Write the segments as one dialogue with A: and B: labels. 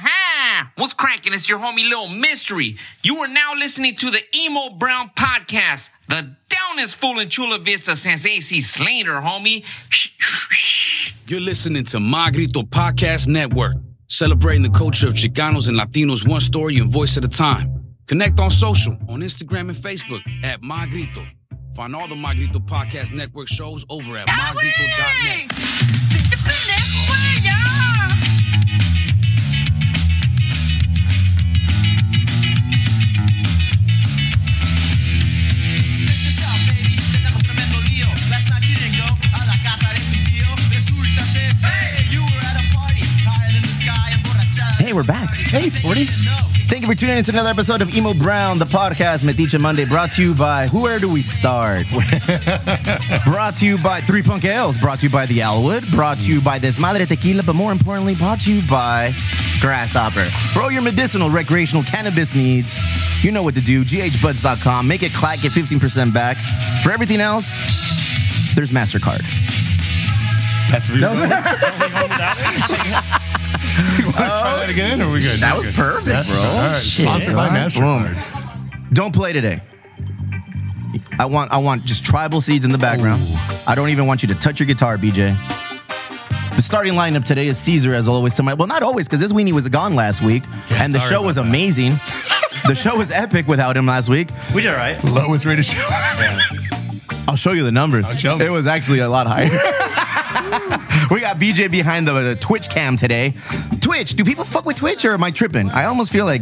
A: yeah, what's cracking? It's your homie Little Mystery. You are now listening to the Emo Brown Podcast, the downest fool in Chula Vista since AC Slater, homie.
B: You're listening to Magrito Podcast Network, celebrating the culture of Chicanos and Latinos one story and voice at a time. Connect on social, on Instagram and Facebook at Magrito. Find all the Magrito Podcast Network shows over at magrito.net.
C: Hey, we're back.
D: Hey, Sporty.
C: Thank you for tuning in to another episode of Emo Brown, the podcast Metiche Monday, brought to you by Where Do We Start? brought to you by Three Punk Ales, brought to you by The Alwood, brought to you by Desmadre Tequila, but more importantly, brought to you by Grasshopper. For all your medicinal, recreational cannabis needs, you know what to do. GHBuds.com. Make it clack, get 15% back. For everything else, there's MasterCard.
D: That's real. Are we going without it? You wanna try that again, or are we good?
C: That
D: We're
C: was
D: good.
C: perfect, bro.
D: All right.
C: Shit.
D: Sponsored by
C: All right.
D: Mastercard.
C: Don't play today. I want I want just tribal seeds in the background. I don't even want you to touch your guitar, BJ. The starting lineup today is Caesar, as always. To my well, not always, because this weenie was gone last week,
D: Yeah,
C: and the
D: sorry
C: show
D: about
C: was
D: that.
C: amazing. the show was epic without him last week.
E: We did all right.
D: Lowest rated show.
C: I'll show you the numbers.
D: I'll show me.
C: It was actually a lot higher. we got BJ behind the, the Twitch cam today. Twitch, do people fuck with Twitch, or am I tripping? I almost feel like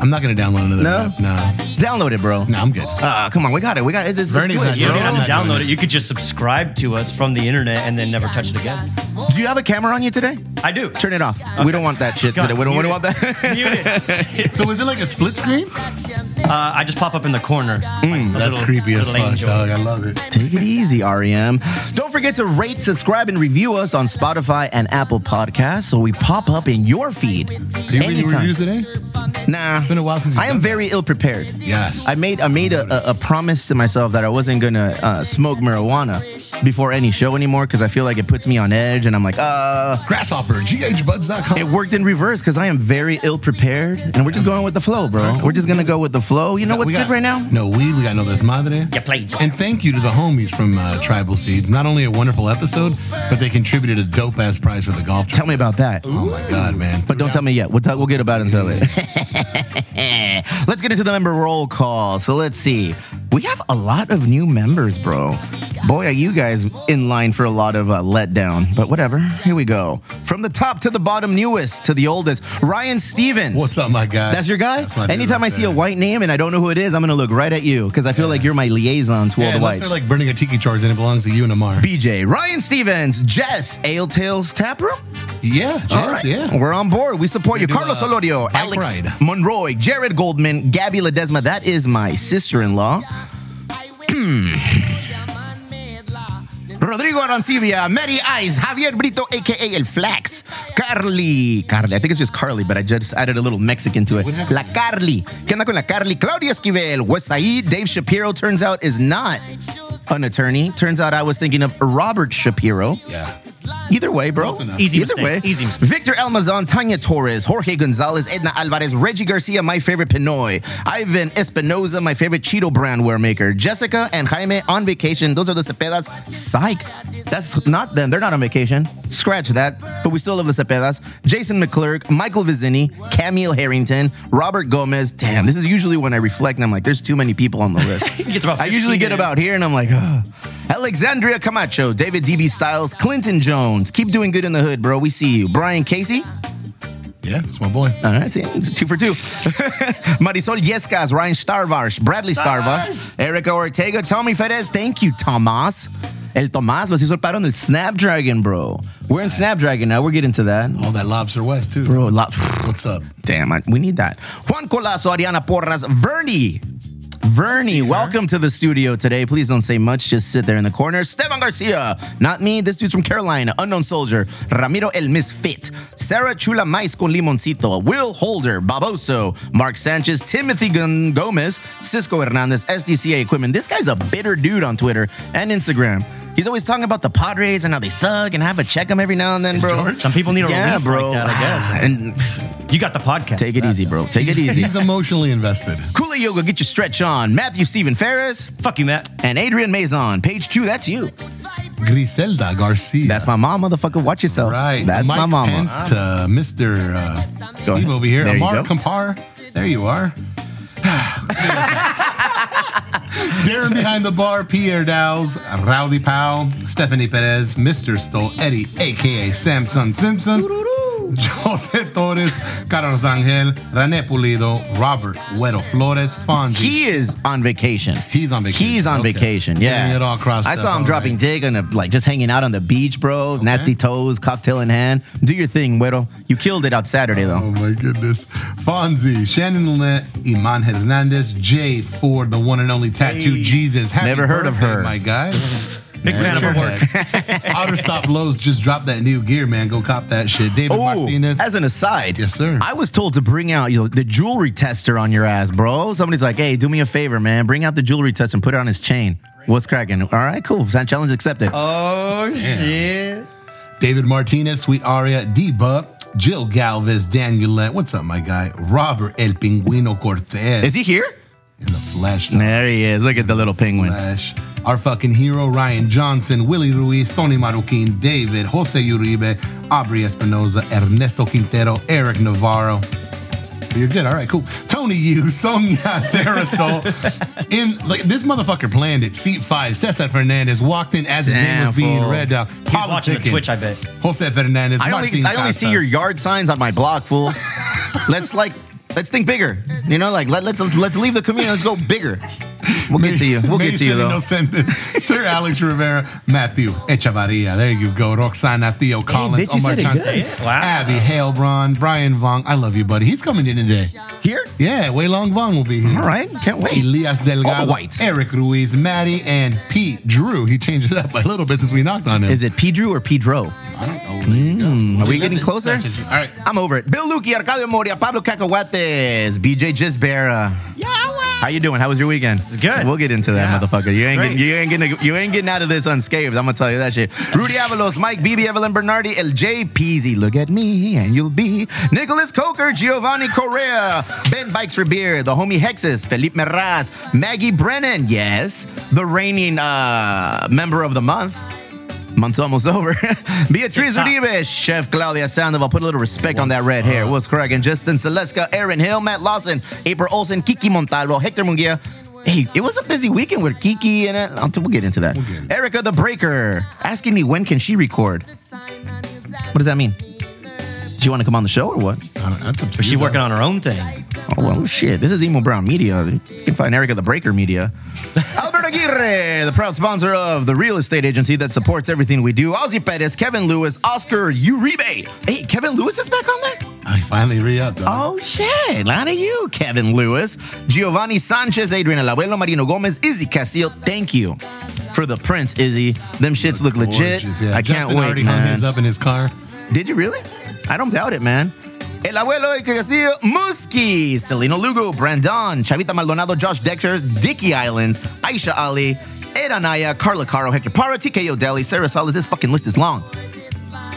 D: I'm not gonna download another
C: No?
D: app. No,
C: download it, bro.
D: no, I'm good.
C: Ah, come on, we got it. We got it. It's, it's
D: Bernie's
C: Twitch,
D: not
E: You don't
C: bro.
E: even have to download it. You could just subscribe to us from the internet and then never touch it again.
C: Do you have a camera on you today?
E: I do.
C: Turn it off. We don't want that shit
E: God,
C: today. We don't, we don't want
E: mute it.
C: that.
E: Mute it.
D: So was it like a split screen?
E: Uh, I just pop up in the corner. Like a
D: Mm, That's
E: little-
D: creepy as
E: little
D: fuck,
E: angel.
D: dog. I love it.
C: Take it easy, REM. Don't forget to rate, subscribe, and review us on Spotify and Apple Podcasts so we pop up in your feed.
D: Are you reading reviews today?
C: Nah.
D: It's been a while since you've
C: I am
D: done
C: very ill prepared.
D: Yes.
C: I made I made a, a, a promise to myself that I wasn't gonna uh, smoke marijuana before any show anymore because I feel like it puts me on edge and I'm like, uh,
D: Grasshopper, ghbuds.com.
C: It worked in reverse because I am very ill prepared, and we're just going with the flow, bro. We're just gonna go with the flow. You know what's
D: We got
C: good right now?
D: No weed. We got no desmadre.
E: Ya played.
D: And thank you to the homies from uh, Tribal Seeds. Not only a wonderful episode, but they contributed a dope ass prize for the golf.
C: Tell me about that.
D: Oh my god, man!
C: But don't tell me yet. We'll talk, we'll get about it until later. let's get into the member roll call. So let's see. We have a lot of new members, bro. Boy, are you guys in line for a lot of uh, letdown. But whatever. Here we go. From the top to the bottom, newest to the oldest, Ryan Stevens.
D: What's up, my guy?
C: That's your guy.
D: That's my dude
C: Anytime
D: right
C: I see a
D: there.
C: white name and I don't know who it is, I'm gonna look right at you because I feel like you're my liaison to all
D: yeah,
C: the whites.
D: unless they're like burning a tiki torch and it belongs to you and Amar.
C: BJ, Ryan Stevens, Jess, Ale Tales Taproom.
D: yeah, Jazz, yeah.
C: We're on board. We support you.
D: Gonna do,
C: Carlos
D: uh,
C: Olorio,
D: bike
C: Alex
D: ride.
C: Monroy, Jared Goldman, Gabby Ledesma. That is my sister in law. Rodrigo Arancibia, Mary Eyes, Javier Brito, aka El Flax, Carly, Carly. I think it's just Carly, but I just added a little Mexican to it. La Carly. ¿Qué onda con la Carly? Claudia Esquivel, Wesai, Dave Shapiro. Turns out is not an attorney. Turns out I was thinking of Robert Shapiro.
D: Yeah.
C: Either way, bro.
D: Close enough.
E: Easy
C: Either
E: mistake.
C: way.
E: Easy mistake.
C: Victor Almazan, Tanya Torres, Jorge Gonzalez, Edna Alvarez, Reggie Garcia, my favorite Pinoy, Ivan Espinoza, my favorite Cheeto brand wear maker, Jessica and Jaime on vacation. Those are the Cepedas. Psych. That's not them. They're not on vacation. Scratch that. But we still love the Cepedas. Jason McClurg, Michael Vizzini, Camille Harrington, Robert Gomez. Damn, this is usually when I reflect and I'm like, there's too many people on the list.
E: Gets about
C: I usually
E: 15
C: get
E: in.
C: about here and I'm like, Ugh. Alexandria Camacho, David DB Styles, Clinton Jones. Keep doing good in the hood, bro. We see you. Brian Casey.
D: Yeah, it's my boy.
C: All right, see, two for two. Marisol Yescas, Ryan Starvarsh, Bradley Starvarsh, Erica Ortega, Tommy Fedez. Thank you, Tomas. El Tomás los hizo el paro en el Snapdragon, bro. We're in Snapdragon now. We're getting to that.
D: All that lobster west too,
C: Bro, lot.
D: What's up?
C: Damn, I, we need that. Juan Colazo, Ariana Porras, Vernie. Vernie, welcome to the studio today. Please don't say much. Just sit there in the corner. Esteban Garcia, not me. This dude's from Carolina. Unknown Soldier. Ramiro El Misfit. Sarah Chula Mais con Limoncito. Will Holder. Baboso. Mark Sanchez. Timothy Gun- Gomez. Cisco Hernandez. SDCA Equipment. This guy's a bitter dude on Twitter and Instagram. He He's always talking about the Padres and how they suck and have a check them every now and then, bro.
D: George?
E: Some people need a
C: yeah,
E: release
C: bro. Ah,
E: like that, I guess.
C: and
E: You got the podcast.
C: take it
E: That-
C: easy, bro. Take it
D: He's-
C: easy.
D: He's emotionally invested.
C: Kula Yoga, get your stretch on. Matthew Stephen Ferris
E: Fuck you, Matt.
C: and Adrian Maison. Page two, that's you.
D: Griselda Garcia.
C: That's my mom, motherfucker. Watch yourself.
D: right.
C: That's
D: Mike
C: my mama.
D: Pence to Mr. Uh,
C: Go
D: Steve
C: ahead.
D: over here.
C: There you
D: Amar
C: go.
D: Kampar. There you are. Darren behind the bar, Pierre Dowles, Rowdy Powell, Stephanie Perez, Mr. Stoll, Eddie, aka Samson Simpson, Jose Torres, Carlos Angel, René Pulido, Robert Huero Flores, Fonzie.
C: He is on vacation.
D: He's on vacation.
C: He's on
D: Okay.
C: vacation. Yeah,
D: Getting it all crossed
C: I
D: up,
C: saw him
D: all
C: dropping
D: right.
C: dig on a like just hanging out on the beach, bro. Nasty toes, cocktail in hand. Do your thing, Widow. You killed it out Saturday though.
D: Oh my goodness. Fonzie, Shannon Lynette, Iman Hernandez, Jay Ford, the one and only Tattoo Jesus. Happy
C: Never heard of
D: birthday,
C: her.
D: My guy.
E: Big fan of her work.
D: Otter Stop Lowe's just dropped that new gear, man. Go cop that shit. David
C: Oh,
D: Martinez.
C: as an aside,
D: Yes, sir.
C: I was told to bring out you know, the jewelry tester on your ass, bro. Somebody's like, "Hey, do me a favor, man. Bring out the jewelry tester and put it on his chain." What's cracking? All right, cool. Sign challenge accepted.
E: Oh, shit.
D: David Martinez, Sweet Aria, D Buck, Jill Galvez, Danielette. What's up, my guy? Robert El Pinguino Cortez.
C: is he here?
D: in the flesh?
C: There he is. Look at the little penguin.
D: Flash. Our fucking hero, Ryan Johnson, Willie Ruiz, Tony Marroquin, David, Jose Uribe, Aubrey Espinoza, Ernesto Quintero, Eric Navarro. You're good. All right, cool. Tony Yu, Sonia Sarasol. in like this motherfucker planned it. Seat five. Cesar Fernandez walked in as his name was being
C: Damn,
D: read out.
E: He's watching the
D: Politicking.
E: Twitch, I bet.
D: Jose Fernandez.
C: I only,
D: Martin
C: I only see
D: Costa.
C: your yard signs on my block, fool. let's like, let's think bigger. You know, like let, let's let's leave the community. Let's go bigger. We'll get to you. We'll get to you though.
D: Mason Inocentes, Sir Alex Rivera, Matthew Echavarria. There you go. Roxana Theo Collins,
C: bitch, you said it
D: Johnson,
C: good.
E: Wow.
D: Abby Halebron, Brian Vong. I love you, buddy. He's coming in today.
C: Here,
D: Yeah, Waylon Vong will be here.
C: all right. Can't wait.
D: Elias Delgado,
C: whites.
D: Eric Ruiz, Maddie, and Pete Drew. He changed it up a little bit since we knocked on him.
C: Is it Pedro or Pedro? Hmm.
D: I don't know. There you go.
C: Are we
D: Look
C: getting
D: at
C: closer?
D: this. All right.
C: I'm over it. Bill Luki, Arcadio Moria, Pablo Cacahuates, BJ Gisbera. uh, How you doing? How was your weekend? It's
E: good.
C: We'll get into that,
E: Yeah.
C: motherfucker. You ain't,
E: Great.
C: getting, you ain't getting you ain't getting out of this unscathed. I'm gonna tell you that shit. Rudy Avalos, Mike Beebe, Evelyn Bernardi, LJ Peasy. Look at me, and you'll be Nicholas Coker, Giovanni Correa, Ben Bikes Rebeer, the homie Hexus, Felipe Meraz, Maggie Brennan. Yes, the reigning uh, member of the month. Month's almost over. Beatriz
E: Tick-tock.
C: Uribe, Chef Claudia Sandoval. Put a little respect on that
D: What's
C: red hair.
D: up?
C: What's correct? And Justin Seleska, Aaron Hill, Matt Lawson, April Olsen, Kiki Montalvo, Hector Munguia. Hey, it was a busy weekend with Kiki and it. I'll- We'll get into that.
D: get into
C: Erica the Breaker asking me when can she record. What does that mean? Do you want to come on the show or what?
D: I don't- that's up to
E: But
D: you
E: she
D: guys.
E: working on her own thing.
C: Oh, well, shit. This is Emo Brown Media. You can find Erica the Breaker Media. Albert Aguirre, the proud sponsor of the real estate agency that supports everything we do. Ozzy Pettis, Kevin Lewis, Oscar Uribe. Hey, Kevin Lewis is back on there?
D: I finally re up.
C: Oh, shit. Lot of you, Kevin Lewis. Giovanni Sanchez, Adrian El Abuelo, Marino Gomez, Izzy Castillo. Thank you for the Prince, Izzy. Them shits look legit. I can't
D: Justin
C: wait,
D: already
C: man.
D: hung his up in his car.
C: Did you really? I don't doubt it, man. El Abuelo y Castillo, Musky, Celino Lugo, Brandon, Chavita Maldonado, Josh Dexter, Dicky Islands, Aisha Ali, Ed Anaya, Carla Caro, Hector Parra, TKO Deli, Sarah Salas. This fucking list is long.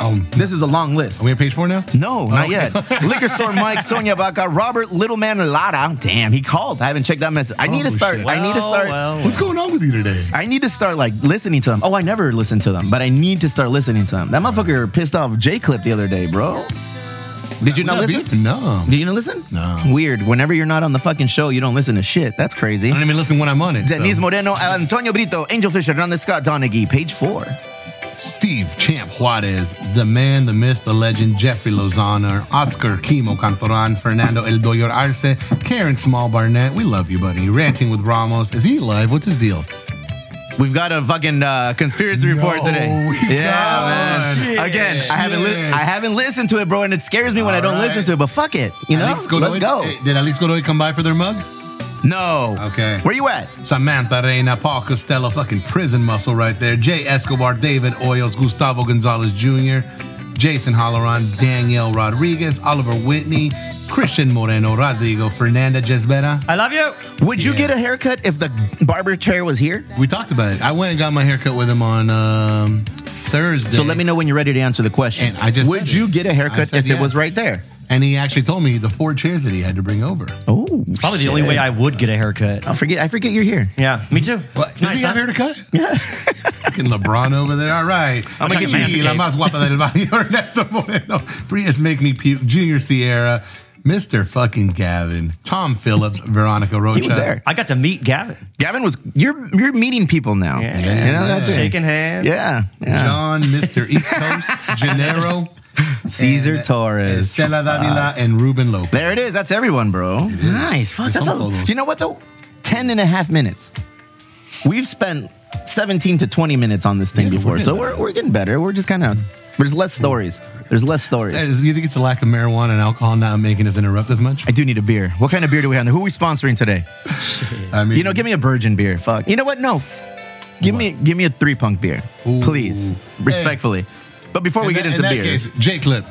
D: Um,
C: This is a long list.
D: are we on page four now? Oh.
C: No, not yet. Liquor store Mike, Sonia Baca, Robert Littleman Lara. Damn, he called. I haven't checked that message. I need to
D: Oh,
C: start.
D: shit.
C: I need to start.
E: Well, well,
D: What's going on with you today?
C: I need to start like listening to them. Oh, I never listened to them, but I need to start listening to them. That motherfucker pissed off J Clip the other day, bro. Did you not
D: Not
C: listen?
D: beef? No.
C: Do you not listen?
D: No.
C: Weird. Whenever you're not on the fucking show, you don't listen to shit. That's crazy.
D: I don't even listen when I'm on it. so.
C: Denise Moreno, Antonio Brito, Angel Fisher, Hernandez Scott Donaghy, page four.
D: Steve Champ Juarez, the man, the myth, the legend, Jeffrey Lozano, Oscar Kimo Cantoran, Fernando El Doyor Arce, Karen Small Barnett. We love you, buddy. Ranting with Ramos. Is he alive? What's his deal?
C: We've got a fucking uh, conspiracy report
D: No,
C: today.
D: we
C: Yeah,
D: got
C: man.
D: one.
C: Again, I haven't li-
D: Shit.
C: I haven't listened to it, bro, and it scares me when I don't
D: All right.
C: listen to it. But fuck it, you know.
D: Alex Godoy-
C: Let's go.
D: Hey, Did Alex Godoy come by for their mug?
C: No.
D: Okay.
C: Where you at?
D: Samantha Reina, Paul Costello, fucking prison muscle right there. Jay Escobar, David Oyos, Gustavo Gonzalez Jr., Jason Holleran, Danielle Rodriguez, Oliver Whitney, Christian Moreno, Rodrigo, Fernanda Jesbera.
E: I love you.
C: Would you get a haircut if the barber chair was here?
D: We talked about it. I went and got my haircut with him on um, Thursday.
C: So let me know when you're ready to answer the question.
D: And I just
C: Would
D: said
C: you
D: it.
C: get a
D: I
C: haircut
D: said
C: if it was
D: yes.
C: right there?
D: And he actually told me the four chairs that he had to bring over.
C: Oh,
E: Probably the only way I would get a haircut.
C: I forget. I forget you're here.
E: Yeah, me too.
D: What?
E: It's
D: Did he have
E: huh?
D: a haircut? Yeah. Fucking LeBron over there. All right.
E: I'm gonna get
D: Y La más
E: Manscaped.
D: guapa del barrio, Ernesto Moreno. Prius Make Me Puke, Junior Sierra, Mr. fucking Gavin, Tom Phillips, Veronica Rocha.
C: He was there.
E: I got to meet Gavin.
C: Gavin was. You're you're meeting people now.
E: Yeah.
C: You know that's it.
E: Shaking hands.
C: Yeah. yeah.
D: John, Mr. East Coast, Gennaro,
C: Caesar
D: and
C: Torres.
D: Estela Davila, and Ruben Lopez.
C: There it is. That's everyone, bro. Nice. Fuck.
D: There's
C: That's
D: some
C: a,
D: photos.
C: you know what though? 10 and a half minutes. We've spent 17 to 20 minutes on this thing before. so we're, we're getting better. We're just kind of there's less stories. There's less stories.
D: Uh, You think it's the lack of marijuana and alcohol not making us interrupt as much?
C: I do need a beer. What kind of beer do we have? Who are we sponsoring today?
D: I mean,
C: You know, give me a virgin beer. Fuck. You know what? No. F- Give me give me a three punk beer,
D: Ooh.
C: please,
D: Hey.
C: respectfully. But before we
D: in
C: get
D: that-
C: into
D: in that
C: beer,
D: case, J Clip.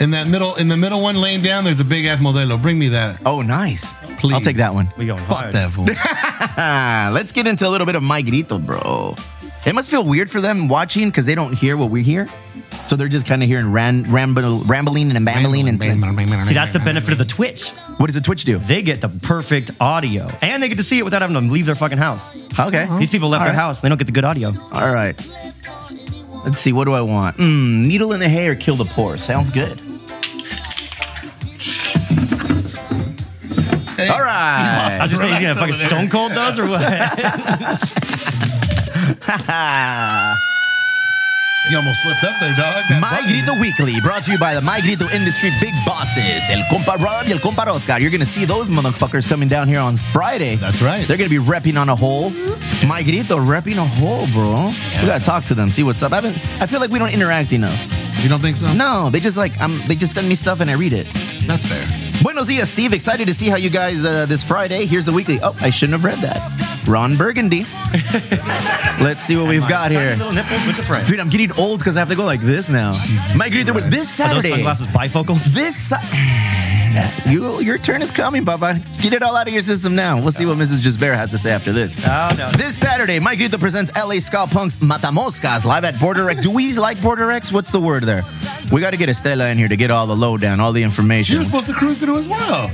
D: In that middle, in the middle one laying down, there's a big ass Modelo. Bring me that.
C: oh nice,
D: Please.
C: I'll take that one.
E: We going
D: Fuck
E: hard.
D: that fool.
C: Ah, let's get into a little bit of my grito, bro. It must feel weird for them watching because they don't hear what we hear, so they're just kind of hearing ran, ramble, rambling and bambling and.
E: See, that's the benefit of the Twitch.
C: What does the Twitch do?
E: They get the perfect audio, and they get to see it without having to leave their fucking house.
C: Okay,
E: These people left
C: All
E: their
C: right.
E: house; they don't get the good audio.
C: All right. Let's see. What do I want? Mm, needle in the hay or kill the poor? Sounds good.
D: Hey,
C: All right.
E: I was just saying, he's gonna
D: Relax
E: fucking
D: over
E: Stone Cold those or what?
D: You almost slipped up there, dog. That
C: My
D: button.
C: Grito Weekly, brought to you by the My Grito Industry Big Bosses, El Compa Rob y El Compa Oscar. You're going to see those motherfuckers coming down here on Friday.
D: That's right. Mm-hmm.
C: They're going to be repping on a hole. My Grito repping a hole, bro. We got to talk to them, see what's up. I, haven't, I feel like we don't interact enough.
D: You don't think so?
C: No, they just like, um, they just send me stuff and I read it.
D: That's fair.
C: Buenos dias, Steve. Excited to see how you guys uh, this Friday. Here's the weekly. Oh, I shouldn't have read that. Ron Burgundy. Let's see what we've got
E: Tiny
C: here.
E: Little nipples went to Fred.
C: Dude, I'm getting old because I have to go like this now. My Grito, this
E: Are those
C: Saturday
E: sunglasses bifocals?
C: this si- you, your turn is coming, Baba. Get it all out of your system now. We'll see what Mrs. Gisbert has to say after this.
E: Oh no.
C: This Saturday, Mike Grito presents LA Ska Punk's Matamoscas live at Border X. Do we like Border X? What's the word there? We got to get Estela in here to get all the lowdown, all the
D: You were
C: information.
D: supposed to cruise through as well.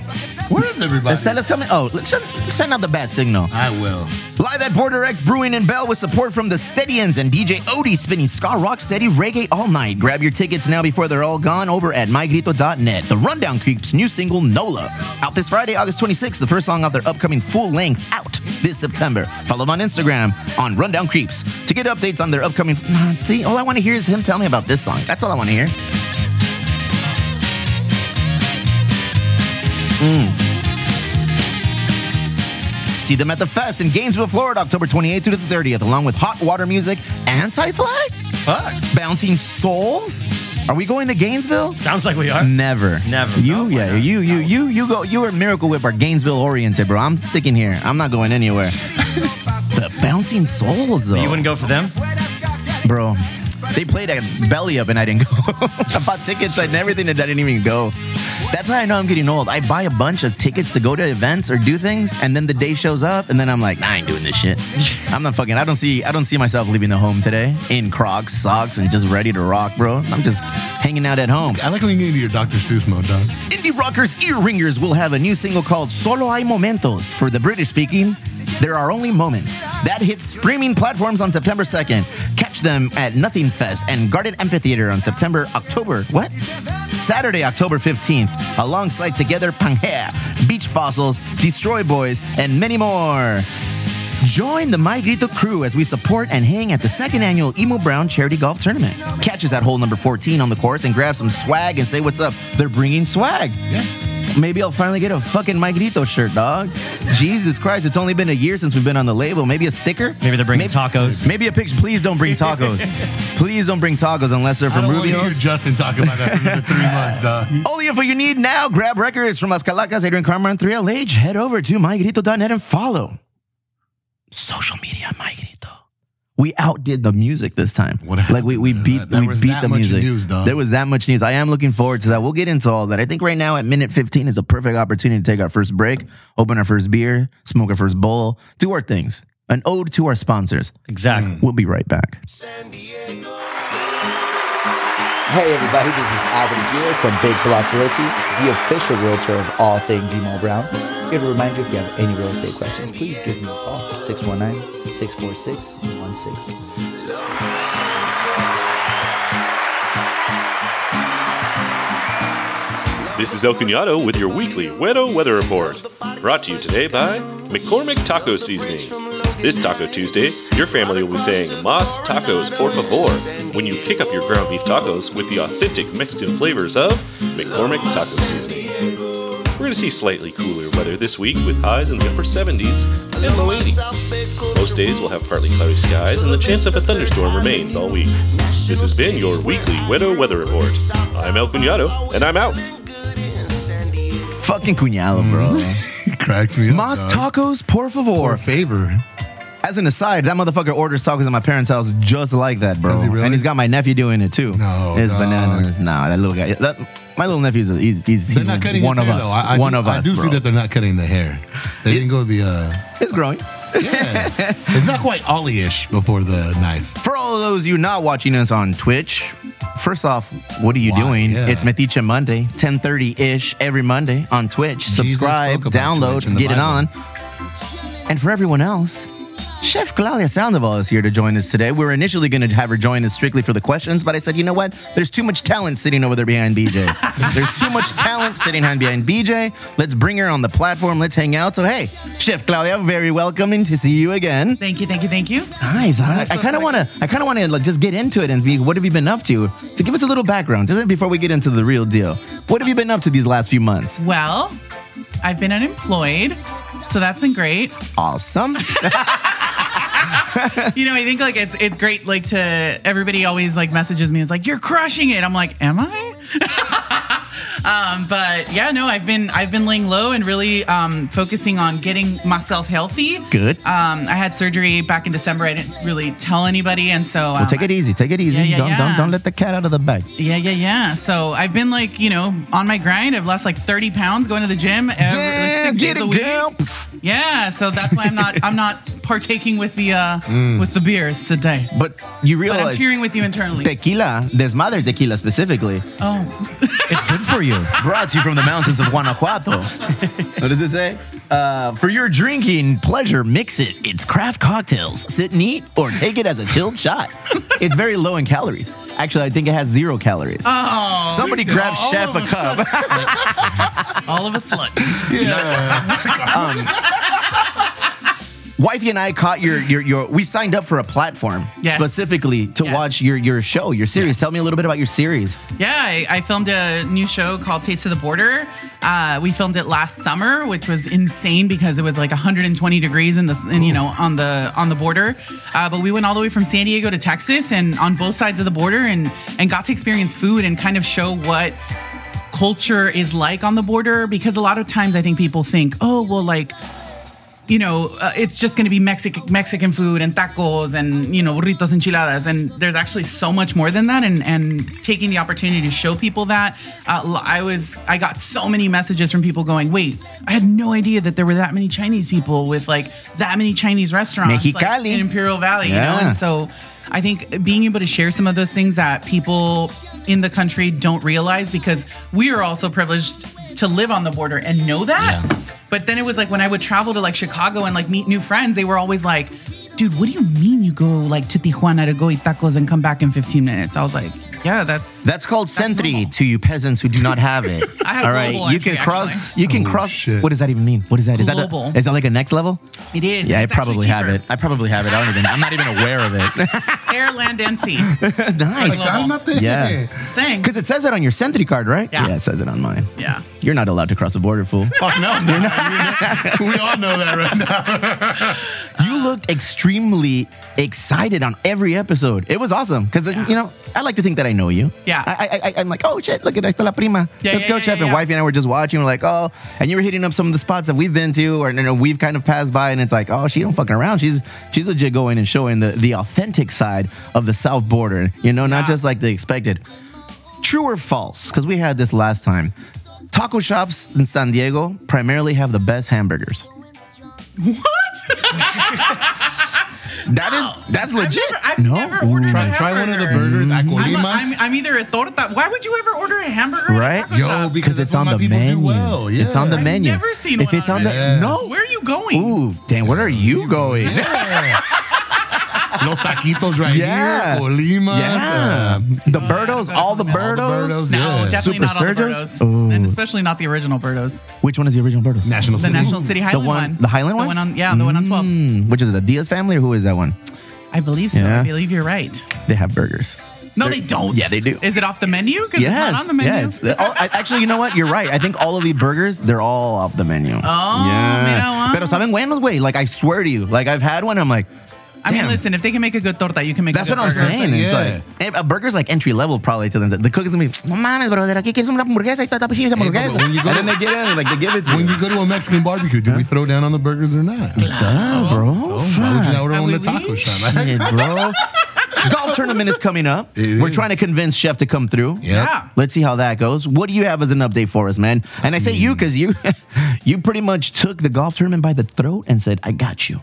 D: Where is everybody?
C: Estela's coming. Oh, let's send, send out the bad signal.
D: I will.
C: Live at Border X Brewing and Bell with support from the Steadians and DJ Odie spinning ska rock steady reggae all night. Grab your tickets now before they're all gone over at mygrito.net. The Rundown Creeps new single Nola out this Friday, August 26th. The first song of their upcoming full length out this September. Follow them on Instagram on Rundown Creeps to get updates on their upcoming. See, all I want to hear is him tell me about this song. That's all I want to hear. See them at the fest in Gainesville, Florida, October 28th through the 30th, along with hot water music, Anti Flag,
E: Fuck.
C: Bouncing Souls. Are we going to Gainesville?
E: Sounds like we are.
C: Never.
E: Never. Oh
C: You,
E: No, why
C: yeah,
E: not?
C: you, you, you, you go. You are Miracle Whip are Gainesville oriented, bro. I'm sticking here. I'm not going anywhere. the Bouncing Souls, though.
E: You wouldn't go for them?
C: bro. They played at Belly Up and I didn't go. I bought tickets and everything and I didn't even go. That's how I know I'm getting old. I buy a bunch of tickets to go to events or do things, and then the day shows up, and then I'm like, nah, I ain't doing this shit. I'm not fucking. I don't see. I don't see myself leaving the home today in Crocs, socks, and just ready to rock, bro. I'm just hanging out at home.
D: I like when you get into your Dr. Seuss mode, dog.
C: Indie rockers Ear Ringers will have a new single called Solo Hay Momentos. For the British speaking, There Are Only Moments. That hits streaming platforms on September 2nd. Catch them at Nothing Fest and Garden Amphitheater on September, October, what? Saturday, October 15th, alongside Together Pangea, Beach Fossils, Destroy Boys, and many more. Join the My Grito crew as we support and hang at the second annual Emo Brown Charity Golf Tournament. Catch us at hole number 14 on the course and grab some swag and say what's up. They're bringing swag.
D: Yeah.
C: Maybe I'll finally get a fucking My Grito shirt, dog. Jesus Christ, it's only been a year since we've been on the label. Maybe a sticker?
E: Maybe they're bringing
C: Maybe-
E: tacos.
C: Maybe a picture. Please don't bring tacos. Please don't bring tacos unless they're
D: I
C: from
D: don't want to hear
C: Rubio's.
D: Justin talk about that for another three months, dog.
C: All the info you need now. Grab records from Las Calacas, Adrian Carmen, 3LH. Head over to mygrito.net and follow. Social media, My Grito. we outdid the music this time.
D: What
C: like we, we
D: happened there?
C: beat
D: There
C: we
D: was
C: beat
D: that
C: the
D: much
C: music.
D: news, dog.
C: There was that much news. I am looking forward to that. We'll get into all that. I think right now at minute 15 is a perfect opportunity to take our first break, open our first beer, smoke our first bowl, do our things. An ode to our sponsors.
E: Exactly.
C: We'll be right back.
F: Hey everybody, this is Albert Gear from Big Block Realty, the official realtor of all things Emo Brown. Here to remind you if you have any real estate questions, please give me a call 619-646-1666.
G: This is El Cunado with your weekly Wedo Weather Report, brought to you today by McCormick Taco Seasoning. This Taco Tuesday, your family will be saying Mas Tacos por favor when you kick up your ground beef tacos with the authentic Mexican flavors of McCormick Taco Seasoning. We're going to see slightly cooler weather this week with highs in the upper 70s and low 80s. Most days we'll have partly cloudy skies and the chance of a thunderstorm remains all week. This has been your weekly Wedo Weather Report. I'm El Cunado, and I'm out.
C: Fucking cuñado, bro.
D: It cracks me up.
C: Mas
D: Mm-hmm. dog.
C: tacos, por favor.
D: Or favor.
C: As an aside, that motherfucker orders tacos at my parents' house just like that, bro.
D: Does he really?
C: And he's got my nephew doing it too.
D: No,
C: it's
D: dog.
C: bananas. Nah, that little guy. that- my little nephew's a, he's he's,
D: They're
C: he's
D: not cutting
C: one
D: his
C: of
D: hair,
C: us.
D: though. I, I
C: one
D: do,
C: of
D: I
C: us.
D: do
C: bro.
D: see that they're not cutting the hair. They didn't go the. Uh,
C: it's growing.
D: yeah. it's not quite Ollie-ish before the knife.
C: For all of those of you not watching us on Twitch, first off, what are you
D: Why,
C: doing?
D: yeah.
C: It's Metiche Monday, 1030-ish every Monday on Twitch. Subscribe,
D: spoke about
C: download,
D: Twitch in the
C: get it
D: Bible.
C: on. And for everyone else, Chef Claudia Sandoval is here to join us today. We were initially going to have her join us strictly for the questions, but I said, you know what? There's too much talent sitting over there behind BJ. There's too much talent sitting behind BJ. Let's bring her on the platform. Let's hang out. So, hey, Chef Claudia, very welcoming to see you again.
H: Thank you, thank you, thank you.
C: Nice. I,
H: so
C: kind of want to. I kind of want to like just get into it and be. What have you been up to? So give us a little background, just before we get into the real deal. What have you been up to these last few months?
H: Well, I've been unemployed, so that's been great.
C: Awesome.
H: You know, I think like it's it's great like to everybody always like messages me is like you're crushing it. I'm like, am I? um, but yeah, no, I've been I've been laying low and really um, focusing on getting myself healthy.
C: Good.
H: Um, I had surgery back in December. I didn't really tell anybody, and so um,
C: Well, take it easy. Take it easy.
H: Yeah, yeah,
C: don't don't
H: yeah.
C: don't let the cat out of the bag.
H: Yeah, yeah, yeah. So I've been like, you know, on my grind. I've lost like 30 pounds going to the gym every, like six days a week. Yeah, so that's why I'm not I'm not partaking with the uh with the beers today.
C: Mm. But you
H: But
C: realize
H: I'm cheering with you internally.
C: tequila, desmadre tequila specifically,
H: oh,
C: it's good for you. Brought to you from the mountains of Guanajuato. what does it say? Uh, for your drinking pleasure, mix it. It's craft cocktails. Sit and eat, or take it as a chilled shot. It's very low in calories. Actually, I think it has zero calories.
H: oh,
C: Somebody grab Chef a cup.
H: all of a slut.
C: Wifey Um, and I caught your, your your we signed up for a platform
H: Yes.
C: specifically to
H: Yes.
C: watch your your show, your series. Tell me a little bit about your series.
H: Yeah, I, I filmed a new show called Taste of the Border. Uh, we filmed it last summer, which was insane because it was like 120 degrees in the in, you know on the on the border. Uh, but we went all the way from San Diego to Texas and on both sides of the border and and got to experience food and kind of show what culture is like on the border because a lot of times I think people think, oh well, like you know, uh, it's just going to be Mexican Mexican food and tacos and you know burritos enchiladas, and there's actually so much more than that. And and taking the opportunity to show people that, uh, l- I was I got so many messages from people going, wait, I had no idea that there were that many Chinese people with like that many Chinese restaurants like,
C: Mexicali.
H: in Imperial Valley, you
C: Yeah.
H: know, and so. I think being able to share some of those things that people in the country don't realize because we are also privileged to live on the border and know that. But then it was like when I would travel to like Chicago and like meet new friends, they were always like, dude, what do you mean you go like to Tijuana to go eat tacos and come back in 15 minutes? I was like, yeah, that's
C: That's called sentry
H: normal.
C: to you peasants who do not have it.
H: I have
C: All right,
H: global
C: you can
H: entry,
C: cross. You can
D: Oh,
C: cross.
D: shit.
C: What does that even mean? What is that? Is
H: Global.
C: that a, is that like a next level?
H: it is.
C: Yeah, I
H: It's actually
C: probably have
H: cheaper.
C: it. I probably have it. I don't even. I'm not even aware of it.
H: Air, land, and sea.
C: nice.
H: Like,
D: I'm not there.
C: Yeah.
H: Thing.
C: Because it says it on your sentry card, right?
H: Yeah.
C: it says it on mine.
H: Yeah.
C: You're not allowed to cross the border, fool.
D: Fuck no. I'm not. we all know that right now.
C: You looked extremely excited on every episode. It was awesome because you know I like to think that I know you.
H: Yeah.
C: I, I, I I'm like, oh shit, look at está la prima.
H: Yeah,
C: Let's
H: yeah,
C: go,
H: yeah,
C: Chef.
H: yeah,
C: and
H: yeah.
C: wifey and I were just watching. We're like, oh, and you were hitting up some of the spots that we've been to, or you know, we've kind of passed by, and it's like, oh, she don't fucking around. She's she's legit going and showing the the authentic side of the South border. You know, not
H: Yeah.
C: just like the expected. True or false? Because we had this last time. Taco shops in San Diego primarily have the best hamburgers. That is that's
H: I've
C: legit.
H: never, I've
C: no,
H: never ordered
D: Try,
H: a
D: try one of the
H: hamburger.
D: burgers at
H: Mm. I'm, a,
D: Colimas.
H: I'm, I'm either a torta. Why would you ever order a hamburger? at a
C: right?
H: taco
D: Yo,
H: shop?
D: because
C: it's
D: that's
C: on
D: what
C: the
D: my people
C: menu.
D: do well. Yeah.
C: It's on the
H: I've
C: menu.
H: never seen
C: if
H: one
C: it's
H: on
C: on the
D: there.
C: no.
H: Where are you going?
C: Ooh, dang! Where are you going?
D: Yeah. Los taquitos right
C: Yeah.
D: here, Colimas. uh,
C: Yeah, the Birdos,
H: I've
C: all the
H: never
D: done that. All
C: Birdos.
D: the Birdos.
H: No,
D: Yes.
H: definitely
C: Super
H: not all the
C: Sergio's?
H: Burdos.
C: Ooh.
H: And especially not the original Burdos.
C: Which one is the original Birdos?
D: National
H: The
D: City.
H: National City Highland
C: one-
H: one.
C: the Highland one?
B: one?
H: on yeah, the one on twelve.
C: Mm, which is it, the Diaz family, or who is that one?
H: I believe so.
C: Yeah.
H: I believe you're right.
C: They have burgers.
H: No, they don't.
C: Yeah, they do.
H: Is it off the menu? 'Cause
C: yes.
H: It's not on the menu.
C: Yeah, it's- oh, I- actually, you know what? You're right. I think all of the burgers, they're all off the menu. Oh,
H: mira, wow.
C: Pero saben buenos, way. Like, I swear to you. Like, I've had one. I'm like,
H: I mean,
C: damn.
H: listen, if they can make a good torta, you can make
C: That's
H: a
C: what
H: good
C: I'm
H: burger.
C: saying. It's
D: Yeah.
C: like eh, a burger's like entry level probably to them. The cook is gonna be, no mames, brother, aquí quieres una hamburguesa, ahí está tapachín, esa
D: Hey,
C: hamburguesa.
D: but when you go-
C: and then they get in, like they give it to
D: When
C: you.
D: you go to a Mexican barbecue, do we throw down on the burgers or not?
C: Duh, bro.
D: Oh, why would you not order
H: Ah,
D: on the
H: oui,
D: taco
H: oui.
D: shop? man?
C: Shit, bro. Golf tournament is coming up.
D: It
C: We're
D: is.
C: trying to convince Chef to come through.
D: Yep.
H: Yeah.
C: Let's see how that goes. What do you have as an update for us, man? And I say you because you, you pretty much took the golf tournament by the throat and said, "I got you,"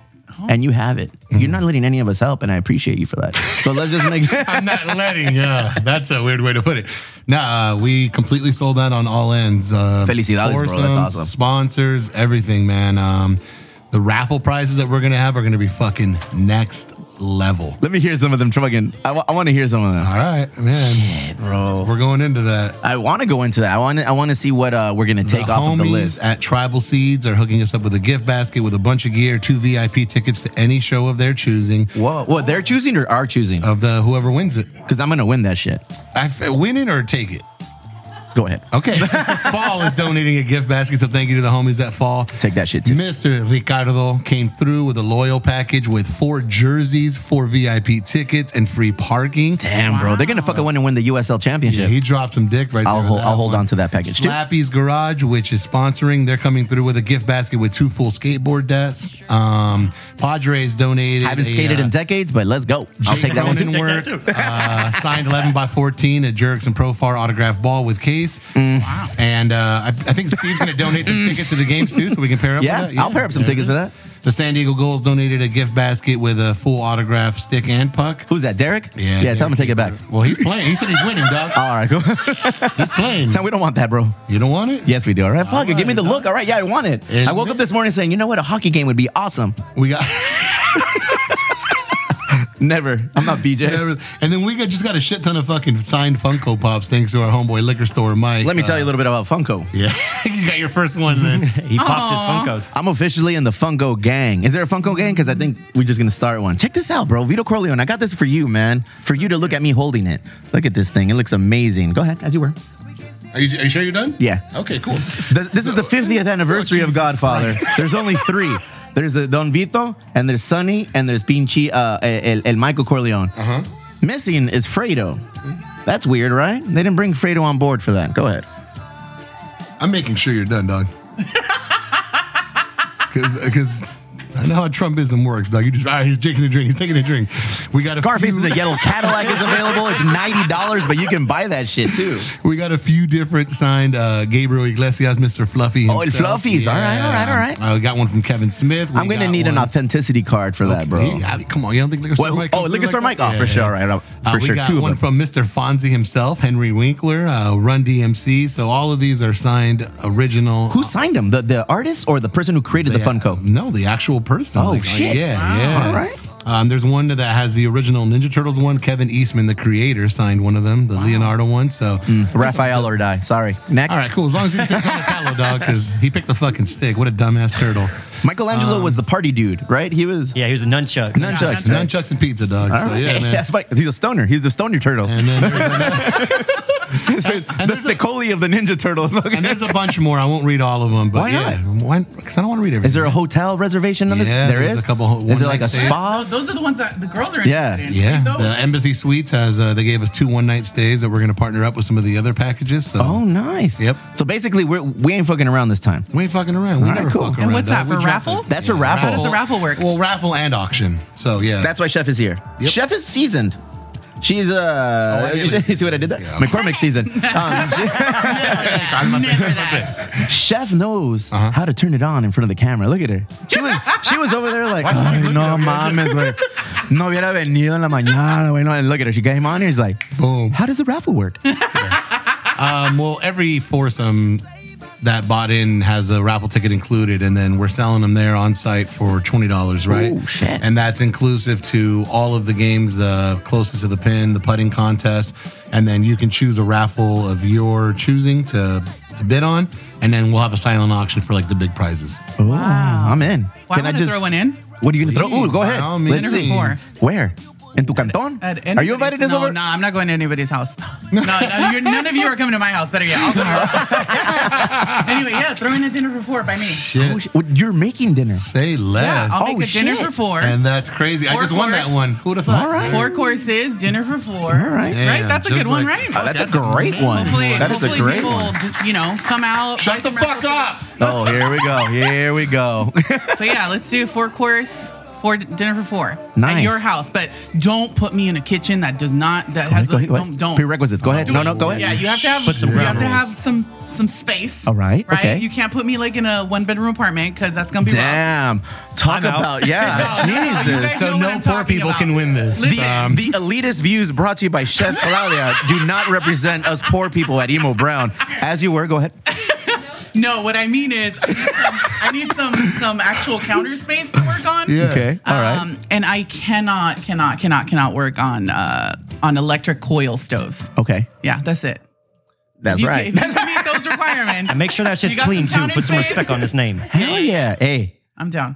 C: and you have it. You're not letting any of us help, and I appreciate you for that. So let's just make.
D: I'm not letting. Yeah, that's a weird way to put it. Nah, uh, we completely sold out on all ends. Uh,
C: Felicidades, bro. That's
D: foursomes,
C: awesome.
D: Sponsors, everything, man. Um, the raffle prizes that we're gonna have are gonna be fucking next level.
C: Let me hear some of them trucking. I, w- I want to hear some of them.
D: All right, man.
C: Shit, bro.
D: We're going into that.
C: I want to go into that. I want. I want to see what uh, we're gonna take
D: the
C: off
D: homies
C: of the list.
D: at Tribal Seeds are hooking us up with a gift basket with a bunch of gear, two VIP tickets to any show of their choosing
C: Whoa, what they're choosing or are choosing?
D: of the whoever wins it.
C: Because I'm gonna win that shit.
D: I f- win it or take it.
C: Go ahead,
D: Okay. Fall is donating a gift basket, so thank you to the homies at Fall.
C: take that shit too.
D: Mr. Ricardo came through with a loyal package with four jerseys, four VIP tickets, and free parking.
C: Damn, bro, they're gonna fucking win and win the USL championship.
D: Yeah, he dropped some dick right
C: I'll
D: there. with
C: hold-
D: that
C: I'll hold
D: one.
C: on to that package, too.
D: Slappy's Garage, which is sponsoring, they're coming through with a gift basket with two full skateboard desks. Um, Padres donated.
C: I haven't
D: a,
C: skated
D: uh,
C: in decades, but let's go. I'll
D: Jake
C: take that one too.
D: Cronin work, uh, signed 11 by 14 at Jerks and Profar autograph ball with case.
C: Mm.
D: Wow. And uh, I, I think Steve's going to donate some tickets to the games too, so we can pair up.
C: Yeah,
D: with that.
C: I'll pair up some
D: there it
C: tickets for
D: is.
C: that.
D: The San Diego Goals donated a gift basket with a full autograph stick and puck.
C: Who's that, Derek?
D: Yeah,
C: yeah. Tell him to take it
D: Derek.
C: back.
D: Well, he's playing. He said he's winning, dog.
C: All right, cool.
D: He's playing.
C: Uh, Tell him we don't want that, bro.
D: You don't want it?
C: Yes, we do. All right, fuck. it. give me the look. All right, yeah, I want it.
D: And-
C: I woke up this morning saying, you know what, a hockey game would be awesome.
D: We got.
C: Never. I'm not BJ.
D: and then we got, just got a shit ton of fucking signed Funko Pops thanks to our homeboy liquor store, Mike.
C: Let me
D: Uh,
C: tell you a little bit about Funko.
D: Yeah. you got your first one then.
E: He popped his Funkos.
C: I'm officially in the Funko gang. Is there a Funko gang? Because I think we're just gonna start one. Check this out, bro. Vito Corleone. I got this for you, man. For you to look at me holding it. Look at this thing. It looks amazing. Go ahead, as you were.
D: Are you, are you sure you're done?
C: Yeah.
D: Okay, cool.
C: The, this is the 50th anniversary
D: Oh,
C: of
D: Jesus
C: Godfather. There's only three. There's uh, Don Vito, and there's Sonny, and there's Pinchi, uh, el, el Michael Corleone. Uh-huh. Missing is Fredo. That's weird, right? They didn't bring Fredo on board for that. Go ahead.
D: I'm making sure you're done, dog. Because I know how Trumpism works, dog. You just, all right, he's taking a drink. He's taking a drink. We got
C: Scarface
D: a
C: in the
D: few,
C: Yellow Cadillac is available. It's $90, but you can buy that shit too.
D: We got a few different signed uh, Gabriel Iglesias, Mr. Fluffy.
C: Oh, El
D: himself.
C: Fluffies. All right, all right, all right.
D: I got one from Kevin Smith. We
C: I'm going to
D: got
C: need an
D: one-
C: authenticity card for that, bro.
D: Hey, I mean, come on, you don't think Liquor Store
C: Well,
D: Mike?
C: oh,
D: comes
C: Liquor
D: through
C: Store
D: like
C: Mike?
D: that?
C: Oh, for sure, right, uh, for
D: Uh, we
C: sure,
D: got
C: two of
D: one
C: them.
D: from Mr. Fonzie himself, Henry Winkler, uh, Run DMC. So all of these are signed original.
C: Who signed him? The, the artist or the person who created the
D: Yeah,
C: Funko?
D: No, the actual person.
C: Oh,
D: Like,
C: shit.
D: yeah, yeah.
C: All right.
D: Um, there's one that has the original Ninja Turtles one. Kevin Eastman, the creator, signed one of them, the Leonardo one. So,
C: Mm, Raphael or die. Sorry. Next.
D: all right, cool. As long as he didn't on the tallow dog, because he picked the fucking stick. What a dumbass turtle. Um,
C: Michelangelo was the party dude, right? He was
E: Yeah, he was a nunchuck.
C: nunchucks.
D: Nunchucks and pizza, dog.
C: All
D: so,
C: right.
D: yeah, man.
C: That's like- he's a stoner. He's the stoner turtle.
D: And then there's another,
C: the Spicoli of the Ninja Turtles.
D: And there's a bunch more. I won't read all of them.
C: Why
D: But
C: not?
D: Yeah, because I don't want to read everything.
C: Is there a hotel reservation on this?
D: Yeah,
C: there
D: there's
C: is
D: a couple ho-
C: Is there like
D: one-night
C: a
H: So
D: stands.
C: spa?
H: Oh, those are the ones that the girls are
C: Yeah.
H: interested in.
D: Yeah,
H: right, though?
D: the Embassy Suites has uh, they gave us two one night stays that we're going to partner up with some of the other packages. So
C: Oh, nice.
D: Yep.
C: So basically, we're, we ain't fucking around this time.
D: we ain't fucking around. We
C: All right,
D: never
C: cool.
D: fuck
C: And
D: around.
H: what's that,
D: dog.
H: for
D: We drop
H: raffle?
D: the-
C: That's for raffle. How does
H: the raffle work?
D: Well, raffle and auction. So yeah,
C: That's why Chef is here.
D: Yep.
C: Chef is seasoned. She's uh,
D: Oh, yeah.
C: you see what I did there?
D: Yeah.
C: McCormick season. Um,
H: Never that.
C: Chef knows
D: Uh-huh.
C: how to turn it on in front of the camera. Look at her. She was she was over there like,
D: she
C: Ay,
D: looking
C: no
D: over there?"
C: mames, güey. No hubiera venido en la mañana, güey. No, and look at her. She came on here. She's like,
D: Boom.
C: How does the raffle work?
D: Um, well, every foursome that bought in has a raffle ticket included, and then we're selling them there on site for twenty dollars, right?
C: Ooh, shit.
D: And that's inclusive to all of the games, the closest to the pin, the putting contest, and then you can choose a raffle of your choosing to to bid on, and then we'll have a silent auction for like the big prizes.
C: Oh, wow. I'm in.
H: Well, I'm gonna throw one in.
C: What are you gonna throw? Ooh,
D: Please,
C: go
D: by
C: ahead.
D: all
C: Let's
D: means.
C: see.
H: Four.
C: Where? In tu canton?
H: At
C: Are you invited
H: anybody's-
C: us
H: no,
C: over?
H: No, I'm not going to anybody's house. No, no you're, none of you are coming to my house. Better yet, I'll go to your house. anyway, yeah, throw in a dinner for four by me.
C: Oh, sh- well, you're making dinner.
D: Say
H: Yeah,
D: less.
H: I'll make
C: Oh,
H: a dinner
C: shit.
H: for four.
D: and that's crazy. I
H: Four
D: just won that
H: course.
D: one. Who'd have thought?
C: All right.
H: four courses, dinner for four.
C: All right.
D: Damn,
H: That's a
D: just
H: good one,
D: like-
H: right?
C: Oh, that's, a great one.
H: Hopefully,
C: That is
H: hopefully
C: a great
H: people,
C: one.
H: d- you know, come out.
D: Shut
H: buy
D: the
H: some
D: fuck
H: raffle
D: up.
C: Oh, here we go. Here we go.
H: tickets. So yeah, let's do four course, four dinner for four
C: Nice.
H: at your house. But don't put me in a kitchen that does not that has
C: Go ahead,
H: a,
C: go ahead.
H: don't don't
C: Prerequisites. Go ahead.
H: do
C: No,
H: it.
C: no, go ahead.
H: Yeah, you have to have
E: Put some
H: you have
E: ground
H: to have
E: rules.
H: some some space.
C: All right,
H: right.
C: okay.
H: You can't put me like in a one bedroom apartment because that's gonna be rough.
C: Damn. Talk
E: I'm out.
C: about, yeah.
H: No, no, no, you
C: Jesus.
H: guys
D: So
H: know what
D: no
H: I'm
D: poor
H: talking
D: people can win this.
H: Listen,
C: The,
D: Um,
C: the elitist views brought to you by Chef Claudia do not represent us poor people at Emo Brown. As you were, go ahead.
H: No, what I mean is I need some, I need some some actual counter space to work on.
D: Yeah.
C: Okay, all right.
H: Um, and I cannot, cannot, cannot, cannot work on uh, on electric coil stoves.
C: okay,
H: Yeah, that's it.
C: that's
H: you,
C: right.
H: If you can meet those requirements,
E: And make sure that shit's
H: You got some
E: clean too.
H: counter
E: Put some
H: space?
E: respect on his name.
C: Hell yeah. Hey,
H: I'm down.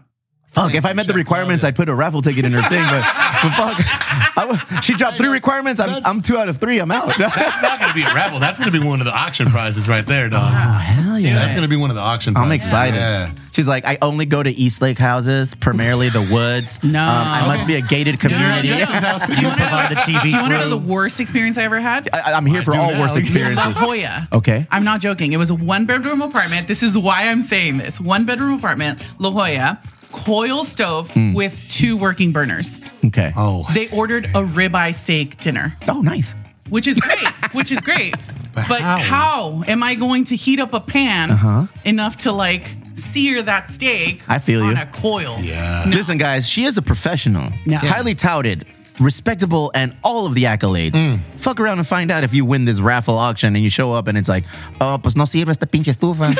C: fuck, if I met the requirements, I'd put a raffle ticket in her thing, but, but fuck. I w- she dropped three requirements. I'm, I'm two out of three. I'm out.
D: That's not going to be a raffle. That's going to be one of the auction prizes right there, dog.
C: Hell yeah.
D: That's going to be one of the auction prizes.
C: I'm excited.
D: Yeah.
C: She's like, I only go to Eastlake houses, primarily the woods. Um,
H: No.
C: I must be a gated community.
D: Yeah, Justin's house.
H: Do you want to
E: Provide the TV
H: you wanna know the
E: crew.
H: worst experience I ever had?
C: I, I'm here for all worse
H: La
C: experiences.
H: Jolla.
C: Okay.
H: I'm not joking. It was a one bedroom apartment. This is why I'm saying this. One bedroom apartment, La Jolla, coil stove with two working burners.
C: Okay. Oh,
D: Oh,
H: They ordered a ribeye steak dinner.
C: nice.
H: which is great, which is great.
D: But
H: But,
D: how?
H: how? "Oh, am I going to heat up a pan enough to like sear that steak
C: Uh-huh. I feel
H: on
C: you.
H: a coil?
D: yeah.
C: Listen, guys, she is a professional,
H: Yeah.
C: highly touted, respectable, and all of the accolades.
D: Mm.
C: Fuck around and find out if you win this raffle auction and you show up and it's like, oh, pues no sirve esta pinche estufa.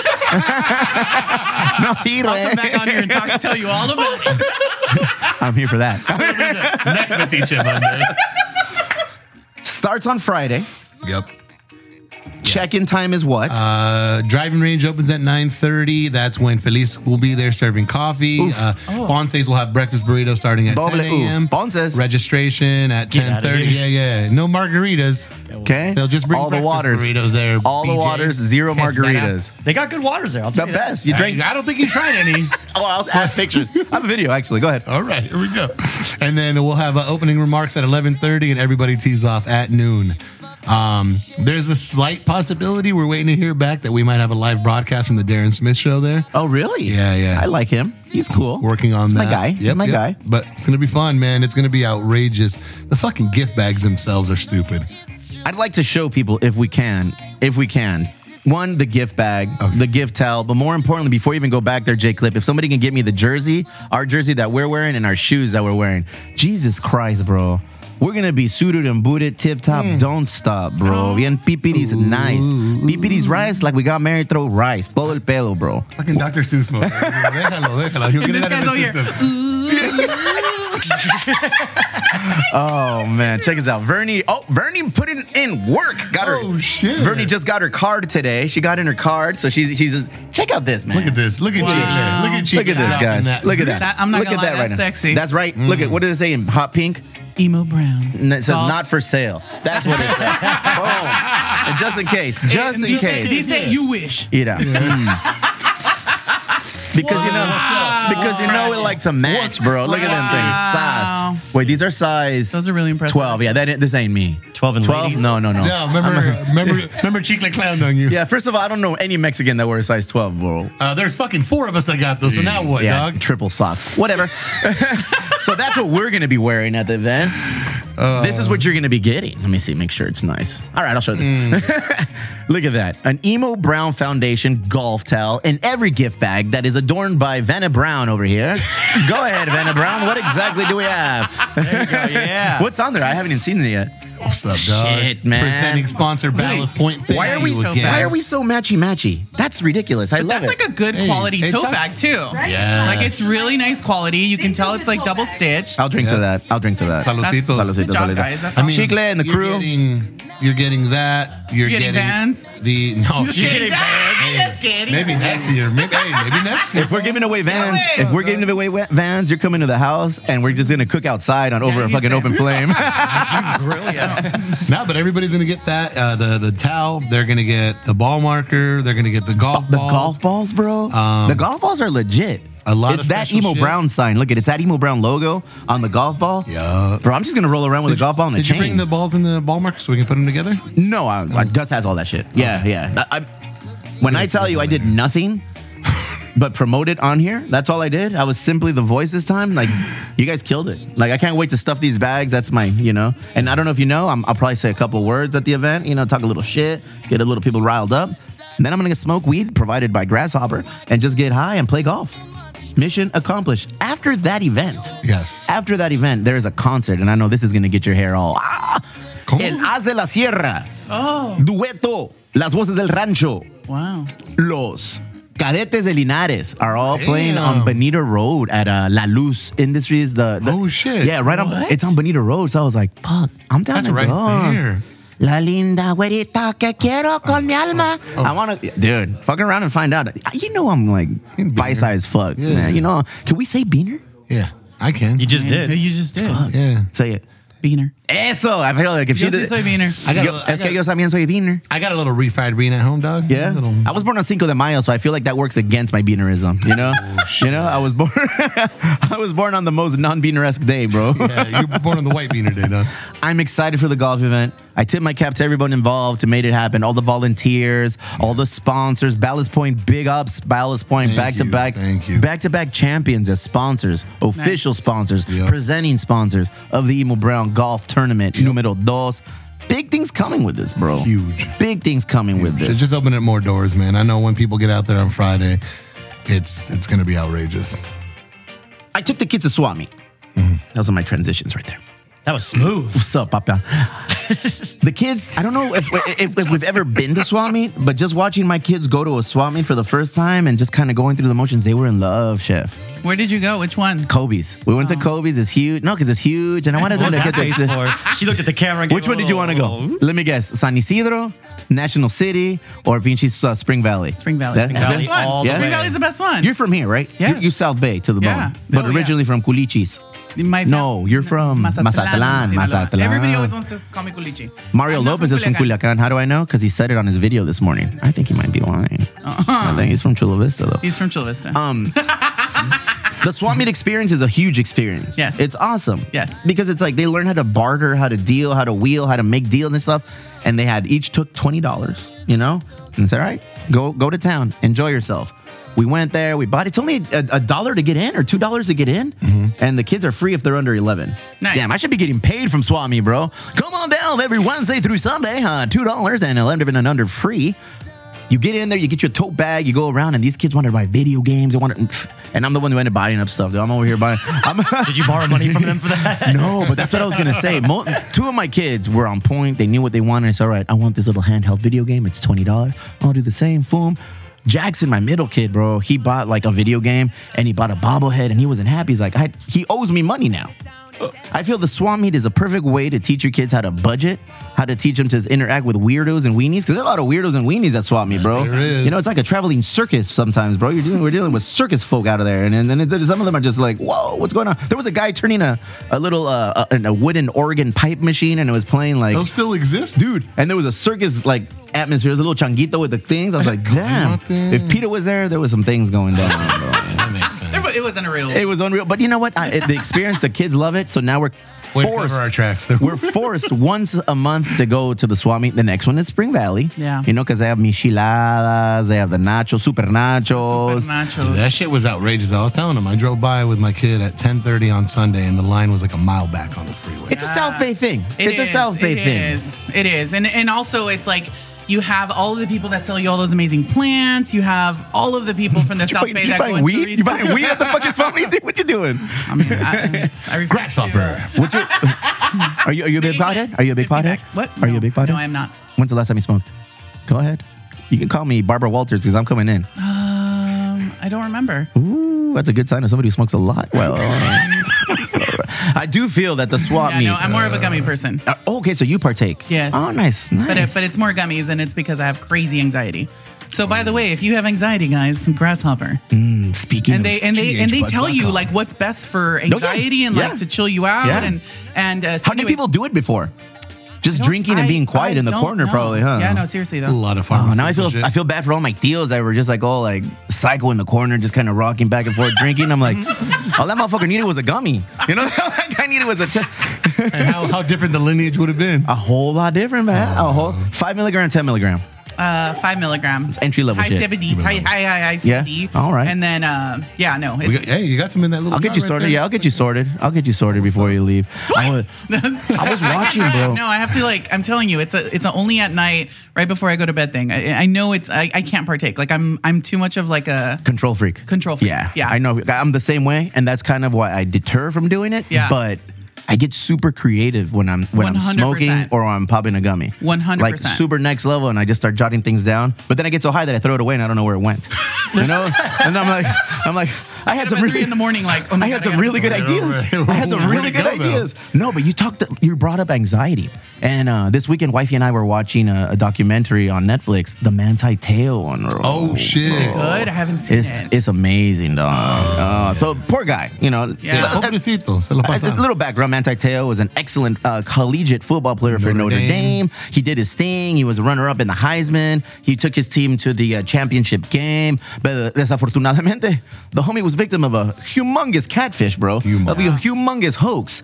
C: no
H: I'll come
C: sirve.
H: back on here and talk, tell you all about it.
C: I'm here for that.
D: Next with DJ Monday.
C: Starts on Friday.
D: Yep.
C: Check in time is what?
D: Uh, driving range opens at 9.30. That's when Feliz will be there serving coffee. Uh, Ponce's will have breakfast burritos starting at
C: Doble
D: 10 a.m.
C: oof. Ponce's.
D: Registration at
E: Get outta
D: 10.30. Yeah,
E: here.
D: yeah. No margaritas.
C: okay.
D: They'll just bring
C: all the
D: breakfast
C: waters.
D: burritos there.
C: All the
D: BJ.
C: waters, zero
D: Yes, man.
C: margaritas.
E: They got good waters there. I'll
C: The
E: tell you that.
C: best. You drink.
D: I don't think you tried any.
C: Oh, I'll add pictures. I have a video actually. Go ahead.
D: All right, here we go. And then we'll have uh, opening remarks at 11:30, and everybody tees off at noon. Um, there's a slight possibility we're waiting to hear back that we might have a live broadcast from the Darren Smith show there.
C: Oh, really?
D: Yeah, yeah.
C: I like him. He's cool.
D: Working on
C: He's
D: that.
C: My guy. He's
D: Yep,
C: my
D: yep.
C: guy.
D: But it's gonna be fun, man. It's gonna be outrageous. The fucking gift bags themselves are stupid.
C: I'd like to show people if we can, if we can. One, the gift bag, the gift towel, but more importantly, before you even go back there, Jay Clip, if somebody can get me the jersey, our jersey that we're wearing and our shoes that we're wearing, Jesus Christ, bro. We're gonna be suited and booted, tip top. Don't stop, bro. Bien, pipiri's nice. Pipiri's rice, like we got married, throw rice. Todo el pelo, bro.
D: Fucking Dr. Seuss mode. déjalo, déjalo. He'll
H: And
D: get it
H: this
D: out of
H: guy's
D: the
H: over here.
D: system.
C: Oh man, check this out. Vernie, oh, Vernie put in, in work. Got her.
D: Oh, shit.
C: Vernie just got her card today. She got in her card, so she's she's check out this man.
D: Look at this. Look at
H: Wow.
D: Chicle. Look at
C: Look
D: Chicle.
C: at this, guys. Look at that.
H: That- I'm not
C: Look
H: gonna
C: at
H: lie,
C: that right
H: that's
C: now.
H: sexy.
C: That's right. Look at what does it say in hot pink?
H: Emo Brown.
C: And it says
H: Salt.
C: not for sale. That's what it says. Boom. just in case, just in
H: He said- He
C: case,
H: said, "You wish."
C: you know. Hmm. Because you know, because you know, we like to match, bro. Look at them things. Size. Wait, these are size.
H: Those are really impressive.
C: Twelve. Yeah, that ain't- this ain't me.
E: 12 and
C: Twelve?
E: ladies?
C: No, no, no.
D: Yeah, remember, remember, remember, Chicla clowned on you.
C: Yeah, first of all, I don't know any Mexican that wears size 12, bro.
D: Uh, there's fucking four of us that got those. So now what,
C: yeah,
D: dog?
C: triple socks. Whatever. so that's what we're going to be wearing at the event. this is what you're going to be getting. Let me see, make sure it's nice. All right, I'll show this. Look at that. An Emo Brown Foundation golf towel in every gift bag that is adorned by Vanna Brown over here. Go ahead, Vanna Brown. What exactly do we have?
E: There you go. Yeah.
C: What's on there? I haven't even seen it yet.
D: What's up, dog?
C: Shit, man.
D: Presenting sponsor Ballast Point. Thank
C: Why are
D: you
C: we
D: again.
C: why are we so matchy matchy? That's ridiculous. I love
H: That's
C: it.
H: like a good
D: Hey,
H: quality
D: hey,
H: tote
D: Tuck.
H: bag too.
D: Yes.
H: Like it's really nice quality. You can
I: They
H: tell
I: do
H: it's
I: good
H: like
I: tote
H: double
I: bags.
H: stitched.
C: I'll drink to that. I'll drink to that.
H: That's-
D: Saluditos.
H: Good
C: Saluditos,
H: job,
C: saluditos.
H: guys. That's
C: I
H: I
C: mean,
H: mean,
C: Chicle and the
D: you're
C: crew.
D: Getting, you're getting that. You're,
H: You're getting Vans?
D: the no.
H: You're getting
D: Vans. Maybe next year. Maybe hey, maybe next year.
C: If we're giving away vans, if we're giving away wa- vans, you're coming to the house and we're just gonna cook outside on over a
H: he's
C: fucking
H: there.
C: open flame.
D: No, but everybody's gonna get that. Uh, the the towel. They're gonna get the ball marker. They're gonna get the golf
C: the
D: balls. Um,
C: golf balls, bro. the golf balls are legit.
D: a lot
C: It's
D: of
C: that
D: special
C: emo
D: shit.
C: brown sign. Look at it's that emo brown logo on the golf ball.
D: Yeah.
C: Bro, I'm just gonna roll around with a golf ball and a
D: Did you
C: chain.
D: bring the balls in the ball marker so we can put them together?
C: no, I, I- Gus has all that shit. Yeah, yeah. I, I, when I tell you I did nothing but promote it on here, that's all I did. I was simply the voice this time. Like, you guys killed it. Like, I can't wait to stuff these bags. That's my, you know. And I don't know if you know, I'm, I'll probably say a couple words at the event. You know, talk a little shit, get a little people riled up. And then I'm gonna smoke weed provided by Grasshopper and just get high and play golf. Mission accomplished. After that event.
D: Yes.
C: After that event, there is a concert, and I know this is going to get your hair all. Ah!
D: Come
C: El
D: on.
C: As de la Sierra. Dueto. Las Voces del Rancho.
H: Wow.
C: Los Cadetes de Linares are all playing on
D: Damn.
C: Bonita Road at uh, La Luz Industries. The, the-
D: Oh, shit.
C: Yeah, right on.
H: What?
C: It's on Bonita Road, so I was like, "Fuck, I'm down
D: That's
C: to
D: right
C: go."
D: there. Oh,
C: La linda güerita que quiero con mi alma. I want to, dude. Fuck around and find out. You know I'm like
D: Beaner.
C: bite size fuck,
D: Yeah.
C: man. You know, can we say beaner?
D: Yeah, I can.
E: You just did.
H: You just did.
D: yeah.
C: Say it.
H: Beaner.
C: Eso, I feel like if she
H: Yo sí
C: did.
H: soy beaner.
D: I got,
C: Yo-
D: a, I,
C: es que yo
D: got,
C: también soy beaner.
D: I got a little refried bean at home, dog.
C: Yeah,
D: A little-
C: I was born on Cinco de Mayo, so I feel like that works against my beanerism. You know,
D: Oh,
C: you know, I was born, I was born on the most non-beaneresque day, bro.
D: yeah, you're born on the white bean today, dog.
C: I'm excited for the golf event. I tip my cap to everyone involved who made it happen. All the volunteers, all the sponsors, Ballast Point, big ups, Ballast Point,
D: Thank
C: back to
D: you,
C: back,
D: thank you.
C: back to back champions as sponsors, official sponsors,
D: Yep.
C: presenting sponsors of the Emo Brown Golf Tournament Numero Dos. Big things coming with this, bro.
D: Huge.
C: Big things coming with this.
D: It's just opening more doors, man. I know when people get out there on Friday, it's it's gonna be outrageous.
C: I took the kids to Swami.
D: Mm-hmm.
C: Those are my transitions right there.
E: That was smooth.
C: What's up, Papa? the kids, I don't know if, if, if we've ever been to Swami, but just watching my kids go to a Swami for the first time and just kind of going through the motions, they were in love, Chef.
H: Where did you go? Which one?
C: Kobe's. We went to Kobe's. It's huge. No, because it's huge. And I wanted them
E: What
C: to
E: was
C: get
E: that face
C: the.
E: for? She looked at the camera. And "Oh,
C: Which one did you want to
H: Oh.
C: go? Let me guess. San Isidro, National City, or Pinchy's uh, Spring Valley?
H: Spring Valley.
C: That-
E: Spring
C: that's
E: Valley
C: it?
H: That's
E: all
H: one.
C: the
H: Spring
C: way.
H: Valley's the best one.
C: You're from here, right?
H: Yeah.
C: You, you South Bay to the
H: Yeah.
C: bone. But
H: Oh, yeah.
C: originally from Culichis.
H: My fam-
C: No, you're from Mazatlan,
H: Sinaloa.
C: Mazatlan.
H: Everybody always wants to call me Culichi.
C: Mario
H: I'm not
C: Lopez is from Culiacan. How do I know? Because he said it on his video this morning. I think he might be lying.
H: Uh-huh.
C: I think he's from Chula Vista, though.
H: He's from Chula Vista.
C: the swap meet experience is a huge experience.
H: Yes.
C: It's awesome.
H: Yes.
C: Because it's like they learn how to barter, how to deal, how to wheel, how to make deals and stuff. And they had each took $20, you know? And it's all right, go go to town, enjoy yourself. We went there, we bought it's only a, a dollar to get in or two dollars to get in. And the kids are free if they're under eleven.
H: Mm-hmm. Nice.
C: Damn, I should be getting paid from Swami, bro. Come on down every Wednesday through Sunday, huh? Two dollars and eleven and under free. You get in there, you get your tote bag, you go around, and these kids want to buy video games. They want to, and I'm the one who ended up buying up stuff. Dude. I'm over here buying. I'm,
E: Did you borrow money from them for that?
C: no, but that's what I was gonna say. Mo- two of my kids were on point. They knew what they wanted. It's all right. I want this little handheld video game. It's twenty dollars. I'll do the same. Boom. Jackson, my middle kid, bro, he bought like a video game and he bought a bobblehead and he wasn't happy. He's like, I, he owes me money now. I feel the swap meet is a perfect way to teach your kids how to budget, how to teach them to interact with weirdos and weenies, because there are a lot of weirdos and weenies at swap meet, bro.
D: There is.
C: You know, it's like a traveling circus sometimes, bro. You're dealing, we're dealing with circus folk out of there, and and then it- some of them are just like, whoa, what's going on? There was a guy turning a a little uh, a, a wooden organ pipe machine, and it was playing like
D: Those still exist,
C: dude. And there was a circus like atmosphere. There's a little changuito with the things. I was like, damn. If Peter was there, there was some things going down. bro.
I: That makes sense.
H: There wa- It wasn't a real.
C: it was unreal. But you know what? I, it, the experience, the kids love it. So now we're
D: Way to
C: forced.
D: cover our tracks.
C: we're forced once a month to go to the swap meet. The next one is Spring Valley.
H: Yeah.
C: You know, because they have micheladas, they have the nacho, super nachos.
H: Super nachos.
I: That
D: That shit was outrageous. I was telling him I drove by with my kid at 10:30 on Sunday, and the line was like a mile back on the freeway.
C: It's a South Bay thing.
H: It
C: it's
H: is,
C: a South Bay
H: it
C: thing.
H: is. It is. And and also it's like you have all of the people that sell you all those amazing plants. You have all of the people from the South
C: Wait,
H: Bay
C: you
H: that go
C: buying
H: into
C: weed?
H: these-
C: You buying weed at the fucking swap meet? Dude, What you doing?
H: I mean, I, I refuse
D: Grasshopper.
H: to-
C: What's your? Are you are you a big pothead? Are you a big
H: 50
C: pothead?
H: pack. What?
C: Are you a
H: No.
C: big pothead?
H: No, I am not.
C: When's the last time you smoked? Go ahead. You can call me Barbara Walters because I'm coming in.
H: Um, I don't remember.
C: Ooh, that's a good sign of somebody who smokes a lot. Well, I do feel that the swap
H: Yeah,
C: meet.
H: no, I'm more of a gummy person.
C: Uh, oh, okay, so you partake.
H: Yes.
C: Oh, nice, nice.
H: But it, but it's more gummies, and it's because I have crazy anxiety. So by the way, if you have anxiety, guys, grasshopper,
C: Mm,
I: Speaking
H: and they and they and they tell you like what's best for
C: yeah.
H: anxiety and
C: Yeah.
H: like to chill you out
C: Yeah.
H: and and uh, so
C: How did
H: anyway-
C: people do it before? Just
H: don't-
C: drinking and
H: I-
C: being quiet
H: I
C: in the
H: don't
C: corner,
H: know.
C: probably, huh?
H: Yeah, no, seriously though.
D: a lot of
C: Oh,
D: farmers.
C: now I feel I feel bad for all my deals that were just like all like psycho in the corner, just kind of rocking back and forth, drinking. I'm like, all that motherfucker needed was a gummy. You know, all that guy needed was a t-
D: and how, how different the lineage would have been.
C: a whole lot different, man.
H: Oh.
C: A whole five milligram, ten milligram.
H: Uh, five milligrams.
C: entry level
H: High
C: shit.
H: CBD. High, high, high, high CBD.
C: Yeah, all right.
H: And then, uh, yeah, no.
D: We
H: It's,
D: got, hey, you got some in that little.
C: I'll get
D: jar
C: you
D: right
C: sorted.
D: there.
C: Yeah, I'll get you sorted. I'll get you sorted before you leave. I was, I was watching, bro.
H: No, I have to like. I'm telling you, it's a it's a only at night, right before I go to bed thing. I, I know it's. I, I can't partake. Like I'm I'm too much of like a.
C: Control freak.
H: Control freak.
C: Yeah.
H: Yeah.
C: I know. I'm the same way, and that's kind of why I deter from doing it.
H: Yeah.
C: But I get super creative when I'm when I'm
H: 100%.
C: smoking or I'm popping a gummy.
H: 100%.
C: Like super next level, and I just start jotting things down. But then I get so high that I throw it away and I don't know where it went. you know? And I'm like, I'm like, I had
H: At
C: some
H: three
C: really
H: in the morning, like oh my
C: I
H: God,
C: had some
H: gotta-
C: really good
D: Right
C: ideas.
D: over.
C: I had some
D: Where'd
C: really
D: it
C: good
D: go, though?
C: ideas. No, but you talked. You brought up anxiety, and uh, this weekend, wifey and I were watching a, a documentary on Netflix, The Manti Tale. On
D: Oh, shit.
C: bro.
H: Good? I haven't seen
C: It's
H: it.
C: it's amazing, dog. Uh, So poor guy, you know.
H: Yeah.
C: Uh,
D: Pobrecito, se lo
C: as a
D: pasaron.
C: little background, Manti Te'o was an excellent uh, collegiate football player for Notre
D: Notre
C: Dame.
D: Dame.
C: He did his thing. He was a runner-up in the Heisman. He took his team to the uh, championship game. But uh, desafortunadamente, the homie was victim of a humongous catfish, bro. Of a humongous hoax.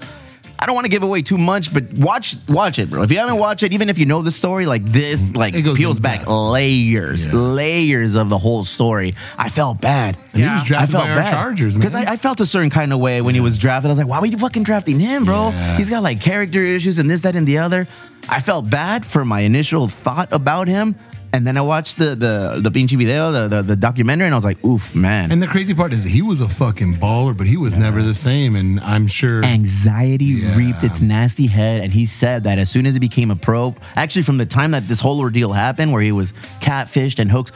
C: I don't want to give away too much, but watch watch it, bro. If you haven't watched it, even if you know the story, like this, like
D: Mm. It goes
C: peels
D: in
C: back
D: depth.
C: layers,
D: Yeah.
C: layers of the whole story. I felt bad.
D: He was
C: I
D: drafted
C: felt
D: by our
C: bad
D: Chargers, man.
C: because I, I felt a certain kind of way when he was drafted. I was like, why were you fucking drafting him, bro?
D: Yeah.
C: He's got like character issues and this, that, and the other. I felt bad for my initial thought about him. And then I watched the the the pinche video, the, the the documentary, and I was like, oof, man.
D: and the crazy part is he was a fucking baller, but he was never the same. And I'm sure.
C: Anxiety
D: Yeah.
C: reaped its nasty head, and he said that as soon as he became a pro, actually from the time that this whole ordeal happened, where he was catfished and hoaxed.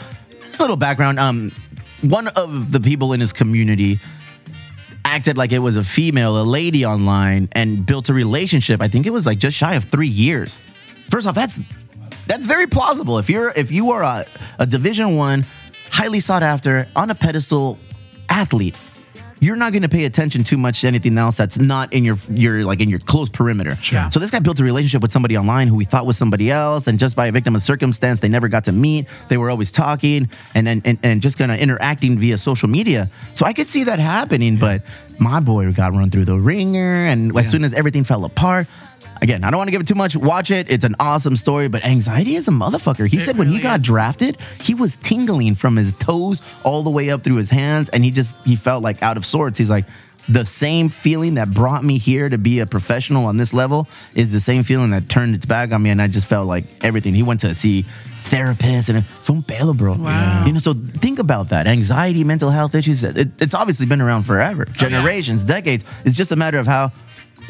C: Little background: um, one of the people in his community acted like it was a female, a lady online, and built a relationship. I think it was like just shy of three years. First off, that's that's very plausible. If you're if you are a, a Division One, highly sought after, on a pedestal athlete, you're not going to pay attention too much to anything else that's not in your your like in your close perimeter.
D: Sure.
C: So this guy built a relationship with somebody online who he thought was somebody else, and just by a victim of circumstance, they never got to meet. They were always talking and and and, and just kind of interacting via social media. So I could see that happening, but my boy got run through the ringer, and as soon as everything fell apart. Again, I don't want to give it too much. Watch it. It's an awesome story, but anxiety is a motherfucker. He said when he
H: really
C: got
H: is.
C: drafted, he was tingling from his toes all the way up through his hands, and he just he felt like out of sorts. He's like, the same feeling that brought me here to be a professional on this level is the same feeling that turned its back on me, and I just felt like everything. He went to see therapists and fue un pelo, bro.
H: Wow.
C: You know, so think about that. Anxiety, mental health issues. It, it's obviously been around forever,
D: Oh,
C: generations, decades. It's just a matter of how.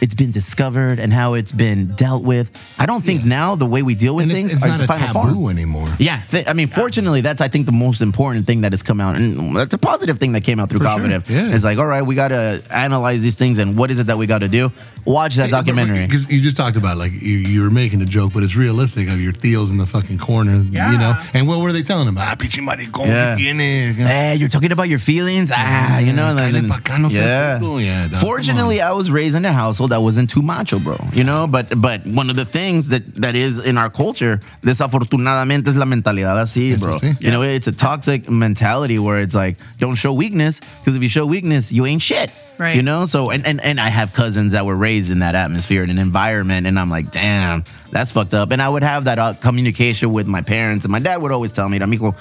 C: It's been discovered and how it's been dealt with. I don't think now the way we deal with
D: and it's,
C: things
D: it's
C: are
D: not
C: the
D: a
C: final
D: taboo
C: form.
D: anymore.
C: Yeah, th- I mean, fortunately, that's I think the most important thing that has come out, and that's a positive thing that came out through
D: For sure,
C: Cognitive.
D: yeah.
C: It's like, all right, we got to analyze these things, and what is it that we got to do? Watch that documentary.
D: Eh, Because you just talked about like you, you were making a joke, but it's realistic of your Theo's in the fucking corner, you know.
H: Yeah.
D: And what were they telling him? Ah, pinche maricón que
C: Yeah. Eh,
D: tiene.
C: Hey, you're talking about your feelings. Ah, you know, like,
D: Eh, Cállate pa' acá, no seas
C: yeah.
D: puto. Yeah, dog, come
C: Fortunately, I was raised in a household that wasn't too macho, bro. You know, but but one of the things that that is in our culture, desafortunadamente, es la mentalidad así,
D: Eso
C: bro.
D: sí.
C: You know, it's a toxic mentality where it's like, don't show weakness because if you show weakness, you ain't shit.
H: Right.
C: You know, so and, and and I have cousins that were raised in that atmosphere and an environment, and I'm like, damn, that's fucked up. And I would have that uh, communication with my parents, and my dad would always tell me, "Amigo,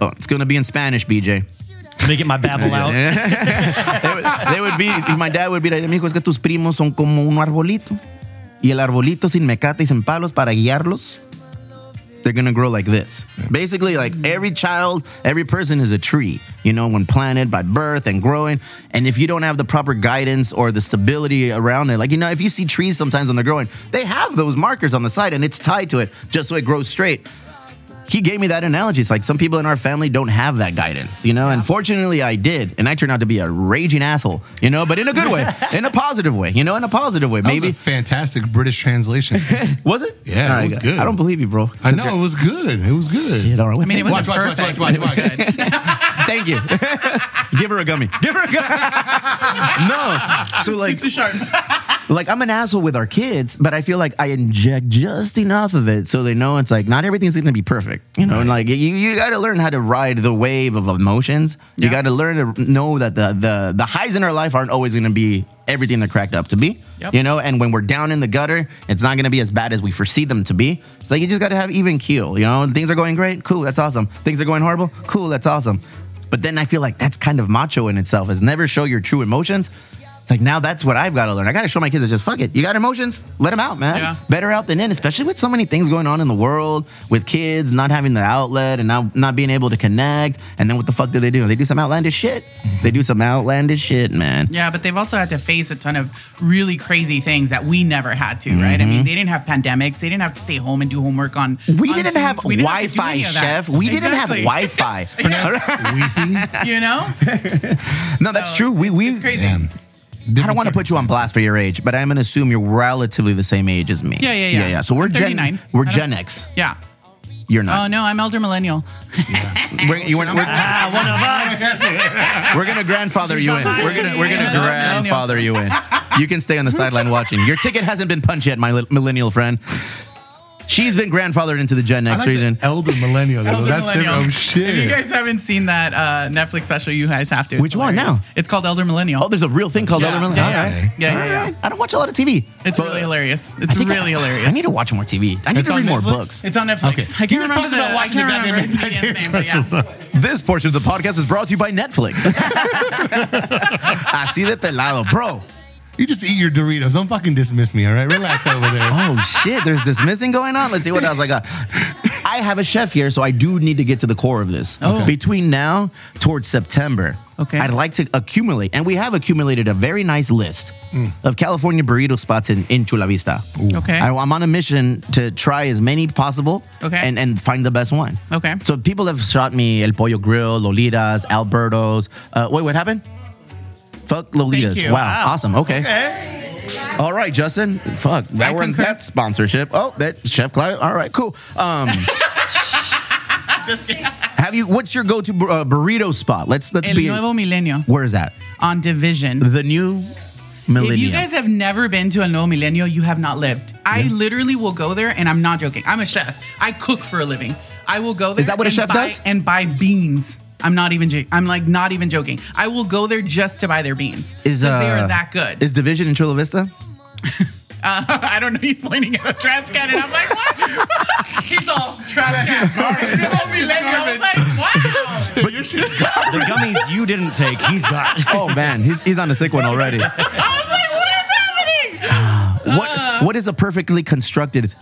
C: oh, it's gonna be in Spanish, BJ."
E: Let me get my babble out.
C: they, would, they would be, y my dad would be like, mijo, es que tus primos son como un arbolito. Y el arbolito sin mecate y sin palos para guiarlos, they're gonna grow like this. Basically, like every child, every person is a tree, you know, when planted by birth and growing. And if you don't have the proper guidance or the stability around it, like, you know, if you see trees sometimes when they're growing, they have those markers on the side and it's tied to it just so it grows straight he gave me that analogy. It's like some people in our family don't have that guidance, you know. And fortunately, I did, and I turned out to be a raging asshole, you know, but in a good way, in a positive way, you know, in a positive way.
D: That was
C: Maybe
D: a fantastic British translation.
C: was it?
D: Yeah, it
C: All right,
D: was
C: God.
D: good.
C: I don't believe you, bro.
D: I know it was good. It was good.
C: You don't know.
H: I mean, it
D: Watch,
H: wasn't
D: watch, watch,
H: perfect.
D: watch, watch,
H: but it was good.
C: Thank you. Give her a gummy. Give her a gummy. no. So like,
H: Just to sharpen.
C: like I'm an asshole with our kids, but I feel like I inject just enough of it so they know it's like not everything's gonna be perfect, you know. And like you, you got to learn how to ride the wave of emotions. You got to learn to know that the the the highs in our life aren't always gonna be everything they're cracked up to be.
H: Yep.
C: You know, and when we're down in the gutter, it's not gonna be as bad as we foresee them to be. It's like you just gotta have even keel. You know, things are going great, cool, that's awesome. Things are going horrible, cool, that's awesome. But then I feel like that's kind of macho in itself, is never show your true emotions. It's like now that's what I've got to learn. I got to show my kids that just fuck it. You got emotions, let them out, man.
H: Yeah.
C: Better out than in, especially with so many things going on in the world with kids not having the outlet and not not being able to connect. And then what the fuck do they do? They do some outlandish shit. They do some outlandish shit, man.
H: Yeah, but they've also had to face a ton of really crazy things that we never had to, right? I mean, they didn't have pandemics. They didn't have to stay home and do homework on.
C: Mm-hmm. We
H: on
C: didn't
H: things.
C: have
H: We didn't
C: Wi
H: have to do
C: Fi,
H: any of that.
C: chef. We didn't have
H: Exactly.
C: Wi Fi.
H: you know?
C: no, that's true. We, we,
H: It's crazy.
D: Damn.
C: I don't want to put you on blast for your age, but I'm going to assume you're relatively the same age as me.
H: Yeah, yeah, yeah.
C: Yeah, So we're
H: I'm
C: Gen,
H: 39.
C: we're
H: I don't-
C: Gen X.
H: Yeah.
C: You're
H: Oh,
C: not.
H: no, I'm elder millennial.
D: Oh,
C: We're, you weren't- we're-
E: Ah, one of us.
C: We're gonna grandfather you in. We're gonna we're gonna
H: Yeah.
C: grandfather you in. You can stay on the sideline watching. Your ticket hasn't been punched yet, my li- millennial friend. She's been grandfathered into the Gen
D: I
C: X
D: like the
C: region,
D: elder millennial. though.
H: Elder
D: That's
H: millennial.
D: different. Oh,
H: If you
D: shit.
H: guys haven't seen that uh, Netflix special, you guys have to. It's
C: Which one
H: hilarious.
C: now?
H: It's called Elder Millennial.
C: Oh, there's a real thing called
H: Yeah,
C: elder millennial.
H: yeah,
C: All
H: yeah.
C: right.
H: Yeah, yeah,
C: All
H: yeah.
C: right. I don't watch a lot of TV.
H: It's
C: but
H: really hilarious. It's
C: I think I-
H: really hilarious.
C: I need to watch more TV. I need
D: It's
C: to
D: on
C: read more
D: Netflix?
C: books.
H: It's on Netflix.
D: Okay.
H: I can't
D: You just
H: remember
D: talked about
H: the, I
D: watching the
H: can't
D: goddamn
H: remember the
D: Italian
H: name, but
D: special,
H: yeah.
D: so-
C: uh, This portion of the podcast is brought to you by Netflix. Así de pelado, bro.
D: You just eat your Doritos. Don't fucking dismiss me, all right? Relax over there.
C: Oh shit, there's dismissing going on. Let's see what else I got. I have a chef here, so I do need to get to the core of this.
H: Oh.
C: Between now towards September,
H: Okay.
C: I'd like to accumulate, and we have accumulated a very nice list of California burrito spots in, in Chula Vista.
H: Mm. Okay.
C: I, am on a mission to try as many possible
H: Okay.
C: and, and find the best one.
H: Okay.
C: So people have shot me El Pollo Grill, Lolitas, Alberto's. Uh, wait, what happened? Fuck Lolitas.
H: you.
C: Wow.
H: Wow.
C: Awesome. Okay. All right, Justin. Fuck. That
H: I
C: we're in
H: concur.
C: that sponsorship. Oh, that Chef Clive. All right, cool. Um, have you? What's your go-to bur- uh, burrito spot? Let's let's
H: El
C: be.
H: Nuevo Milenio
C: where is that?
H: on Division.
C: The new millennium.
H: If you guys have never been to a Nuevo Milenio, you have not lived. I literally will go there, and I'm not joking. I'm a chef. I cook for a living. I will go there.
C: that what a
H: and
C: chef
H: buy-
C: does?
H: And buy beans. I'm not even. jo- I'm like not even joking. I will go there just to buy their beans.
C: is
H: 'Cause
C: uh,
H: they are that good? Uh,
C: Is Division in Chula Vista?
H: I don't know. He's pointing at a trash can, and I'm like, what? he's all trash can. Nuevo Milenio. I was like, wow.
E: The gummies you didn't take, he's got.
C: Oh man, he's he's on a sick one already.
H: I was like, what is happening? Uh.
C: What what is a perfectly constructed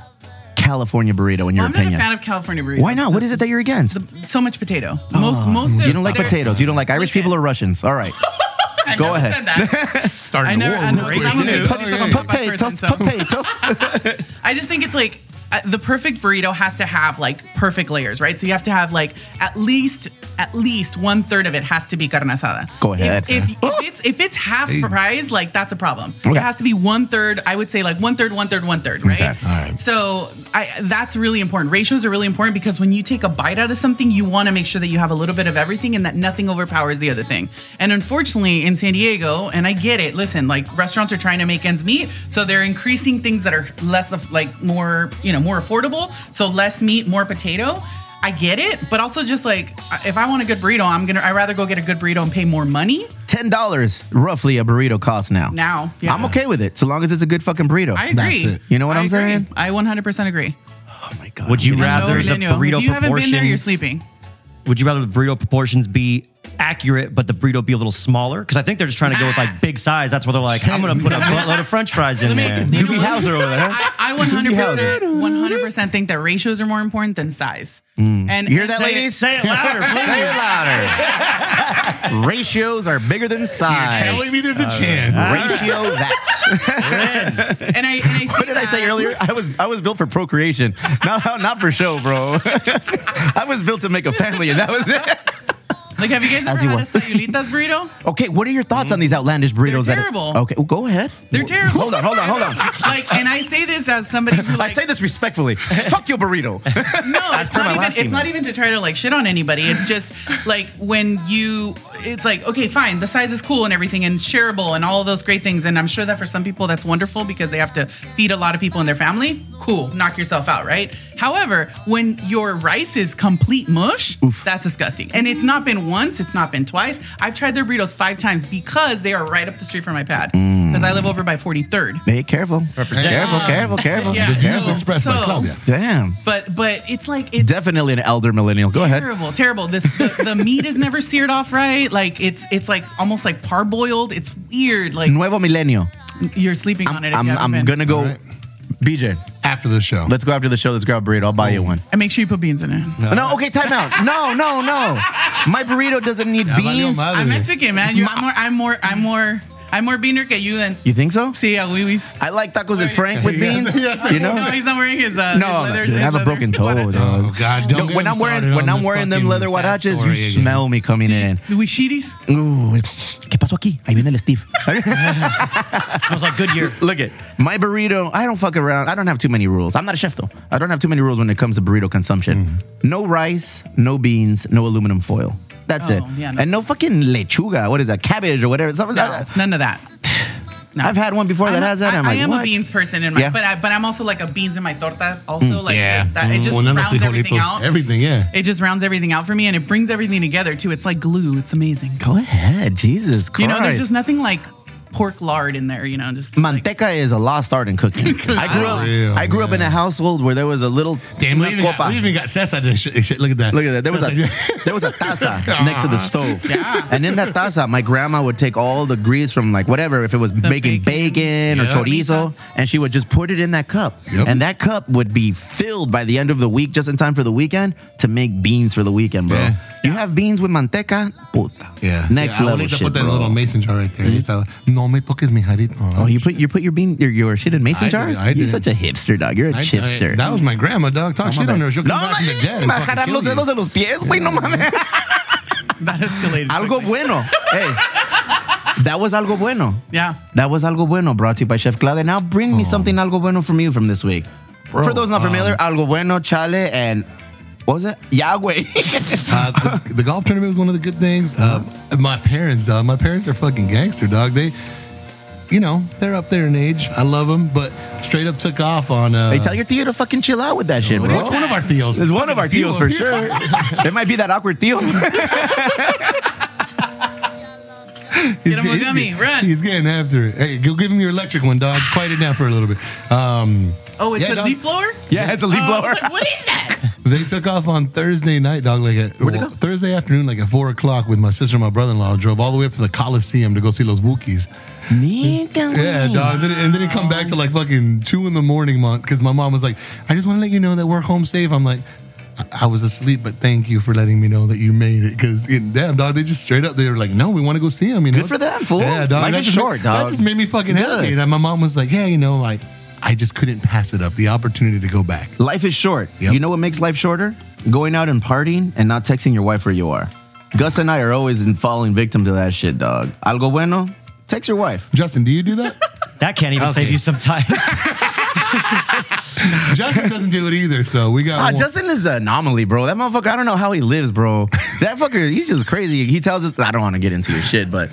C: California burrito in your
H: I'm not a
C: opinion?
H: fan of California burritos.
C: Why not? What is it that you're against?
H: So much potato. Most most.
C: you don't like potatoes. You don't like Irish
H: Listen.
C: people or Russians. All right. Go ahead.
D: Starting
H: I
D: the
H: never.
D: war.
H: I, know, 'cause I'm a big
C: Potatoes,
H: I'm a big person,
C: potatoes,
H: so-
C: potatoes.
H: I just think it's like uh, the perfect burrito has to have like perfect layers, right? So you have to have like at least at least one third of it has to be carne asada.
C: Go ahead.
H: If, if, if it's if it's half fries, like that's a problem. It has to be one third. I would say like one third, one third, one third, right?
C: Okay.
H: All right. So I, that's really important. Ratios are really important because when you take a bite out of something, you want to make sure that you have a little bit of everything and that nothing overpowers the other thing. And unfortunately, in San Diego, and I get it. Listen, like restaurants are trying to make ends meet, so they're increasing things that are less of like more, you know, more affordable. So less meat, more potato. I get it, but also just like if I want a good burrito, I'm gonna. I rather go get a good burrito and pay more money
C: Ten dollars roughly a burrito costs now.
H: now. Yeah.
C: I'm okay with it, so long as it's a good fucking burrito.
H: I agree.
D: That's it.
C: You know what
H: I
C: I'm
H: agree.
C: saying?
H: I 100% agree.
E: Uh, Would you rather
H: No,
E: the
H: Daniel,
E: burrito
H: if you haven't been
E: proportions?
H: there, you're sleeping.
E: Would you rather the burrito proportions be accurate, but the burrito be a little smaller? Because I think they're just trying to go with like big size. That's where they're like, I'm gonna put a buttload of French fries in there.
H: You know
C: Doogie
H: what?
C: Howser over there. huh?
H: I, I 100%, 100% think that ratios are more important than size. And
C: Mm. You hear that,
E: Say it-
C: ladies?
E: say it louder, please.
C: say it louder. Ratios are bigger than size.
D: Telling me there's a chance.
H: Ah.
C: Ratio that.
H: and I, and I
C: What did I say earlier? I was I was built for procreation, not not for show, bro. I was built to make a family, and that was it.
H: Like, have you guys ever
C: you
H: had
C: were.
H: a celulitas burrito?
C: Okay, what are your thoughts on these outlandish burritos? that are-
H: terrible.
C: okay, well, go ahead.
H: They're terrible.
C: Hold on, hold on, hold on.
H: Like, and I say this as somebody who,
C: I
H: like,
C: say this respectfully. Fuck your burrito.
H: no, it's
C: per
H: not
C: my
H: even.
C: last
H: It's
C: email.
H: not even to try to like shit on anybody. It's just like when you, it's like okay, fine, the size is cool and everything, and shareable and all of those great things. And I'm sure that for some people that's wonderful because they have to feed a lot of people in their family. Cool, knock yourself out, right? However, when your rice is complete mush, that's disgusting. And it's not been once, it's not been twice. I've tried their burritos five times because they are right up the street from my pad
D: Mm.
H: because I live over by 43rd.
C: Hey, careful. Careful, careful, careful.
H: Yeah.
D: The views
H: So-
D: expressed by
H: so-
D: Claudia.
C: Damn.
H: But but it's like it's
C: Definitely an elder millennial. Go ahead.
H: Terrible, terrible. This the, the meat is never seared off right. Like it's it's like almost like parboiled. It's weird. Like
C: Nuevo milenio.
H: you're sleeping on it. If
C: I'm,
H: you haven't
C: I'm
H: been.
C: gonna go.
D: right.
C: BJ,
D: After the show.
C: let's go after the show. Let's grab a burrito. I'll buy you one.
H: And make sure you put beans in it.
D: Uh,
C: No, okay, time out. No, no, no. My burrito doesn't need
D: valió
C: beans.
D: madre.
H: I'm Mexican, man. You, I'm more. I'm more. I'm more. I'm more beaner que you than.
C: You think so?
H: See, yeah, we we.
C: I like tacos at Frank with
D: Yeah.
C: beans.
D: Yeah.
C: You
H: No,
C: know.
H: he's not wearing his. Uh,
C: No,
H: his leather,
C: dude, I
H: his
C: have a
H: leather.
C: broken toe.
H: What a-
C: dog.
D: Oh, God, don't
C: Yo,
D: get
C: when
D: him
C: I'm wearing
D: started
C: when
D: on
C: I'm
D: this
C: wearing them
D: fucking
C: leather
D: sad
C: huaraches,
D: story
C: you
D: again.
C: smell me coming in.
H: We shitis.
C: Ooh, ¿qué pasó aquí? Ahí viene el Steve.
E: smells like Goodyear.
C: Look it. My burrito, I don't fuck around. I don't have too many rules. I'm not a chef though. I don't have too many rules when it comes to burrito consumption.
H: Mm.
C: No rice, no beans, no aluminum foil. That's
H: Oh,
C: it.
H: yeah, no.
C: And no fucking lechuga. What is that? Cabbage or whatever. Something
H: No, none of that. No.
C: I've had one before that
H: I'm a-
C: has that. I'm
H: I, I
C: like,
H: am
C: what?
H: a beans person in my,
C: Yeah. Mm.
H: but I, but I'm also like a beans in my torta. Also, like
D: yeah. Mm.
H: it's that, it just
D: Unando
H: rounds everything
D: frijolitos.
H: out.
D: Everything, yeah.
H: It just rounds everything out for me, and it brings everything together too. It's like glue. It's amazing.
C: Go ahead, Jesus Christ.
H: You know, there's just nothing like pork lard in there. You know, just like,
C: Manteca is a lost art in cooking. I grew up.
D: Real,
C: I grew up in a
D: man.
C: household where there was a little
D: Damn, we
C: una
D: even, got,
C: copa.
D: we even got Cesar and shit, shit. Look at that.
C: Look at that. There was
D: Cesar.
C: a there was a taza next to the stove. And in that taza, my grandma would take all the grease from like whatever, if it was making bacon,
H: bacon.
C: or
D: Yeah.
C: chorizo, and she would just put it in that cup.
D: Yep.
C: And that cup would be filled by the end of the week, just in time for the weekend, to make beans for the weekend, bro.
D: Yeah.
C: You have beans with manteca, puta.
D: yeah.
C: Next
D: See, I
C: level
D: wanted to
C: shit,
D: put that
C: bro. Mm-hmm.
D: little mason jar right there. He said, no me toques mi jarrito.
C: Oh, you put you put your bean your, your shit in mason
D: I did,
C: jars.
D: I
C: You're
D: did.
C: such a hipster, dog. You're a
D: I- I-
C: chipster. Oh,
D: that was my grandma, dog. Talk shit on her. She'll come
C: no,
D: back from the dead.
C: mames,
D: and fucking
C: majarar los
D: kill you.
C: dedos de los pies, güey, no mames.
H: that escalated.
C: Algo
H: quickly.
C: bueno. Hey, that was algo bueno.
H: Yeah.
C: That was Algo Bueno brought to you by Chef Claudia. Now bring me something Algo Bueno from you from this week.
D: Oh. Bro,
C: For those not
D: um,
C: familiar, Algo Bueno, Chale, and what was it? Yahweh.
D: Uh, the, the golf tournament was one of the good things. Uh, my parents, dog. My parents are fucking gangster, dog. They, you know, they're up there in age. I love them, but straight up took off on. Uh,
C: hey, tell your tío to fucking chill out with that shit, bro.
D: It's one of our deals.
C: It's one of our tíos for sure. it might be that awkward tío.
H: Get him a gummy. Run.
D: He's getting after it. Hey, go give him your electric one, dog. Quiet it down for a little bit. Um,
H: Oh, it's
D: Yeah,
H: a
D: dog.
H: leaf blower.
C: yeah, it's a leaf
H: Oh, I
C: blower.
H: was like, what is that?
D: they took off on Thursday night, dog. Like at
C: they
D: well,
C: go?
D: Thursday afternoon, like at four o'clock, with my sister and my brother-in-law. Drove all the way up to the Coliseum to go see Los Bookies.
C: Nigga,
D: Yeah,
C: güey.
D: dog. Then, and then it come back to like fucking two in the morning, month, because my mom was like, "I just want to let you know that we're home safe." I'm like, "I, I was asleep, but thank you for letting me know that you made it." Because damn, dog, they just straight up they were like, "No, we want to go see him." You know,
C: Good for them, fool.
D: Yeah, dog.
C: Life
D: that
C: is
D: just ma-
C: short,
D: That
C: dog.
D: just made me fucking
C: Good.
D: happy. And my mom was like, "Yeah, you know, like." I just couldn't pass it up. The opportunity to go back.
C: Life is short.
D: Yep.
C: You know what makes life shorter? Going out and partying and not texting your wife where you are. Gus and I are always in falling victim to that shit, dog. Algo bueno? Text your wife.
D: Justin, do you do that?
E: That can't even save
D: Okay.
E: you sometimes.
D: Justin doesn't do it either, so we got
C: Ah,
D: one.
C: Justin is an anomaly, bro. That motherfucker, I don't know how he lives, bro. that fucker, he's just crazy. He tells us, I don't want to get into your shit, but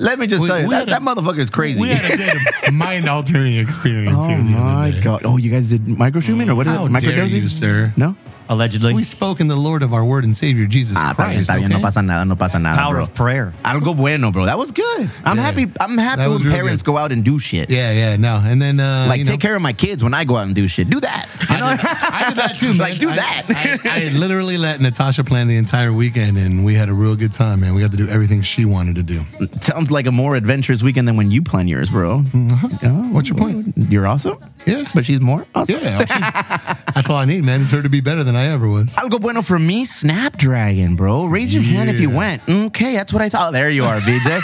C: let me just
D: We-
C: tell you,
D: we
C: that,
D: had
C: that
D: a-
C: motherfucker is crazy.
D: We had a bit of mind-altering experience here the other day.
C: god! Oh, you guys did micro streaming or what? is
D: How
C: it? Micro
D: dare you, sir?
C: No.
E: Allegedly.
D: We spoke in the Lord of our Word and Savior Jesus
C: Ah, está bien,
D: Christ.
C: está bien. No
D: okay?
C: pasa nada, no pasa nada,
E: Power
C: bro.
E: of prayer.
C: Algo bueno, bro. That was good. I'm
D: Yeah.
C: happy. I'm happy
D: That
C: when
D: was really
C: parents
D: good.
C: go out and do shit.
D: Yeah, yeah, no. And then uh,
C: Like
D: you know,
C: take care of my kids when I go out and do shit. Do that. You know?
D: I did that too. Man.
C: Like, do
D: I-
C: that.
D: I, I literally let Natasha plan the entire weekend, and we had a real good time, man. We got to do everything she wanted to do.
C: Sounds like a more adventurous weekend than when you plan yours, bro. Oh,
D: Uh-huh. What's your point?
C: You're awesome.
D: Yeah.
C: But she's more awesome.
D: Yeah, she's- that's all I need, man. It's her to be better than I ever was.
C: Algo bueno for me, Snapdragon, bro. Raise your hand if you
D: Yeah.
C: went. Okay, that's what I thought. There you are, BJ.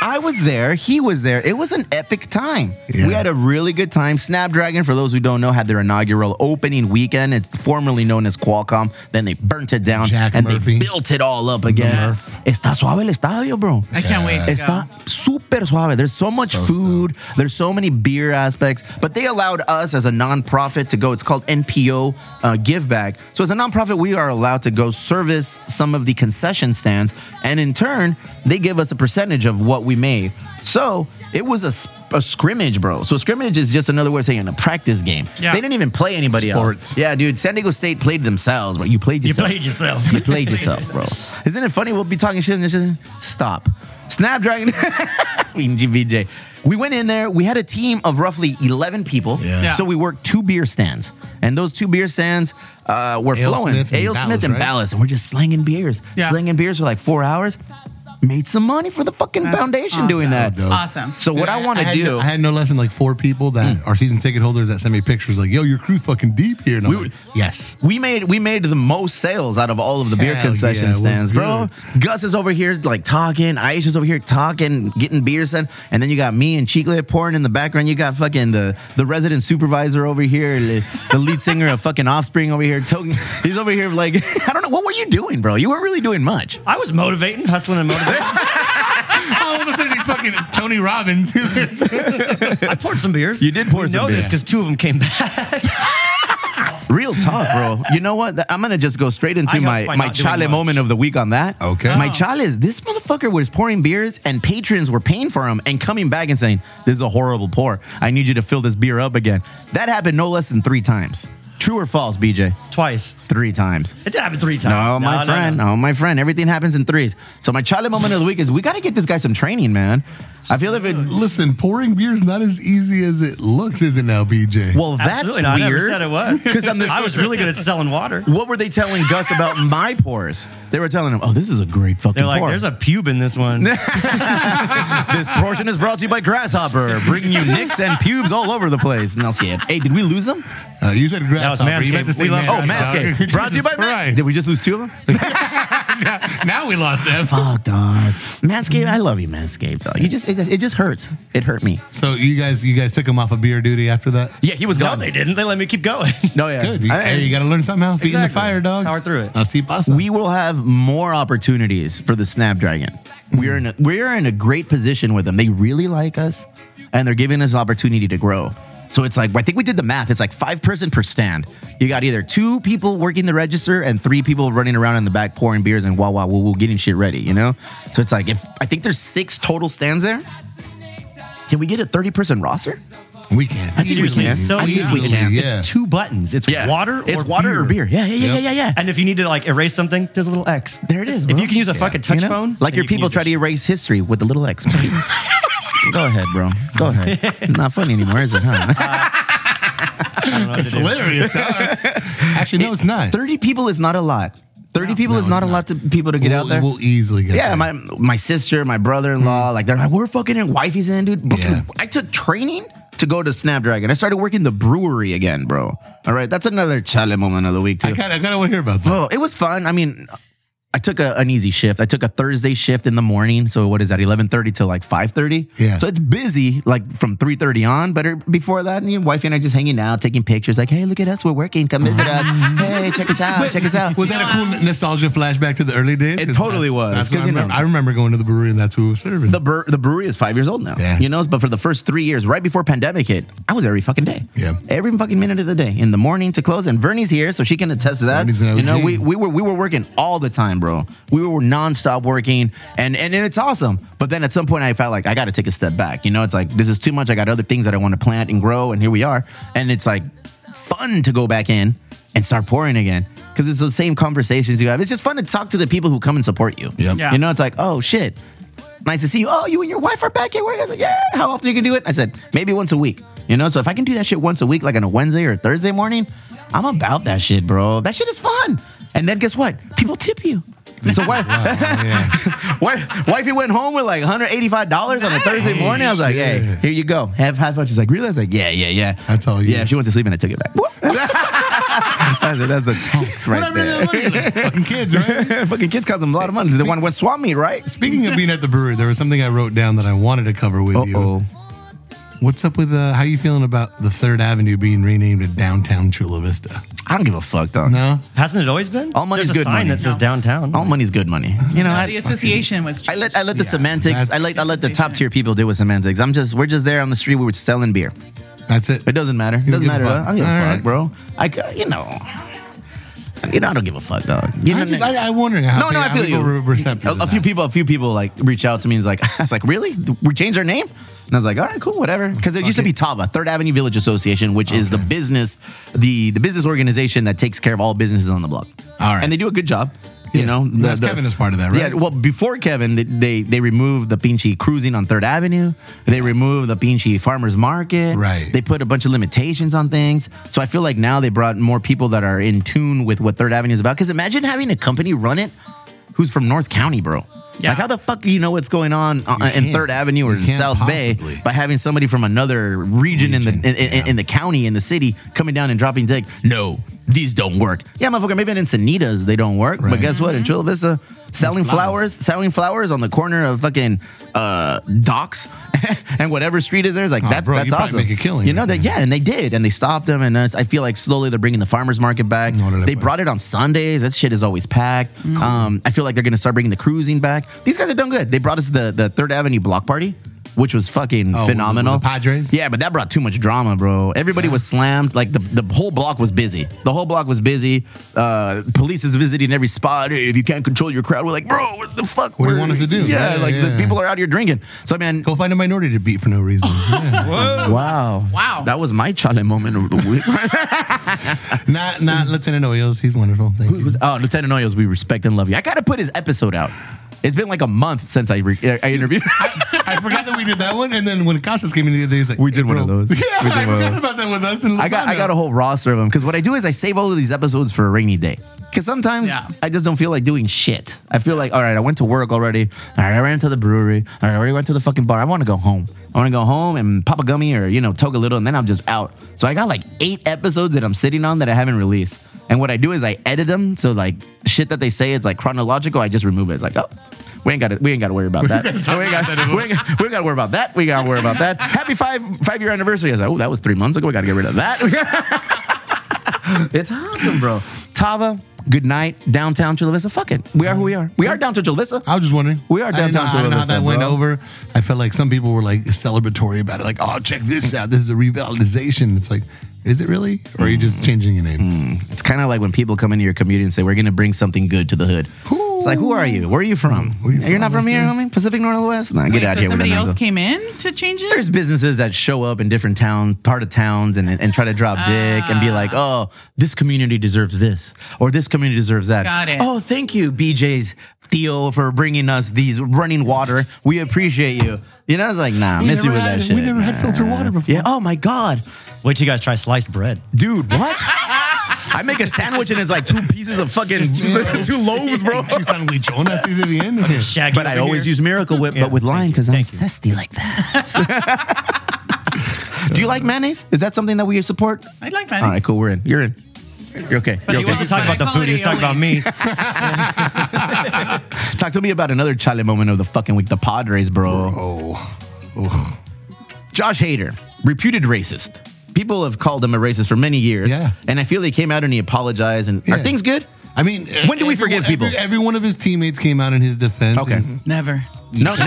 C: I was there. He was there. It was an epic time.
D: Yeah.
C: We had a really good time. Snapdragon, for those who don't know, had their inaugural opening weekend. It's formerly known as Qualcomm. Then they burnt it down
D: Jack
C: and
D: Murphy.
C: they built it all up again.
D: Murph.
C: Está suave el estadio, bro.
H: I can't wait to go.
C: Está super suave. There's so much food. There's so many beer aspects. But they allowed us as a nonprofit to go. It's called NPO uh, Give Back. So as a nonprofit, we are allowed to go service some of the concession stands, and in turn, they give us a percentage of what we made. So it was a, s- a scrimmage, bro. So scrimmage is just another way of saying a practice game.
H: Yeah.
C: They didn't even play anybody
D: Sports.
C: else. Yeah, dude. San Diego State played themselves, but you played
E: You
C: yourself.
E: played yourself.
C: You played yourself, bro. Isn't it funny? We'll be talking shit and it's just stop. Snapdragon, we can GVJ. We went in there. We had a team of roughly eleven people.
D: Yeah. Yeah.
C: So we worked two beer stands, and those two beer stands uh, were
D: Ale
C: flowing.
D: Smith and
C: Ale
D: Ballast,
C: Smith and
D: right?
C: Ballast, and we're just slanging beers,
H: Yeah.
C: slanging beers for like four hours. Made some money for the fucking foundation doing
H: awesome.
C: that.
D: So dope.
H: Awesome. Uh,
C: So what I, want to
D: had
C: do, Hmm.
D: no- I had no less than like four people that are season ticket holders that sent me pictures like, "Yo, your crew's fucking deep here." And I'm
C: We
D: like,
C: were-
D: yes,
C: We made we made the most sales out of all of the beer
D: Hell
C: concession
D: yeah, it was
C: stands, bro. Gus is over here like talking, Aisha's over here talking, getting beers in, and then you got me and Chiclet pouring in the background. You got fucking the the resident supervisor over here, the, the lead singer of fucking Offspring over here. Token, he's over here like I don't know what were you doing, bro. You weren't really doing much.
E: I was motivating, hustling and motivating.
D: all of a sudden he's fucking Tony Robbins.
E: I poured some beers.
C: You did pour
E: we
C: some
E: know
C: beer.
E: this because two of them came back.
C: Real talk, bro. You know what? Th- I'm gonna just go straight into
E: I
C: my
E: helped by
C: my
E: not doing
C: chale
E: much.
C: moment of the week on that.
D: Okay.
C: My
D: Oh.
C: chale is this motherfucker was pouring beers and patrons were paying for him and coming back and saying, "This is a horrible pour. I need you to fill this beer up again." That happened no less than three times. True or false, BJ?
E: Twice.
C: Three times.
E: It did happen three times.
C: No, my friend. No, my friend. Everything happens in threes. So my chale moment of the week is we got to get this guy some training, man. I feel if it.
D: Listen, pouring beer is not as easy as it looks, is it now, BJ?
C: Well, that's weird.
E: Absolutely not. I never said it was.
C: 'Cause on this-
E: I was really good at selling water.
C: What were they telling Gus about my pores? They were telling him, "Oh, this is a great fucking."
E: They're like,
C: pour.
E: there's a pube in this one.
C: This portion is brought to you by Grasshopper, bringing you nicks and pubes all over the place. And I'll see it. Hey, did we lose them?
D: Uh, you said grasshopper. You meant to
E: Manscaped.
D: say
E: We love-
C: Oh,
D: Manscaped.
C: Manscaped. Brought to you by
D: Jesus
C: Manscaped.
D: Christ.
C: Did we just lose two of them?
D: now we lost them.
C: Fuck, dog. Manscaped, I love you, Manscaped, dog. You just, it, it just hurts. It hurt me.
D: So you guys, you guys took him off of beer duty after that.
C: Yeah, he was
E: no,
C: gone.
E: they didn't. They let me keep going.
C: No, yeah.
D: Good. You,
C: I-
D: hey, you got to learn somehow. Feeding the
E: Exactly.
D: fire, dog. Uh,
E: Power through it.
D: Así pasa.
C: we will have more opportunities for the Snapdragon. We're in a, we're in a great position with them. They really like us, and they're giving us opportunity to grow. So it's like I think we did the math. It's like five person per stand. You got either two people working the register and three people running around in the back pouring beers and wah wah woo woo getting shit ready. You know, so it's like if I think there's six total stands there. Can we get a thirty person roster?
D: we can.
E: That's usually
C: can.
E: so
C: I think
E: easy.
D: we
E: It's,
D: can. Yeah.
E: it's two buttons. It's water.
C: It's
E: or
C: water
E: beer.
C: or beer. Yeah, yeah, yeah,
D: Yep.
C: yeah, yeah, yeah.
E: And if you need to like erase something, there's a little X.
C: There it is,
E: If
C: bro.
E: you can use a fucking touch
C: You know?
E: phone,
C: Like
E: then
C: your
E: you can
C: people
E: use
C: try to
E: this.
C: erase history with the little X. Go ahead, bro. Go ahead. Not funny anymore, is it? Huh?
E: I don't know what
D: It's
E: to do.
D: hilarious. to us. Actually, no, it's not.
C: Thirty people is not a lot. Thirty people
D: No,
C: is not
D: it's
C: a lot to people to get
D: we'll,
C: out there.
D: We'll easily get.
C: yeah,
D: there.
C: my my sister, my brother in
E: Hmm.
C: law, like they're like, we're fucking in wifey's in, dude. Fucking-
D: Yeah.
C: I took training to go to Snapdragon. I started working the brewery again, bro. All right, that's another chale moment of the week too.
D: I kind of, I kind of want to hear about that.
C: Bro, it was fun. I mean, I took a, an easy shift. I took a Thursday shift in the morning. So what is that? Eleven thirty to like five thirty.
D: Yeah.
C: So it's busy, like from three thirty on. But er- before that, you know, wifey and I just hanging out, taking pictures. Like, hey, look at us, we're working. Come visit us. Hey, check us out. Check us out.
D: Was that a cool nostalgia flashback to the early days?
C: It
D: 'Cause
C: totally
D: that's-
C: was,
D: That's what
C: 'cause,
D: I,
C: you know-
D: remember. I remember going to the brewery and that's who was serving.
C: the bur- the brewery is five years old now.
D: Yeah.
C: You know, but for the first three years, right before pandemic hit, I was there every fucking day.
D: Yeah.
C: Every fucking minute of the day. In the morning to close. And Vernie's here, so she can attest to that.
D: Vernie's an
C: You know,
D: OG.
C: we, we were we were working all the time, bro. We were nonstop working and, and and it's awesome. But then at some point I felt like I gotta take a step back. You know, it's like this is too much. I got other things that I want to plant and grow, and here we are. And it's like fun to go back in and start pouring again. Because it's the same conversations you have. It's just fun to talk to the people who come and support you.
D: Yep.
H: Yeah.
C: You know, it's like, oh shit, nice to see you. Oh, you and your wife are back at work. I was like, yeah. How often you can do it? I said, maybe once a week. You know, so if I can do that shit once a week, like on a Wednesday or a Thursday morning, I'm about that shit, bro. That shit is fun. And then guess what? People tip you. So what?
D: yeah.
C: Wife, wifey went home with like $185 on a Thursday morning. I was like, hey,
D: shit.
C: here you go. Have half fun. She's like, really? I was like, yeah, yeah, yeah.
D: That's all you-
C: Yeah, she went to sleep and I took it back. I said, that's the tax right
D: Whatever
C: there.
D: that money- fucking kids, right?
C: Fucking kids cost them a lot of money. The one with swap meet, right?
D: Speaking of being at the brewery, there was something I wrote down that I wanted to cover with you.
C: Uh-oh.
D: What's up with uh, how you feeling about the Third Avenue being renamed to downtown Chula Vista?
C: I don't give a fuck, dog.
D: No,
E: Hasn't it always been?
C: All money's
E: There's a
C: good
E: sign
C: money.
E: that says downtown.
C: All money's good money. You know,
H: the
C: I,
H: association was.
C: I let I let the
D: Yeah,
C: semantics. I
D: that's-
C: let I let the top tier people deal with semantics. I'm just we're just there on the street. We were selling beer.
D: that's it.
C: It doesn't matter. It
D: You don't
C: doesn't matter.
D: give a
C: dog.
D: fuck.
C: I don't give a
D: All
C: fuck,
D: right.
C: bro. I c- you know. You know, I don't give a fuck, dog. You know,
D: I just, I, I wondering how
C: no, no, I
D: how
C: feel
D: people
C: you.
D: were receptive.
C: A,
D: to
C: a few
D: that.
C: people, a few people like reach out to me and is like, I was like, really? We changed our name? And I was like, all right, cool, whatever. Because it used to be Tava, Third Avenue Village Association, which is the business, the the business organization that takes care of all businesses on the block.
D: All right.
C: and they do a good job. You
D: Yeah.
C: know,
D: That's Kevin is part of that, right?
C: Yeah. Well, before Kevin, they they, they removed the Pinchy cruising on Third Avenue. They removed the Pinchy Farmers Market.
D: Right.
C: They put a bunch of limitations on things. So I feel like now they brought more people that are in tune with what Third Avenue is about. Because imagine having a company run it who's from North County, bro.
H: Yeah.
C: Like, how the fuck do you know what's going on uh, in
D: can't.
C: Third Avenue or
D: You
C: in
D: can't
C: South
D: possibly.
C: Bay by having somebody from another region, in
D: Region,
C: the in, in-
D: yeah.
C: in the county in the city coming down and dropping dick? No, these don't work. Yeah, motherfucker. Maybe in Encinitas they don't work,
D: Right.
C: but guess what? In Chula Vista, selling flowers.
D: flowers.
C: selling flowers on the corner of fucking uh, docks and whatever street is there is like
D: Oh,
C: that's
D: bro,
C: that's
D: you probably
C: awesome.
D: make a killing
C: You know
D: right
C: that?
D: there.
C: Yeah, and they did, and they stopped them, and uh, I feel like slowly they're bringing the farmers market back.
D: Órale,
C: They
D: pues.
C: brought it on Sundays. That shit is always packed. Um, I feel like they're gonna start bringing the cruising back. These guys have done good. They brought us the the Third Avenue block party. Which was fucking
D: Oh, with the- with
C: phenomenal.
D: the Padres?
C: Yeah, but that brought too much drama, bro. Everybody was slammed. Like the, the whole block was busy. The whole block was busy. Uh, police is visiting every spot. Hey, if you can't control your crowd, we're like, bro, what the fuck?
D: What do you
C: We're-
D: want us to do?
C: Yeah,
D: Yeah,
C: like the
D: yeah.
C: people are out here drinking. So, man,
D: Go find a minority to beat for no reason. Yeah.
C: wow,
H: Wow.
C: that was my chale moment of the week.
D: not not Lieutenant Oyos. He's wonderful. Thank you.
C: Who's, oh, Lieutenant Noyos, we respect and love you. I gotta put his episode out. It's been like a month since I re- I interviewed.
D: I forgot that we did that one, and then when Casas came in the other day, he's like,
C: We did
D: "Hey,
C: one of
D: bro."
C: those.
D: Yeah,
C: We did
D: I
C: one of
D: forgot
C: those.
D: about that with us. And
C: I got I
D: Lozano.
C: got a whole roster of them because what I do is I save all of these episodes for a rainy day. Because sometimes
H: Yeah.
C: I just don't feel like doing shit. I feel like all right, I went to work already. All right, I ran to the brewery. All right, I already went to the fucking bar. I want to go home. I want to go home and pop a gummy or you know toke a little, and then I'm just out. So I got like eight episodes that I'm sitting on that I haven't released. And what I do is I edit them so like shit that they say it's like chronological. I just remove it. It's like oh. We ain't got to. We ain't got to worry about that. we ain't got. We ain't got to worry about that. We got to worry about that. Happy five five year anniversary. I was like, oh, that was three months ago. We got to get rid of that. It's awesome, bro. Tava, good night. Downtown Chula Vista. Fuck it. We are who we are. We are downtown Chula Vista.
D: I was just wondering.
C: We are
D: I didn't know-
C: downtown
D: I don't know how
C: Chula
D: that
C: Vista,
D: went
C: bro.
D: over. I felt like some people were like celebratory about it, like, "Oh, check this out. This is a revitalization." It's like, is it really, or are you just
C: Mm.
D: changing your name?
C: It's kind of like when people come into your community and say, we're going to bring something good to the hood. It's like, who are you? Where are you from?
D: are you
C: You're not
D: from,
C: from here,
D: Austin?
C: homie? Pacific Northwest? Nah,
H: Wait,
C: get out
H: so
C: here with
H: somebody else
C: it.
H: came in to change it.
C: There's businesses that show up in different town, part of towns, and, and try to drop dick and
H: Ah.
C: be like, "Oh, this community deserves this, or this community deserves that."
H: Got it.
C: Oh, thank you, BJ's Theo, for bringing us these running water. We appreciate you. You know, it's like, nah,
D: We
C: miss you
D: never
C: with
D: had-
C: that
D: we
C: shit.
D: never had
C: Nah.
D: filtered water before.
C: Yeah. Oh my god,
E: Wait till you guys try sliced bread.
C: dude, what? I make a sandwich and it's like two pieces of fucking two loaves, bro.
D: She's on Lichona, she's at the end.
E: Shaggy
C: But I
E: over
C: always
E: here.
C: use Miracle Whip,
E: Yeah,
C: but with
E: thank
C: lime
E: you,
C: because I'm
E: thank you.
C: zesty like that. Do you like mayonnaise? Is that something that we support?
H: I like mayonnaise.
C: All right, cool. We're in. You're in. You're okay.
H: But
C: You're
H: he
E: He wasn't
H: Well,
E: talking about the food. He was talking about me.
C: Talk to me about another Chale moment of the fucking week, the Padres, bro. Josh Hader, reputed racist. People have called him a racist for many years.
D: Yeah.
C: And I feel he came out and he apologized. And are
D: Yeah.
C: things good?
D: I mean,
C: When do we forgive
D: every-
C: people?
D: Every, one of his teammates came out in his defense.
C: Okay.
D: and-
H: Never.
C: No, no.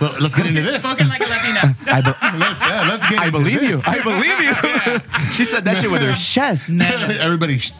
D: well, let's get into this.
H: Spoken like a Latina.
C: I, be-
D: Let's, yeah, let's get
C: I
D: into
C: believe
D: this.
C: you. I believe you. she said that shit with her chest.
D: Everybody, sh-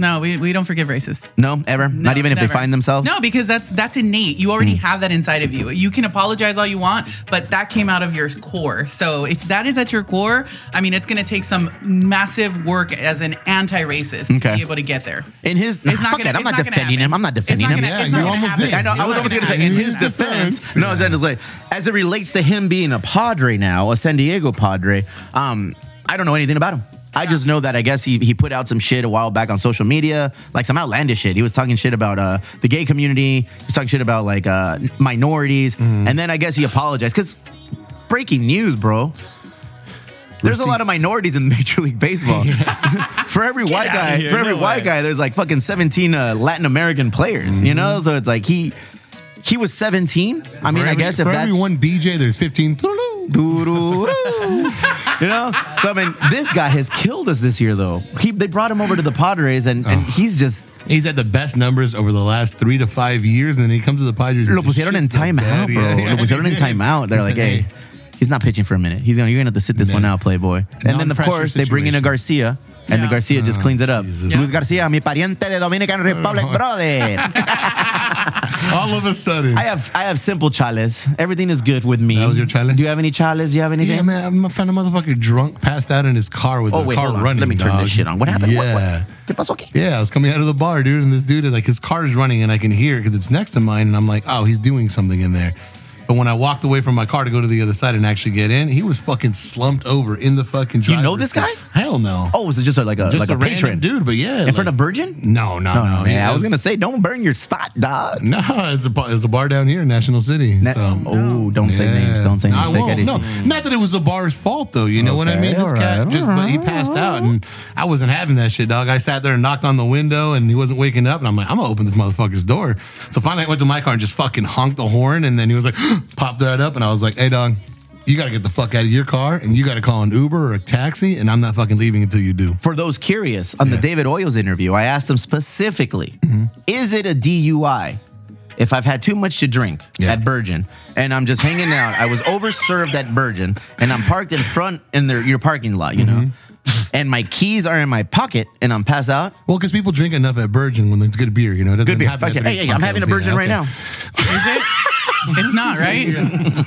H: No, we, we don't forgive racists.
C: No, ever.
H: No,
C: Not even if
H: never.
C: they find themselves. Hmm.
H: No, because that's that's innate. You already have that inside of you. You can apologize all you want, but that came out of your core. So if that is at your core, I mean, it's going to take some massive work as an anti-racist
C: Okay.
H: to be able to get there.
C: In his,
H: It's not
C: fuck
H: gonna-
C: that. I'm
H: it's
C: not,
H: not gonna
C: defending him.
H: happen.
C: I'm not
H: It's
C: defending
H: not
C: him.
H: gonna-
D: Yeah,
H: it's not
D: you
H: gonna
D: almost
H: happen.
D: did.
C: I know.
H: It's
C: I was
H: not
C: almost going to say,
H: happen.
C: in
D: In
C: his
D: his
C: defense,
D: defense.
C: no, as, in, it's like, as it relates to him being a Padre now, a San Diego Padre, um, I don't know anything about him. I just know that I guess he, he put out some shit a while back on social media, like some outlandish shit. He was talking shit about uh, the gay community. He was talking shit about like uh, minorities,
E: Mm-hmm.
C: and then I guess he apologized because breaking news, bro. There's a lot of
D: Receipts.
C: minorities in Major League Baseball. for every white
E: outta
C: guy,
E: here,
C: for every
E: no
C: white
E: way. Mm-hmm.
C: guy, there's like fucking 17 uh, Latin American players, you know? So it's like he he was 17. I mean,
D: for
C: I
D: every-
C: guess
D: for
C: if that's
D: everyone BJ, there's 15.
C: Doo-doo-doo. you know? So I mean, this guy has killed us this year though. He they brought him over to the Padres and, and
D: Oh.
C: he's just
D: He's had the best numbers over the last three to five years, and then he comes to the Padres. and
C: lo pusieron en
D: shit's the
C: timeout,
D: bed.
C: bro.
D: Yeah, yeah.
C: Lo pusieron en timeout. They're
D: He's
C: like, hey, he's not pitching for a minute. He's going to you're going to have to sit this one out, playboy. And then of
D: Non-pressure
C: course, they bring in a
D: situations.
C: Garcia and the
H: Yeah.
C: Garcia just cleans it up.
D: Ah, Jesus.
C: Luis Garcia, mi pariente de Dominican Republic, brother.
D: all of a sudden.
C: I have I have simple chales. Everything is good with me.
D: That was your chale?
C: Do you have any chales? Do you have anything?
D: yeah, man, I'm- I found a motherfucker drunk, passed out in his car with
C: Oh
D: the
C: wait,
D: car
C: hold on.
D: running.
C: Let me turn
D: dog.
C: this shit on. What happened?
D: Yeah.
C: What, what? ¿Qué pasó aquí?
D: Yeah, I was coming out of the bar, dude, and this dude, like, his car is running, and I can hear it because it's next to mine, and I'm like, oh, he's doing something in there. But when I walked away from my car to go to the other side and actually get in, he was fucking slumped over in the fucking.
C: You know
D: driver's
C: this guy?
D: seat. Hell no.
C: Oh, was it just a, like a like
D: just a,
C: a, patron
D: random dude, but yeah,
C: in front of Virgin?
D: No, no,
C: No,
D: no.
C: no,
D: He
C: yeah, I was
D: was-
C: gonna say, don't burn your spot, dog.
D: No, it's a bar, it's a bar down here in National City.
C: Na-
D: so-
C: Oh, don't say names.
D: Yeah.
C: Don't say
D: No,
C: names.
D: I
C: Take
D: won't.
C: it
D: No,
C: easy.
D: not that it was the bar's fault, though. You know what I
C: Okay,
D: mean? This
C: all
D: cat
C: right,
D: just,
C: all
D: but he passed out, and I wasn't having that shit, dog. I sat there and knocked on the window, and he wasn't waking up, and I'm like, I'm gonna open this motherfucker's door. So finally, I went to my car and just fucking honked the horn, and then he was like, popped right up, and I was like, hey, dog. You gotta get the fuck out of your car, and you gotta call an Uber or a taxi, and I'm not fucking leaving until you do.
C: For those curious, on the David Oyos interview, I asked him specifically,
D: Mm-hmm.
C: is it a DUI if I've had too much to drink
D: Yeah.
C: at Virgin and I'm just hanging out? I was overserved at Virgin and I'm parked in front in their, your parking lot, you know?
D: Mm-hmm.
C: And my keys are in my pocket and I'm passed out.
D: Well, because people drink enough at Virgin when there's good beer, you know. It doesn't
C: Good beer.
D: happen
C: Fuck
D: at
C: yeah.
D: the
C: Hey,
D: big
C: hey, I'm having a
D: cocktails, yeah,
C: Virgin right
D: okay.
C: now.
H: Is it? It's not, right?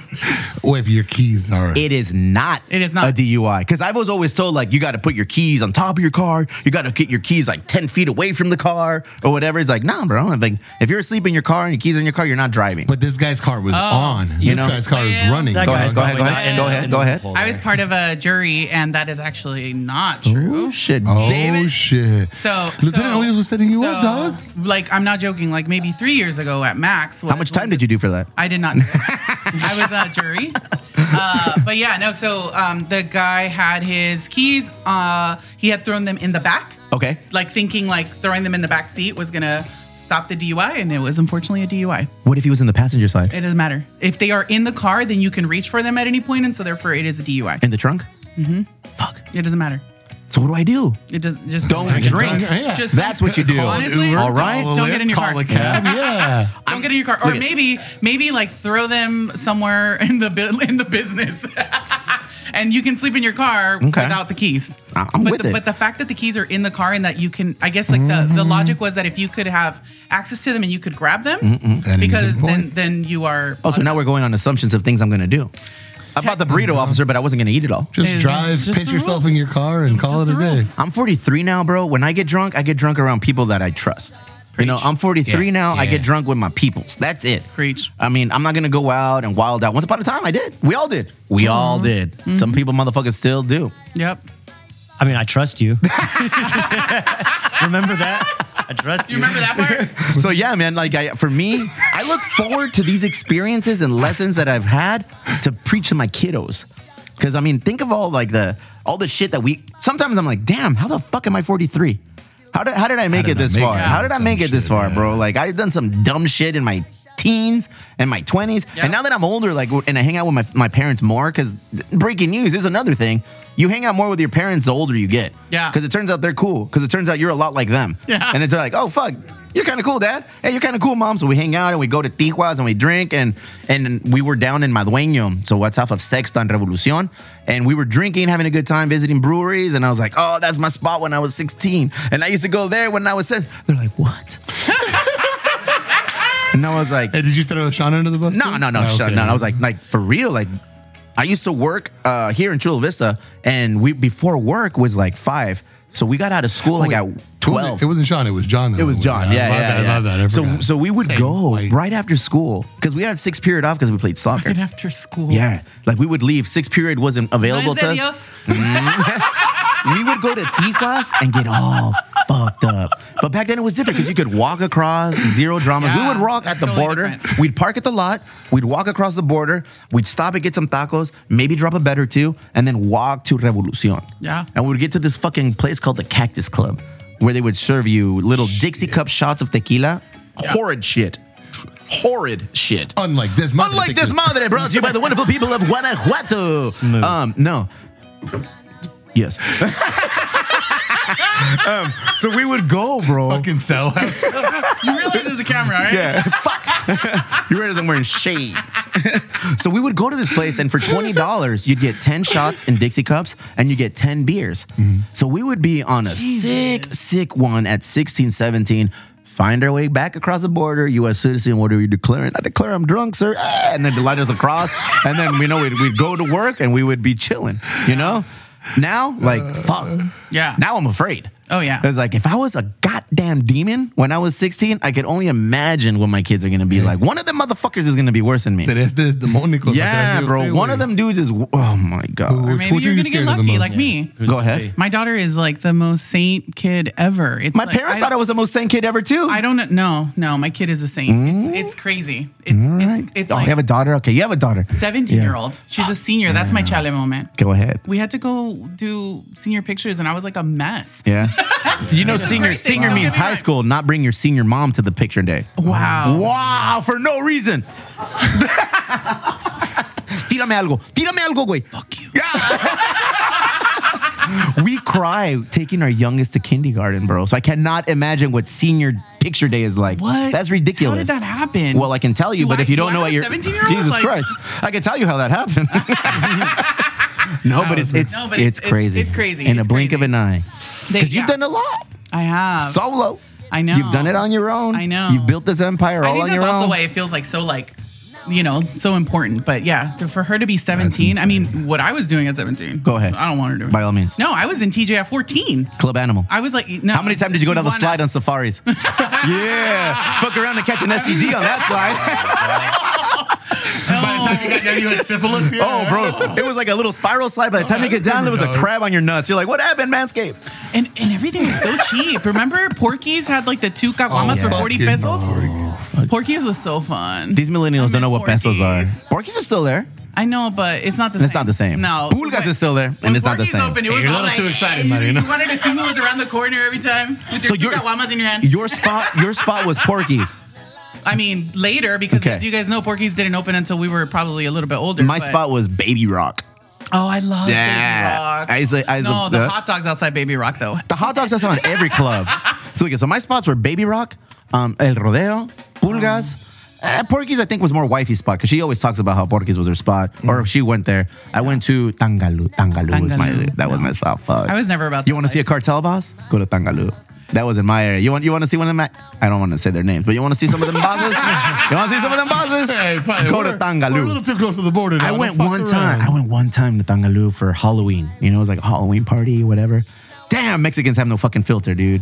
D: Or if your keys are.
C: It is not.
H: It is not.
C: a DUI because I was always told like you got to put your keys on top of your car. You got to get your keys like ten feet away from the car or whatever. It's like nah, bro. I'm like, if you're asleep in your car and your keys are in your car, you're not driving.
D: But this guy's car was on.
C: you
D: This
C: know.
D: guy's car is
H: Well,
D: running.
E: That
C: Go
E: guy
C: ahead,
E: was
C: go ahead,
E: going
C: go ahead,
E: in
H: go ahead,
E: and
C: go ahead.
E: pulled
H: I
E: it.
H: was part of a jury, and that is actually not true.
C: oh shit.
D: oh
C: David.
D: shit!
H: So
D: Lieutenant
H: so,
D: Williams was setting you up, dog.
H: Like I'm not joking. Like maybe three years ago at max.
C: How much time did you do for that?
H: I did not. do it. I was a jury. Uh, but yeah, no. So um, the guy had his keys. Uh, he had thrown them in the back,
C: Okay.
H: like thinking like throwing them in the back seat was gonna stop the DUI, and it was unfortunately a DUI.
C: What if he was in the passenger side?
H: It doesn't matter if they are in the car, then you can reach for them at any point, and so therefore it is a DUI.
C: In the trunk? Mm-hmm. Fuck.
H: It doesn't matter.
C: So what do I do?
H: It does just
C: Don't
D: drink. Yeah.
C: That's what you do.
H: Honestly,
D: Uber,
C: All right.
D: call a
H: Don't
D: lift,
H: get in your
D: call
H: car.
D: a cab. Yeah.
H: Don't get in your car, or
C: look at-
H: maybe maybe like throw them somewhere in the bu- in the business, and you can sleep in your car without the keys.
C: I- I'm
H: but
C: with
H: the,
C: it. Mm-hmm.
H: But the fact that the keys are in the car and that you can, I guess, like the, the logic was that if you could have access to them and you could grab them,
D: At any
H: because
D: given
H: then
D: point.
H: then you are.
C: Oh, so now we're going on assumptions of things I'm gonna do. I bought the burrito officer, but I wasn't gonna eat it all.
D: Just
H: It's
D: drive,
H: just
D: pitch
H: the
D: yourself
H: rules.
D: in your car, and
H: It's
D: call it
H: just
D: a
H: the
D: day.
H: rules.
C: I'm 43 now, bro. When I get drunk, I get drunk around people that I trust. You know, I'm 43
D: Yeah,
C: now. I
D: yeah.
C: get drunk with my peoples. That's it.
H: Preach.
C: I mean, I'm not gonna go out and wild out. Once upon a time, I did. We all did. We all did.
D: Mm-hmm.
C: Some people, motherfuckers, still do.
H: Yep.
E: I mean, I trust you. Remember that? I trust
H: Do
E: you.
H: you remember that part?
C: So yeah, man. Like, I, for me, I look forward to these experiences and lessons that I've had to preach to my kiddos. Because I mean, think of all like the all the shit that we. Sometimes I'm like, damn, how the fuck am I 43? How did how did I make it
D: did I
C: this
D: make
C: far?
D: it?
C: How did I
D: Dumb
C: make it this
D: shit,
C: far,
D: yeah.
C: bro? Like I've done some dumb shit in my teens and my 20s,
H: Yeah.
C: and now that I'm older, like and I hang out with my my parents more. Because breaking news is another thing. You hang out more with your parents the older you get.
H: Yeah.
C: Because it turns out they're cool. Because it turns out you're a lot like them.
H: Yeah.
C: And it's like, oh fuck, you're kind of cool, dad. Hey, you're kind of cool, mom. So we hang out and we go to Tijuas and we drink and and we were down in Madueño, so what's off of Sexta and Revolucion, and we were drinking, having a good time, visiting breweries, and I was like, oh, that's my spot when I was 16, and I used to go there when I was 7. They're like, what? and I was like,
D: Hey, did you throw Sean under the bus?
C: no,
D: too?
C: no, no,
D: Oh,
C: shut,
D: okay.
C: no. I was like, like for real, like I used to work uh, here in Chula Vista, and we before work was like five, so we got out of school like
D: Wait,
C: at twelve.
D: It wasn't Sean. It was John. that
C: It was
D: went
C: John.
D: with it.
C: Yeah,
D: Oh, my
C: yeah,
D: bad,
C: yeah.
D: My bad. I
C: so,
D: forgot.
C: so we would
D: Same
C: go
D: flight.
C: right after school because we had six period off because we played soccer.
H: Right after school.
C: Yeah, like we would leave. Six period wasn't available to us.
H: Dios.
C: We would go to Tijuas and get all fucked up. But back then it was different because you could walk across, zero drama. we
H: Yeah,
C: would walk
H: that's
C: at the
H: totally
C: border.
H: different.
C: We'd park at the lot. We'd walk across the border. We'd stop and get some tacos, maybe drop a bet or two, and then walk to Revolucion.
H: Yeah.
C: And we'd get to this fucking place called the Cactus Club, where they would serve you little Dixie cup shots of tequila. Horrid shit. Horrid shit.
D: Unlike this madre
C: Unlike this
D: tequila.
C: madre brought to you by the wonderful people of Guanajuato.
E: Smooth.
C: Um, no. Yes. Um, so we would go, bro.
D: Fucking sell
H: You realize there's a camera, right?
C: Yeah. Fuck. you realize I'm wearing shades. so we would go to this place, and for twenty dollars, you'd get ten shots in Dixie cups, and you get ten beers. So we would be on a sick, sick one at 16, 17. Find our way back across the border, U.S. citizen. What are you declaring? I declare I'm drunk, sir. Ah, And then the lighters across, and then we know we'd, we'd go to work and we would be chilling. You know. Now, like fuck.
H: Yeah.
C: Now I'm afraid.
H: Oh, yeah.
C: It's like if I was a goddamn demon when I was 16, I could only imagine what my kids are gonna be like. One of them motherfuckers is gonna be worse than me.
D: Tres de demónicos.
C: Yeah, bro. One of them dudes is. Oh my
H: Or
C: god.
H: maybe
D: which
H: you're gonna
D: one you
H: get
D: scared of the
H: lucky,
D: most?
H: like
D: Yeah.
H: me.
E: Who's
C: Go
E: gonna
C: ahead.
E: be?
H: My daughter is like the most saint kid ever. It's
C: My
H: like,
C: parents
H: I-
C: thought I was the most sane kid ever too.
H: I don't know. No, no, my kid is a saint.
C: Mm.
H: It's, it's crazy. It's it's it's
C: oh,
H: like
C: you have a daughter. Okay, you have a daughter.
H: 17
C: Yeah.
H: year old. She's a senior. That's my chale moment.
C: Go ahead.
H: We had to go do senior pictures, and I was like a mess.
C: Yeah. you know, senior
H: crazy.
C: senior
H: Don't
C: means
H: get me
C: high
H: wrong.
C: school. Not bring your senior mom to the picture day.
H: Wow.
C: Wow, for no reason. Tírame algo. Tírame algo, güey. Fuck you. we cry taking our youngest to kindergarten, bro. So I cannot imagine what senior picture day is like.
H: What?
C: That's ridiculous.
H: How did that happen?
C: Well, I can tell you,
H: Do
C: but
H: I-
C: if you
H: do
C: don't
H: I
C: know
H: have
C: what
H: a
C: you're
H: 17-year-old?
C: Jesus
H: Like-
C: Christ, I can tell you how that happened. no, but it's it's,
H: No, but
C: it's
H: it's-
C: crazy.
H: it's crazy.
C: In a
H: It's
C: blink of
H: crazy.
C: an eye.
H: They-
C: Because you've
H: yeah.
C: done a lot
H: I have.
C: solo.
H: I know.
C: You've done it on your own.
H: I know.
C: You've built this empire
H: I
C: all
H: think
C: on
H: that's
C: your
H: also
C: own.
H: why it feels like so like, you know, so important. But yeah, to, for her to be 17, I mean, what I was doing at 17.
C: Go ahead.
H: I don't want her to.
C: By all means.
H: No, I was in TJ at 14.
C: Club Animal.
H: I was like, no.
C: How many times did you go down the
H: want
C: slide on
H: us-
C: safaris? yeah. Fuck around and catch an STD on that slide.
D: By the time you got down, you had syphilis. Yeah.
C: oh, bro. It was like a little spiral slide. By the time you get down, there was a
D: dog.
C: crab on your nuts. You're like, what happened, Manscaped?
H: And, and everything was so cheap. Remember, Porky's had like the two
C: Oh,
H: caguamas for 40
D: fucking
H: pesos? Porky's was so fun.
C: These millennials
H: I
C: don't know
H: miss
C: what pesos are.
H: Porky's.
C: Porky's is still there.
H: I know, but it's not the same.
C: It's not the same.
H: No.
C: Pulgas is still there,
H: When
C: and it's not the
H: Porky's
C: same.
H: Opened, it was
D: You're a
H: all
D: little
H: like,
D: too excited,
H: "Hey,"
D: Marina.
H: You wanted to see who was around the corner every time with your
C: So
H: two
C: your-
H: caguamas in your hand.
C: Your spot, your spot was Porky's.
H: I mean, later because
C: Okay.
H: as you guys know, Porky's didn't open until we were probably a little bit older.
C: My
H: but-
C: spot was Baby Rock.
H: Oh, I love
C: Yeah.
H: Baby Rock.
C: I used to- I used to-
H: no, the
C: uh,
H: hot dogs outside Baby Rock though.
C: The hot dogs that's on every club. So okay, so my spots were Baby Rock, um, El Rodeo, Pulgas. Uh, Porky's, I think, was more wifey spot because she always talks about how Porky's was her spot, or she went there. I went to Tangalu. Tangalu, was my
H: Tangaloo,
C: that was my spot. Fuck.
H: I was never about.
C: You
H: that
C: want to see a
H: life.
C: cartel boss? Go to Tangalu. That was in my area. You want you want to see one of them? I don't want to say their names, but you want to see some of them bosses? you want to see some of them bosses?
D: Hey, probably-
C: Go to
D: we're- We're a
C: Tangalu.
D: little too close to the border. Now.
C: I
D: Don't
C: went
D: fuck
C: one
D: around.
C: time. I went one time to Tangaloo for Halloween. You know, it was like a Halloween party, whatever. Damn, Mexicans have no fucking filter, dude.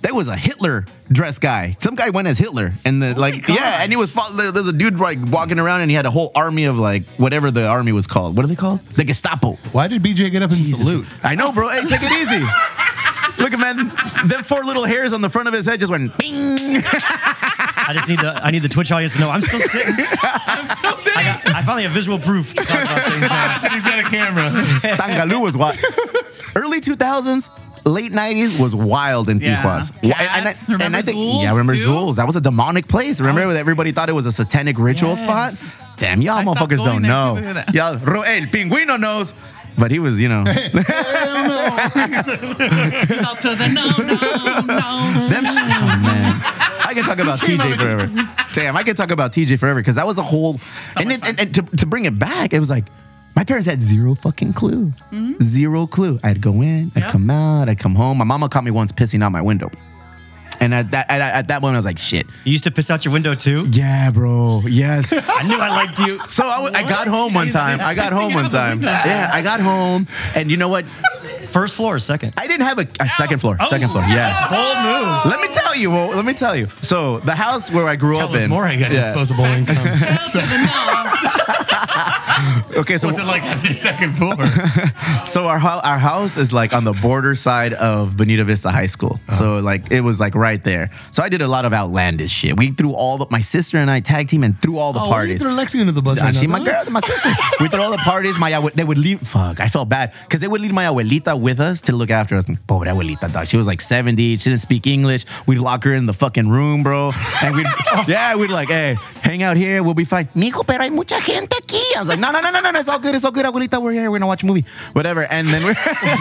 C: There was a Hitler dress guy. Some guy went as Hitler, and
D: Oh
C: the like,
H: gosh.
C: yeah, and he was fo- there- there's a dude like walking around, and he had a whole army of like whatever the army was called. What are they called? The Gestapo.
D: Why did BJ get up and
C: Jesus.
D: salute?
C: I know, bro. Hey, take it easy. Look at man, them four little hairs on the front of his head just went bing.
E: I just need the I need the Twitch audience to know I'm still sitting.
H: I'm still sitting.
E: I, got, I finally have visual proof to talk about things. now.
I: He's got a camera.
C: Tangaloo was wild. Early 2000s, late 90s was wild in
H: Yeah.
C: Piquas. Wi-
H: Cats, remember Zool's
C: yeah, I remember
H: too?
C: Zool's. That was a demonic place. Remember
H: was
C: when everybody thought it was a satanic ritual
H: Yes.
C: spot? Damn, y'all
H: I stopped
C: motherfuckers
H: going there
C: don't know.
H: too because of that.
C: Y'all, Ro- el Pinguino knows. But he was, you know, them
H: He's all to the no, no, no.
C: shit. Oh, man. I can talk about TJ forever. Damn, I can talk about TJ forever because that was a whole. And, it, and, and to, to bring it back, it was like, my parents had zero fucking clue. Zero clue. I'd go in, I'd
H: Mm-hmm. Yep.
C: come out, I'd come home. My mama caught me once pissing out my window. And at that, at, at that moment, I was like, shit.
E: You used to piss out your window too.
C: Yeah, bro. Yes.
E: I knew I liked you.
C: So I, w- I got home one
H: Is
C: time.
H: this
C: I got
H: pissing
C: home one
H: out the
C: time.
H: window?
C: Yeah, I got home, and you know what?
E: First floor, or second.
C: I didn't have a, a second floor. Second
H: Oh.
C: floor.
E: That's
C: Yeah.
E: a bold move.
C: Let me tell you. Well, let me tell you. So the house where I grew
I: Tell
C: up
I: us
C: in.
I: more. I got
C: Yeah.
I: disposable income.
H: Hell to the no.
C: Okay, so
I: What's it like having a second floor?
C: so our hou- our house is like on the border side of Bonita Vista High School.
I: Uh-huh.
C: So like it was like right there. So I did a lot of outlandish shit. We threw all the my sister and I tag team and threw all the
I: Oh,
C: parties.
I: You threw Lexi into the bus.
C: I
I: right
C: see
I: now,
C: my
I: huh?
C: girl, my sister. we threw all the parties. My abue- they would leave. Fuck, I felt bad because they would leave my abuelita with us to look after us. Pobre abuelita, dog. She was like seventy. She didn't speak English. We'd lock her in the fucking room, bro. And we'd yeah, we'd like, hey, hang out here. We'll be fine. Mijo, pero hay mucha gente aquí. I was like, no, no, no, no, no, no. It's all good. It's all good, abuelita. We're here. We're gonna watch a movie, whatever. And then we're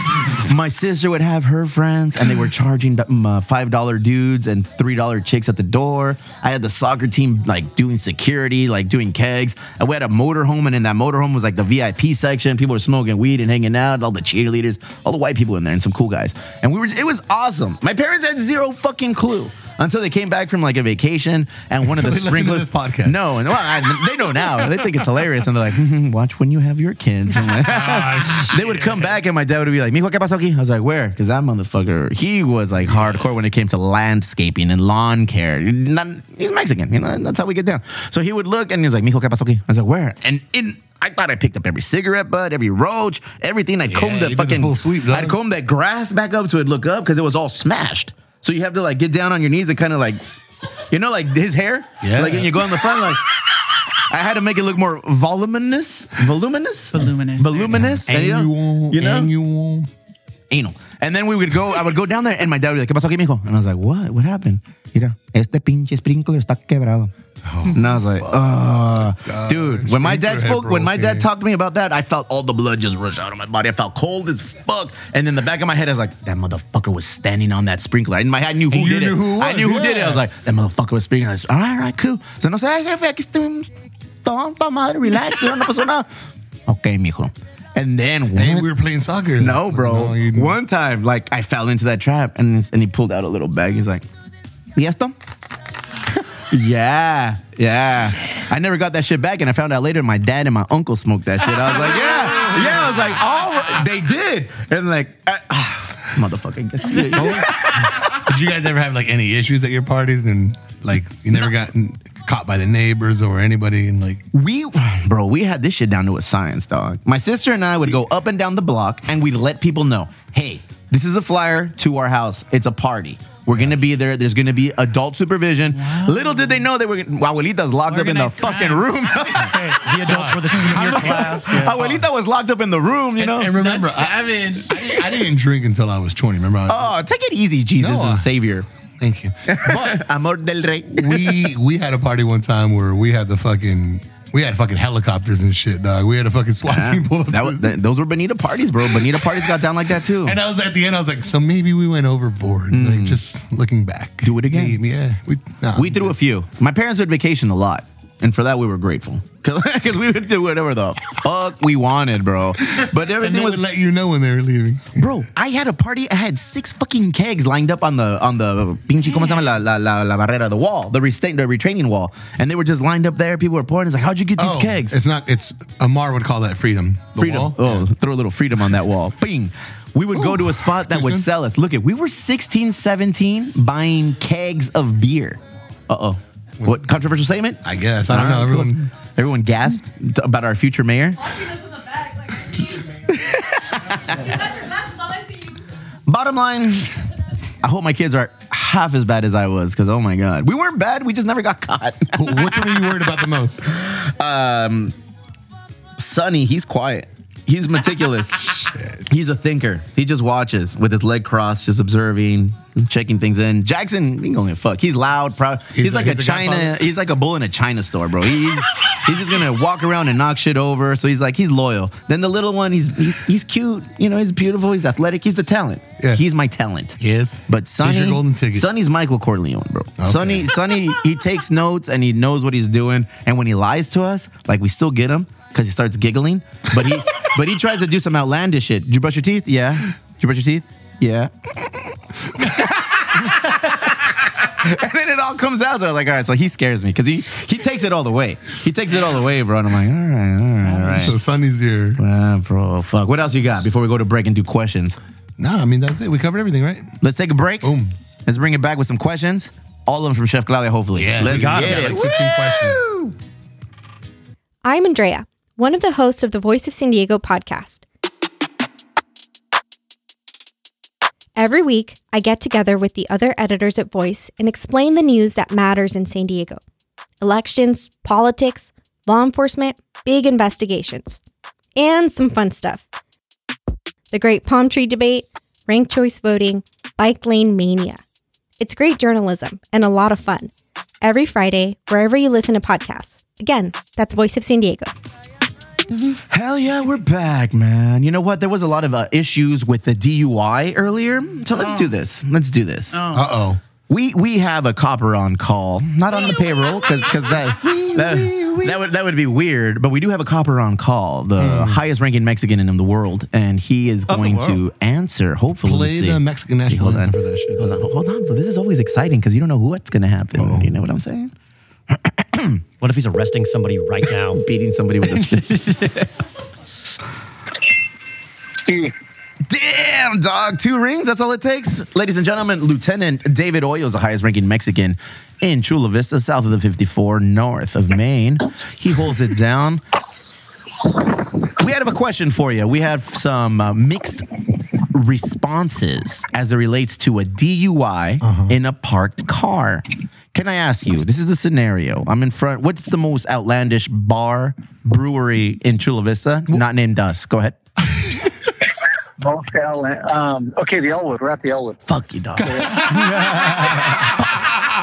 C: my sister would have her friends, and they were charging um, uh, five dollar dudes and three dollar chicks at the door. I had the soccer team like doing security, like doing kegs. And we had a motorhome, and in that motorhome was like the VIP section. People were smoking weed and hanging out. All the cheerleaders, all the white people in there, and some cool guys. And we were. It was awesome. My parents had zero fucking clue. Until they came back from like a vacation, and one of the
I: Until they listen to
C: sprinklers.
I: this podcast.
C: No, no, I, they know now. They think it's hilarious, and they're like, "Mhm, "Watch when you have your kids." And like-
I: Oh,
C: they would come back and my dad would be like, Mijo, ¿qué pasó aquí? I was like, where? Because that motherfucker, he was like hardcore when it came to landscaping and lawn care. None- he's Mexican, you know, and that's how we get down. So he would look and he's like, Mijo, ¿qué pasó aquí? I was like, where? And in, I thought I picked up every cigarette butt, every roach, everything. I combed
I: you
C: the
I: did the
C: fucking
I: full sweep, dog.
C: I'd comb that grass back up so it'd look up because it was all smashed. So you have to like get down on your knees and kind of like, you know, like his hair.
I: Yeah.
C: Like, and you go in the front like. I had to make it look more voluminous, voluminous,
H: Voluminous.
C: voluminous. And, you know-
I: Annual,
C: you know,
I: annual.
C: anal. And then we would go, I would go down there and my dad would be like, ¿Qué pasó aquí, mijo? And I was like, what? What happened? Mira, este pinche sprinkler está quebrado. and I was like, oh, dude. When my dad
I: Sprinkler
C: spoke,
I: head
C: when my dad
I: broke,
C: talked to me about that, I felt all the blood just rush out of my body. I felt cold as fuck. And then the back of my head, I was like, that motherfucker was standing on that sprinkler. In my head, I knew who
I: you
C: did it.
I: knew who it
C: I
I: was,
C: knew who did it. I
I: yeah.
C: was like, that motherfucker was speaking. I was, all right, all right, cool. So no sé, "Ay, jefe, aquí estoy un tonto, madre, relax. No pasó nada. Okay, mijo. And then
I: Hey, we were playing soccer.
C: no, bro.
I: No, you didn't.
C: One time, like I fell into that trap, and this- and he pulled out a little bag. He's like, "Yes, Tom." yeah, yeah. I never got that shit back, and I found out later my dad and my uncle smoked that shit. I was like, "Yeah, yeah." I was like, "All right." they did," and like, uh, ah, motherfucker. guess you-
I: Did you guys ever have like any issues at your parties and like you never gotten caught by the neighbors or anybody and like
C: We, bro, we had this shit down to a science, dog. My sister and I would go up and down the block and we'd let people know, hey, this is a flyer to our house. It's a party. We're gonna be there. There's gonna be adult supervision. Little did they know they were. Abuelita's locked up in the
H: Organized crime.
C: fucking room.
E: Hey, the adults were the senior class. Yeah.
C: Abuelita was locked up in the room. You
I: and,
C: know.
I: and remember
H: That's
I: I,
H: savage.
I: I, I didn't drink until I was 20 remember I,
C: Oh, take it easy, Jesus
I: No,
C: is
I: uh,
C: savior.
I: thank you but
C: Amor del rey.
I: we we had a party one time where we had the fucking we had fucking helicopters and shit dog we had a fucking SWAT team pull up
C: That
I: to
C: was,
I: us.
C: th- those were Benita parties, bro. Benita parties got down like that too.
I: and I was at the end I was like so maybe we went overboard like just looking back
C: Hmm. Do it again.
I: Maybe, yeah we nah,
C: We threw a few. My parents would vacation a lot. And for that, we were grateful. Because we would do whatever the fuck we wanted, bro. But
I: and they
C: everything
I: would
C: was.
I: let you know when they were leaving
C: Bro, I had a party. I had six fucking kegs lined up on the on the pinche como se llama la, la, la, la barrera the wall the restain the retraining wall, and they were just lined up there. People were pouring. It's like, how'd you get these
I: Oh,
C: kegs?
I: It's not. It's Amar would call that freedom. The
C: freedom.
I: wall?
C: Oh, throw a little freedom on that wall. Bing. We would go to a spot that
I: Too
C: would
I: soon?
C: sell us. Look at, we were 16, 17 buying kegs of beer. Uh oh. What controversial statement?
I: I guess. I don't know.
C: All right, cool.
I: Everyone.
C: everyone gasped t- about our future mayor.
J: watching us in the back, like, you got your glasses on, I see you.
C: Bottom line, I hope my kids are half as bad as I was because oh my god, we weren't bad. We just never got caught.
D: Wh- Which one are you worried about the most?
C: Sonny, he's quiet. He's meticulous. he's a thinker. He just watches with his leg crossed, just observing, checking things in. Jackson, he going fuck. He's loud, proud. He's,
D: He's a-
C: like
D: he's
C: a
D: a
C: China.
D: godfather?
C: He's like a bull in a China store, bro. He's he's just gonna walk around and knock shit over. So he's like he's loyal. Then the little one, he's he's he's cute. You know, he's beautiful. He's athletic. He's the talent.
D: Yeah.
C: He's my talent.
D: Yes.
C: But Sonny,
D: He's your golden ticket.
C: Sonny's Michael Corleone, bro. Sonny, Sonny, he takes notes and he knows what he's doing. And when he lies to us, like we still get him because he starts giggling. But he, but he tries to do some outlandish shit. Did you brush your teeth? Yeah. Did you brush your teeth? Yeah. and then it all comes out. So I'm like, all right. So he scares me because he he takes it all the way. He takes it all the way, bro. And I'm like, all right, all right, all
D: So
C: right.
D: Sonny's your.
C: Ah, bro, fuck. What else you got before we go to break and do questions?
D: Nah, I mean that's it. We covered everything, right?
C: Let's take a break.
D: Boom.
C: Let's bring it back with some questions. All of them from Chef Claudia, hopefully.
D: Yeah,
C: Let's
D: we got
C: get
D: it.
C: it.
D: Like 15 questions.
G: I'm Andrea, one of the hosts of the Voice of San Diego podcast. Every week, I get together with the other editors at Voice and explain the news that matters in San Diego elections, politics, law enforcement, big investigations, and some fun stuff. The great palm tree debate, ranked choice voting, bike lane mania. It's great journalism and a lot of fun. Every Friday, wherever you listen to podcasts. Again, that's Voice of San Diego.
C: Hell yeah, we're back, man. You know what? There was a lot of uh, issues with the DUI earlier. So let's do this. Let's do this.
D: Uh oh.
C: We we have a copper on call, not on the payroll, because that, that that would that would be weird. But we do have a copper on call, the
D: Hmm.
C: highest ranking Mexican in the world, and he is
E: the
C: going to
E: world.
C: answer. Hopefully,
D: Play
C: Let's see.
D: the Mexican
C: See,
D: national
C: hold on
D: anthem for that shit.
C: Hold on, hold on, bro. This is always exciting because you don't know what's gonna happen. You know what I'm saying?
E: What if he's arresting somebody right now?
C: Beating somebody with a stick. Damn, dog. Two rings. That's all it takes. Ladies and gentlemen, Lieutenant David Oyo is the highest ranking Mexican in Chula Vista, south of the 54, north of Maine. He holds it down. We had a question for you. We have some uh, mixed responses as it relates to a DUI in a parked car. Can I ask you? This is the scenario. I'm in front. What's the most outlandish bar brewery in Chula Vista? Not named us. Go ahead.
K: Most Ellen. Um, okay, the Elwood. We're at the Elwood.
C: Fuck you, dog.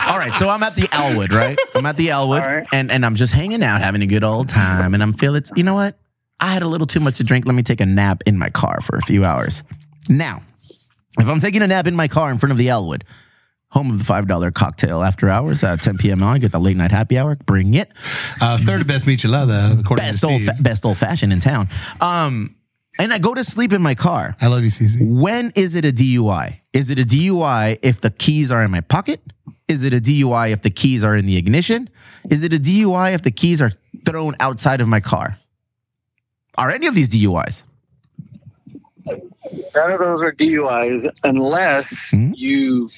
C: All right, so I'm at the Elwood, right? I'm at the Elwood,
K: All right.
C: and and I'm just hanging out, having a good old time, and I'm feeling. You know what? I had a little too much to drink. Let me take a nap in my car for a few hours. Now, if I'm taking a nap in my car in front of the Elwood, home of the five dollar cocktail after hours, uh, 10 p.m. on, get the late night happy hour. Bring it
D: Uh, third best michelada, uh, according
C: best
D: to
C: old
D: Steve.
C: fa- best old fashioned in town. Um, and I go to sleep in my car.
D: I love you, CC.
C: When is it a DUI? Is it a DUI if the keys are in my pocket? Is it a DUI if the keys are in the ignition? Is it a DUI if the keys are thrown outside of my car? Are any of these DUIs?
K: None of those are DUIs unless you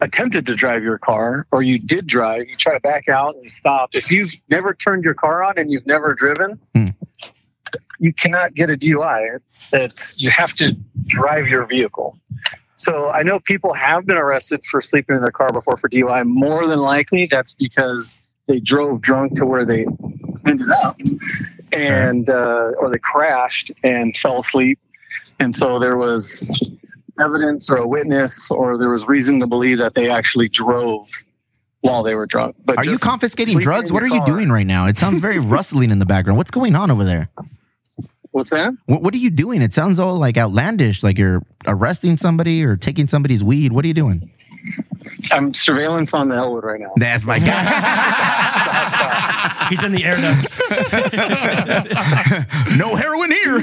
K: attempted to drive your car or you did drive. You try to back out and you stopped. If you've never turned your car on and you've never driven,
C: Hmm.
K: you cannot get a DUI. It's you have to drive your vehicle. So I know people have been arrested for sleeping in their car before for DUI. More than likely, that's because they drove drunk to where they ended up, and uh, or they crashed and fell asleep and so there was evidence or a witness or there was reason to believe that they actually drove while they were drunk but
C: Are you
K: just
C: confiscating
K: sleeping
C: drugs?
K: in
C: What are
K: your
C: you
K: car-
C: doing right now? It sounds very rustling in the background. What's going on over there?
K: what's that
C: What, what are you doing? It sounds all like outlandish, like you're arresting somebody or taking somebody's weed. What are you doing?
K: i'm surveillance on the hellwood right now
C: That's my guy.
E: He's in the air ducts.
C: no heroin here.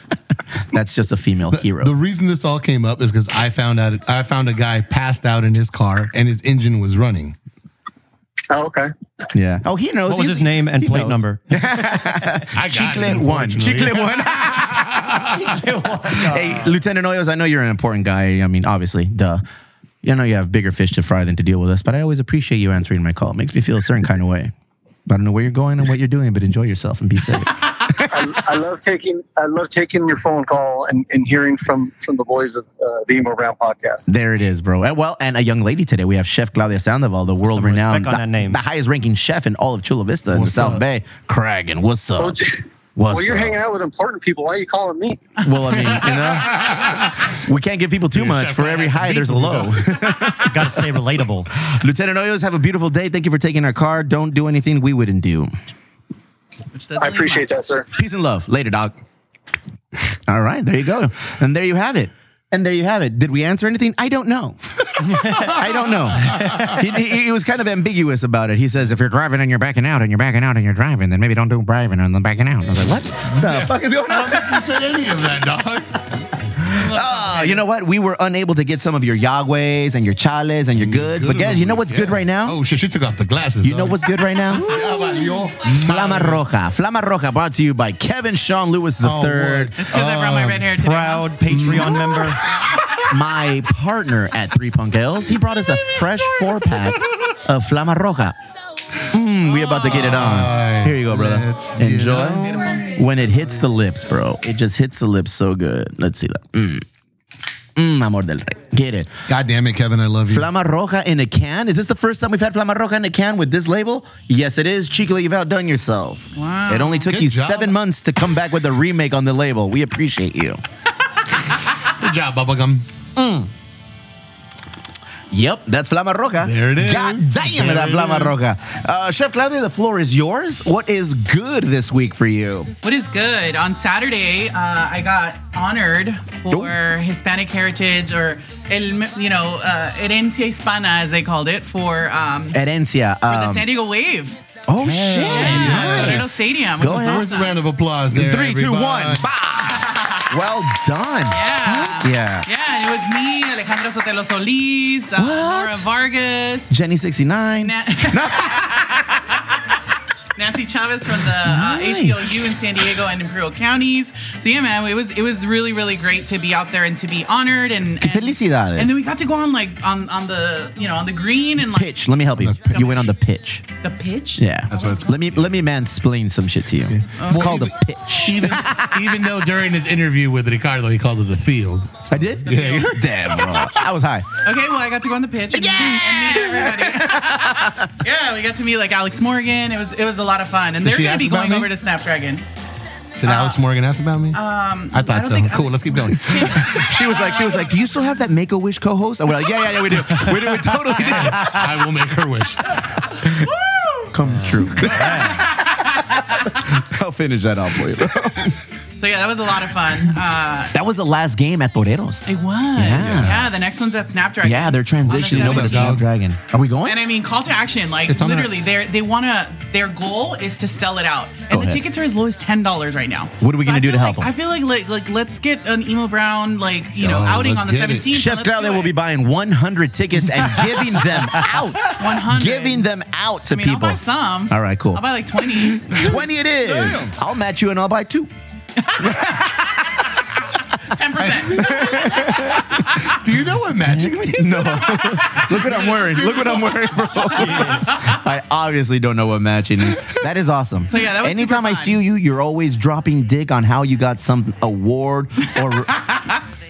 C: That's just a female hero.
D: The reason this all came up is because I found out I found a guy passed out in his car and his engine was running.
K: oh, okay
C: yeah. Oh, he knows.
E: What was
C: He's-
E: his name and
C: he
E: plate
C: knows.
E: number?
D: I got
C: Chicle one. Chicle one. hey, Lieutenant Oyos, I know you're an important guy. I mean, obviously, duh. You know you have bigger fish to fry than to deal with us, but I always appreciate you answering my call. It makes me feel a certain kind of way. I don't know where you're going and what you're doing, but enjoy yourself and be safe.
L: I, I love taking I love taking your phone call and, and hearing from from the boys of uh, the Emo Brown podcast.
C: There it is, bro. And, well, and a young lady today. We have Chef Claudia Sandoval, the world renowned,
E: respect on
C: the,
E: that name.
C: the highest ranking chef in all of Chula Vista in the South Bay. Kragan, what's up?
L: Well, just-
C: What's
L: well, you're
C: up?
L: hanging out with important people. Why are you calling me?
C: Well, I mean, you know, we can't give people too much. For every high, there's a low.
E: Got to stay relatable.
C: Lieutenant Hoyos, have a beautiful day. Thank you for taking our car. Don't do anything we wouldn't do.
H: Which doesn't
L: I
H: leave
L: appreciate
H: much.
L: that, sir.
C: Peace and love. Later, dog. All right, there you go. And there you have it. And there you have it. Did we answer anything? I don't know. I don't know. He, he, he was kind of ambiguous about it. He says, if you're driving and you're backing out and you're backing out and you're driving, then maybe don't do driving and then backing out. I was like, what the fuck is going on?
I: you said any of that, dog.
C: Oh, you know what? We were unable to get some of your Yahwehs and your Chales and your goods. But guys, you know what's good
I: Yeah.
C: right now?
I: Oh shit, she took off the glasses.
C: You know what's good right now?
D: Ah,
C: Flama Roja. Flama Roja brought to you by Kevin Sean Lewis III.
I: Oh,
D: Oh,
H: Just because I brought my red hair today.
E: Proud Patreon member.
C: my partner at Three Punk Ales, he brought us a fresh four pack of Flama Roja. Mm, we about to get it on. Here you go, brother.
I: Let's get
C: Enjoy.
I: it
C: When it hits the lips, bro, it just hits the lips so good. Let's see that. Mm. Mm, amor del rey. Get Um, it.
I: God damn it, Kevin, I love you.
C: Flama Roja in a can. Is this the first time we've had Flama Roja in a can with this label? Yes, it is. Chico, you've outdone yourself.
H: Wow.
C: It only took
I: Good
C: you
I: job.
C: seven months to come back with a remake on the label. We appreciate you.
I: Good job, bubblegum.
C: Yep, that's Flama Roja.
I: There it is.
C: God damn it,
I: There
C: that
I: it
C: Flama
I: is.
C: Roja. Uh, Chef Claudia, the floor is yours. What is good this week for you?
H: What is good? On Saturday, uh, I got honored for Hispanic heritage or, el, you know, uh, herencia hispana, as they called it, for, um, for
C: Herencia.
H: the
C: Um,
H: San Diego Wave.
C: oh, shit.
H: Yeah, Laredo
C: Nice.
H: Stadium.
C: Go
H: which was
C: ahead.
I: Where's the round of applause there?
C: Three, two, one.
I: everybody?
C: Bah. Well done.
H: Yeah.
C: Yeah.
H: Yeah, and it was me, Alejandro Sotelo Solis, uh,
C: What?
H: Laura Vargas,
C: Jenny 69.
H: Na- Nancy Chavez from the uh,
C: Nice.
H: ACLU in San Diego and Imperial Counties. So yeah, man, it was it was really really great to be out there and to be honored and
C: Que
H: and-
C: felicidades.
H: And then we got to go on like on on the you know on the green and like
C: Pitch. Let me help you. You went on the pitch.
H: the pitch.
C: Yeah.
I: That's what it's
C: Let me let me mansplain some shit to you. It's
I: Well,
C: called a
I: even-
C: pitch.
I: Even, even though during his interview with Ricardo, he called it the field.
C: I did?
I: Yeah.
C: Damn, bro. I was high.
H: Okay, well I got to go on the pitch. And, and meet everybody. yeah, we got to meet like Alex Morgan. It was it was a lot of fun, and
I: Did
H: they're
I: she
H: going to
I: ask
H: be
I: about
H: going
I: me?
H: over to Snapdragon.
I: Did Alex Morgan ask about me? Um, I
H: Uh, I
I: thought
H: don't
I: so.
H: think-
I: cool, let's keep going.
C: She was like, she was like, do you still have that Make a Wish co-host? And we're like, yeah, yeah, yeah, we do. We do. We totally do.
I: I will make her wish.
C: come true. I'll finish that off for you.
H: So yeah, that was a lot of fun. Uh,
C: That was the last game at Toreros.
H: it was.
C: Yeah.
H: Yeah. the next one's at Snapdragon.
C: Yeah, they're transitioning
H: On the
C: over to
H: 17th.
C: Snapdragon. Are we going?
H: And I mean, call to action. Like
I: It's on the-
H: literally, they they want to. Their goal is to sell it out, and
C: Go
H: the
C: ahead.
H: tickets are as low as ten dollars right now.
C: What are we
H: So
C: gonna
H: I
C: do to
H: feel
C: help
H: like-
C: 'em?
H: I feel like like like let's get an emo brown like you know
I: Yo,
H: outing on
I: let's
H: the
I: get it.
H: seventeenth.
C: Chef Claudia will be buying 100 tickets and giving them out.
H: 100.
C: Giving them out to
H: I mean,
C: people.
H: I'll buy some.
C: All right, cool.
H: I'll buy like twenty.
C: 20 it is. I'll match you and I'll buy two.
H: Ten percent.
I: Do you know what magic means? No.
C: Look what I'm wearing. Look what I'm wearing, bro. I obviously don't know what matching is. That is awesome.
H: So, yeah, that was super
C: anytime I
H: fun.
C: see you, you're always dropping dick on how you got some award or.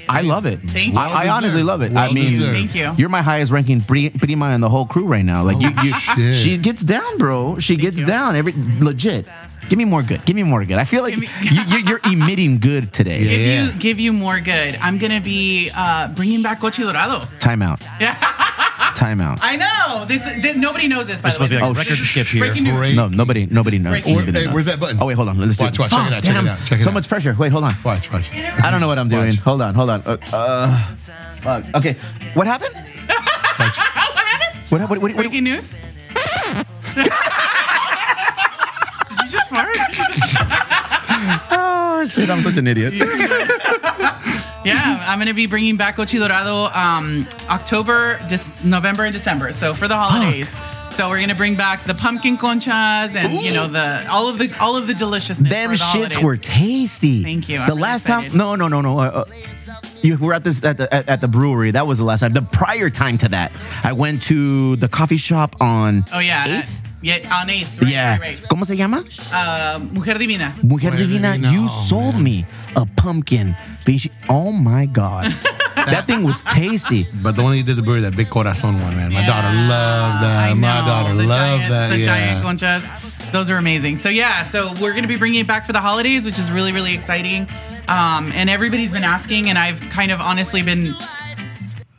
C: I love it.
H: Thank you.
C: I, I honestly love it. I
I: Well
C: mean,
I: deserved.
H: Thank you.
C: You're my highest ranking pri- prima in the whole crew right now.
D: Oh,
C: Like you, you
I: shit.
C: she gets down, bro. She gets down every legit. Give me more good. Give me more good. I feel like
H: Give me-
C: you, you, you're emitting good today.
H: Give
I: Yeah.
H: you give you more good. I'm gonna be uh, bringing back Gochi Dorado.
C: Time out. Time out.
H: I know this. th- nobody knows this by
E: This
H: the way.
E: must be like
C: Oh,
E: a record
C: sh-
E: skip here.
H: Breaking news.
I: Great.
C: No, nobody, nobody knows.
H: breaking.
I: Or-
C: Nobody
I: hey,
C: knows.
I: where's that button?
C: Oh wait, hold on. Let's
I: Watch,
C: do
I: watch, check it
C: Fuck,
I: out, check it
C: damn.
I: out, check it
C: so
I: out.
C: much pressure. Wait, hold on.
I: Watch, watch.
C: I don't know what I'm doing.
I: Watch.
C: Hold on, hold on. Uh, uh, fuck. Okay, what happened? What happened? What, what, what,
H: Breaking news. Did you just fart?
C: oh shit! I'm such an idiot.
H: yeah, I'm gonna be bringing back Ochi Dorado um, October, Dec- November, and December. So for the holidays. So we're gonna bring back the pumpkin conchas and you know the all of the all of the deliciousness.
C: Them
H: for the
C: shits
H: holidays.
C: were tasty.
H: Thank you.
C: the
H: I'm really
C: last
H: excited.
C: time, no, no, no, no. Uh, uh, you were at this at the at, at the brewery. That was the last time. The prior time to that, I went to the coffee shop on.
H: Oh yeah,
C: Eighth?
H: Yeah, on 8th. Right,
C: yeah.
H: right, right.
C: ¿Cómo se llama?
H: Uh, Mujer Divina.
C: Mujer Divina, you
I: Oh,
C: sold me a pumpkin. bitch. Oh my God. that thing was tasty.
I: But the one you did the brewery, that big corazon one, man. My daughter loved that.
H: I
I: My
H: know,
I: daughter
H: the
I: loved
H: giant,
I: that.
H: The
I: yeah.
H: giant conchas. Those are amazing. So yeah, so we're gonna be bringing it back for the holidays, which is really really exciting. Um, and everybody's been asking, and I've kind of honestly been,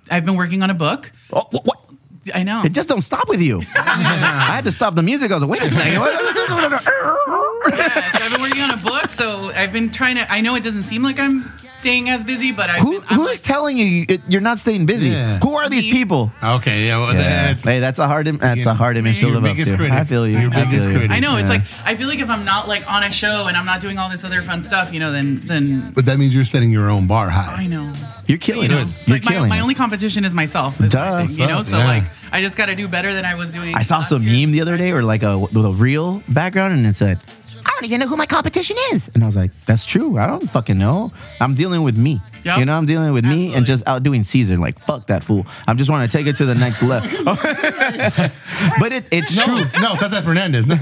H: I've been working on a book.
C: Oh, what?
H: I know.
C: It just don't stop with you. I had to stop the music. I was like, wait a second.
H: yeah, so I've been working on a book. So I've been trying to. I know it doesn't seem like I'm staying as busy, but I've
C: Who, who's telling you it- you're not staying busy? Who are these people?
I: Okay, yeah. Well,
C: Yeah.
I: That's,
C: hey, that's a hard im- that's a hard image to
I: Your
C: live up
I: biggest
C: to.
I: critic.
C: I feel you.
I: Your
C: I feel
I: biggest
C: you.
I: critic.
H: I know it's
C: Yeah.
H: like I feel like if I'm not like on a show and I'm not doing all this other fun stuff, you know, then then
I: But that means you're setting your own bar high.
H: I know.
C: You're
I: it.
C: killing You're
H: like my,
C: killing
H: my
C: it.
H: only competition is myself. is
C: Duh.
H: my thing, you know, so
C: Yeah.
H: like I just got to do better than I was doing.
C: I saw some meme the other day or like a with a real background and it said, I don't even know who my competition is. And I was like, that's true. I don't fucking know. I'm dealing with me.
H: Yep.
C: You know, I'm dealing with me and just outdoing Caesar. Like, fuck that fool. I'm just want to take it to the next level. but it, it's
I: No,
C: true.
I: no, Cesar Fernandez. No.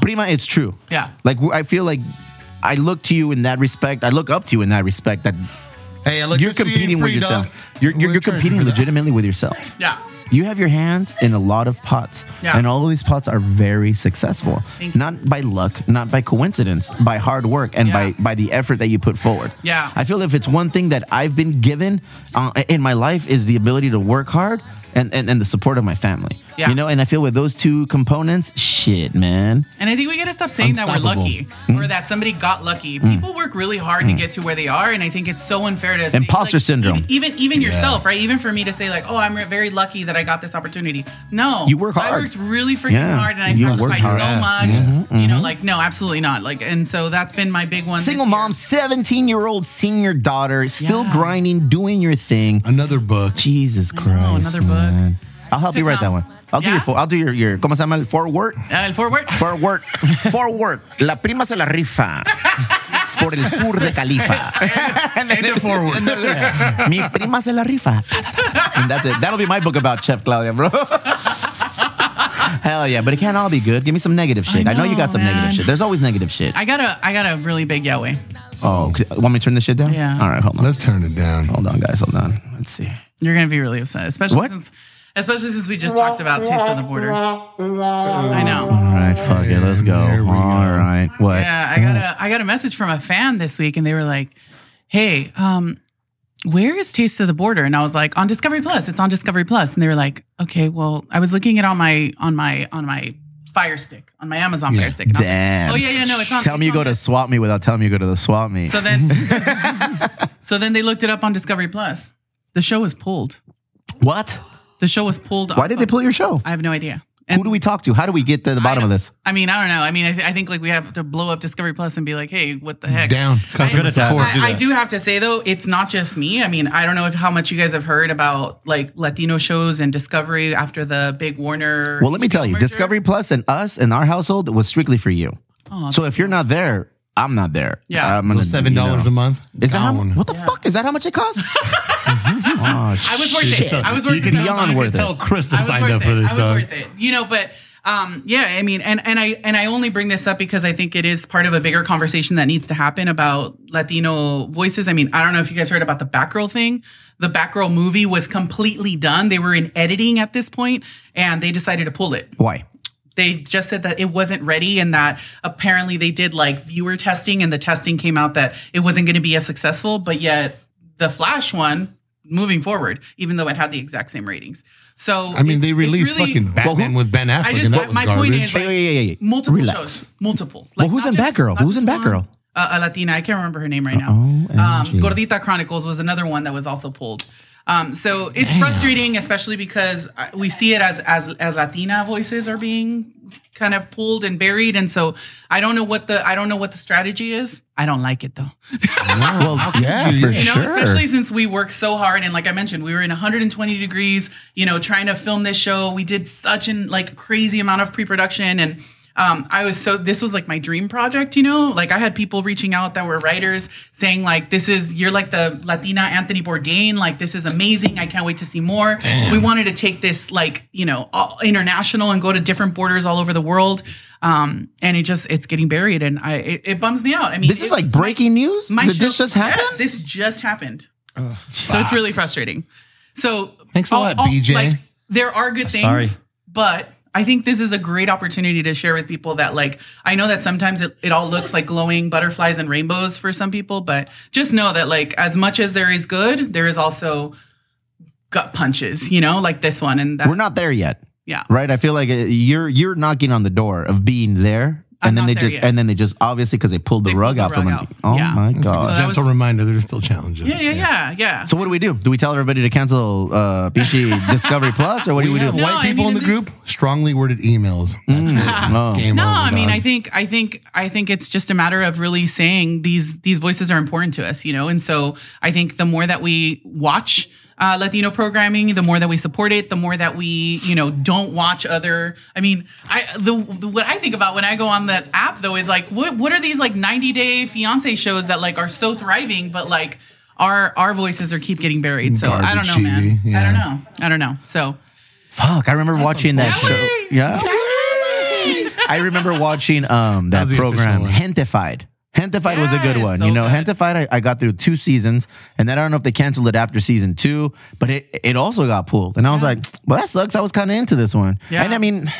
C: Prima, it's true.
H: Yeah.
C: Like, w- I feel like I look to you in that respect. I look up to you in that respect that
I: Hey, electricity
C: you're competing
I: ain't
C: with
I: free, dog.
C: yourself. You're, you're, you're competing legitimately with yourself.
H: Yeah.
C: You have your hands in a lot of pots,
H: Yeah.
C: and all of these pots are very successful.
H: Thank you.
C: Not by luck, not by coincidence, by hard work and by, by the effort that you put forward.
H: Yeah.
C: I feel if it's one thing that I've been given uh, in my life is the ability to work hard and, and, and the support of my family.
H: Yeah.
C: You know, and I feel with those two components, shit, man.
H: And I think we got to stop saying that we're
C: Unstoppable. Mm.
H: lucky or that somebody got lucky. People work really hard to get to where they are, and I think it's so unfair to say,
C: Imposter
H: like,
C: syndrome.
H: Even even
C: Yeah.
H: yourself, right? Even for me to say like, "Oh, I'm very lucky that I got this opportunity." No,
C: You work
H: I
C: hard.
H: worked really freaking
C: Yeah.
H: hard, and I
C: You
H: sacrificed
C: worked
H: so
C: hard.
H: much.
C: Yes. Mhm,
H: You know,
C: mhm.
H: like no, absolutely not. Like, and so that's been my big one. this
C: Single
H: year.
C: mom, 17 year old senior daughter, still grinding, doing your thing.
I: Another book.
C: Jesus Christ.
H: another
C: man. I'll help you write that one. I'll do your full. I'll do your your. ¿Cómo se llama el forward?
H: el forward.
C: Forward. forward. La prima se la rifa. Por el sur de Califa. and then forward. Mi prima se la rifa. And that's it. That'll be my book about Chef Claudia, bro. Hell yeah, but it can't all be good. Give me some negative shit. I know, you got some
H: man.
C: negative shit. There's always negative shit.
H: I got a I got a really big Yahweh.
C: Oh, c- want me to turn this shit down?
H: Yeah.
C: All right, hold on. Let's turn it down. Hold on, guys. Hold on. Let's see.
H: You're gonna be really upset, especially
C: What?
H: since especially since we just talked about taste on the border. I know.
C: All right, fuck it. Let's go. All right. What?
H: Yeah, I got a I got a message from a fan this week, and they were like, "Hey, um, where is Taste of the Border?" And I was like, "On Discovery Plus. It's on Discovery Plus." And they were like, "Okay, well, I was looking it on my on my on my Fire Stick on my Amazon Fire Stick." And I was like,
C: Damn.
H: oh yeah, yeah, no, it's on.
C: Tell me you go to swap me without telling me you go to the swap me.
H: So then, so then they looked it up on Discovery Plus. The show was pulled.
C: What?
H: The show was pulled.
C: Why did they pull your show?
H: I have no idea.
C: Who do we talk to? How do we get to the bottom of this?
H: I mean, I don't know. I mean, I, th- I think like we have to blow up Discovery Plus and be like, hey, what the heck?
I: Down.
H: I,
I: Customer support.
H: I- I do have to say though, it's not just me. I mean, I don't know if how much you guys have heard about like Latino shows and Discovery after the big Warner.
C: Well, let me tell you, Discovery Plus and us and our household was strictly for you.
H: Aw,
C: so if you're not there, I'm not there.
H: Oh, Yeah.
C: I'm gonna-
I: So $7
C: you know.
I: a month?
C: Is that how, what the fuck? Is that how much it costs? oh,
H: I was worth it. I was worth
C: you
H: it.
C: can Beyond worth
I: tell
C: it.
I: Krista
H: I was
I: signed
H: worth
I: up for
H: it.
I: this,
H: I was
I: dog.
H: worth it. You know, but um, yeah, I mean, and and I and I only bring this up because I think it is part of a bigger conversation that needs to happen about Latino voices. I mean, I don't know if you guys heard about the Batgirl thing. The Batgirl movie was completely done. They were in editing at this point, and they decided to pull it
C: Why?
H: they just said that it wasn't ready and that apparently they did like viewer testing and the testing came out that it wasn't going to be as successful but yet the flash one moving forward even though it had the exact same ratings so
I: I mean,
H: it's-
I: they
H: it's
I: released
H: really-
I: fucking Batman with Ben Affleck,
H: I just,
I: and
H: my-
I: that was
H: my
I: garbage.
H: point is like, multiple shows multiple
C: well, who's in Batgirl? Who's in Batgirl?
H: uh, a Latina. I can't remember her name right now. Um, Gordita Chronicles was another one that was also pulled. Um, so it's frustrating, especially because uh, we see it as as as Latina voices are being kind of pulled and buried, and so I don't know what the I don't know what the strategy is. I don't like it though.
C: well, yeah,
H: you
C: for
H: know,
C: sure.
H: especially since we worked so hard and like I mentioned, we were in 120 degrees, you know, trying to film this show. We did such an like crazy amount of pre-production and um, I was so this was like my dream project, you know. Like I had people reaching out that were writers saying like, "This is you're like the Latina Anthony Bourdain. Like this is amazing. I can't wait to see more."
M: Damn.
H: We wanted to take this like you know all, international and go to different borders all over the world. Um, and it just it's getting buried, and I it, it bums me out. I mean,
C: This
H: it-
C: is like breaking news.
H: my
C: Did this
H: show-
C: just happen?
H: Yeah, this just happened. So it's really frustrating. So
I: Thanks a lot, BJ.
H: there are good things,
I: Sorry.
H: but I think this is a great opportunity to share with people that like I know that sometimes it, it all looks like glowing butterflies and rainbows for some people, but just know that like as much as there is good, there is also gut punches, you know, like this one and that
C: We're not there yet,
H: yeah.
C: right? I feel like uh, you're you're knocking on the door of being there, and then they
H: there
C: just
H: yet.
C: and then they just obviously because they pulled the rug out from
H: rug
C: under.
H: out.
C: Oh
H: Yeah.
C: my
H: It's like
C: god!
H: a So that gentle was-
C: reminder: there's still challenges.
H: Yeah, yeah, yeah, yeah.
C: So what do we do? Do we tell everybody to cancel uh, BG Discovery Plus, or what do Hmm. we do?
I: have white people in the group. Strongly worded emails. That's it.
C: Oh.
I: Game
H: no,
I: over,
H: I mean,
I: dog.
H: I think, I think, I think it's just a matter of really saying these these voices are important to us, you know. And so I think the more that we watch uh, Latino programming, the more that we support it, the more that we, you know, don't watch other. I mean, I the, the what I think about when I go on that app though is like, what what are these like ninety day fiance shows that like are so thriving, but like our our voices are keep getting buried. So I don't know,
C: Garbage
H: man.
C: TV,
H: I
C: yeah.
H: don't know. I don't know. So
C: Fuck! I remember watching that show. Yeah. I remember watching um that
I: was the official
C: program,
I: one.
C: Hentified. Hentified was a good one.
I: so
C: you know, Hentified, I, I got through two seasons, and then I don't know if they canceled it after season two, but it, it also got pulled. And I was like, well, that sucks. I was kind of into this one.
N: Yeah.
C: And I mean,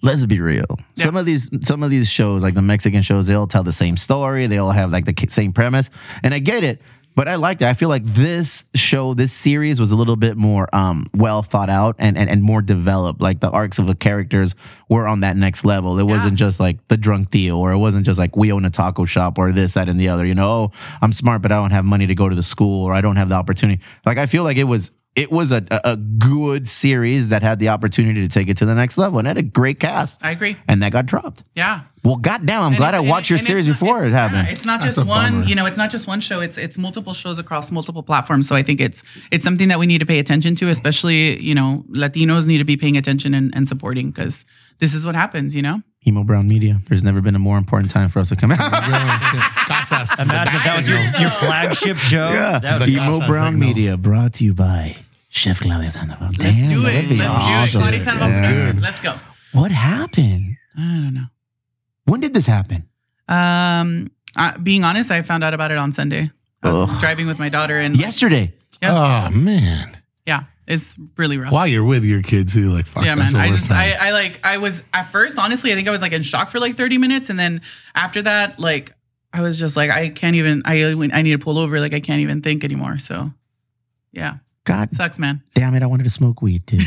C: let's be real. Some of these some of these shows, like the Mexican shows, they all tell the same story. They all have like the ki- same premise, and I get it. But I like that. I feel like this show, this series was a little bit more um, well thought out and, and and more developed. Like the arcs of the characters were on that next level. It wasn't just like the drunk deal, or it wasn't just like we own a taco shop or this, that, and the other. You know, oh, I'm smart, but I don't have money to go to the school, or I don't have the opportunity. Like I feel like it was it was a, a a good series that had the opportunity to take it to the next level and had a great cast.
H: I agree.
C: And that got dropped.
H: Yeah.
C: Well, goddamn, I'm
H: And
C: glad I
H: it's-
C: watched your
H: and it's
C: series before it happened.
H: Yeah, it's not just one, you know, it's not just one show. It's it's multiple shows across multiple platforms. So I think it's it's something that we need to pay attention to, especially, you know, Latinos need to be paying attention and, and supporting because this is what happens, you know?
C: Emo Brown Media. There's never been a more important time for us to come out.
I: Casas.
E: Imagine if that was your, your flagship show.
C: Yeah.
E: That would be
C: Emo
E: awesome.
C: Brown Media brought to you by Chef Claudia Sandoval. Let's
H: do it. Let's do it. Claudia Sandoval presents. Let's go.
C: What happened?
H: I don't know.
C: When did this happen?
H: Um, uh, being honest, I found out about it on Sunday. I was
I: Ugh.
H: driving with my daughter and
C: Yesterday.
H: Yeah.
I: Oh man.
H: yeah, it's really rough.
I: While you're with your kids too, like fuck.
H: yeah,
I: that's
H: man.
I: the
H: I
I: worst
H: just,
I: time.
H: I, I like, I was at first, honestly, I think I was like in shock for like 30 minutes. And then after that, like, I was just like, I can't even, I, I need to pull over. Like, I can't even think anymore. So, yeah.
C: God.
H: Sucks, man.
C: Damn it, I wanted to smoke weed too.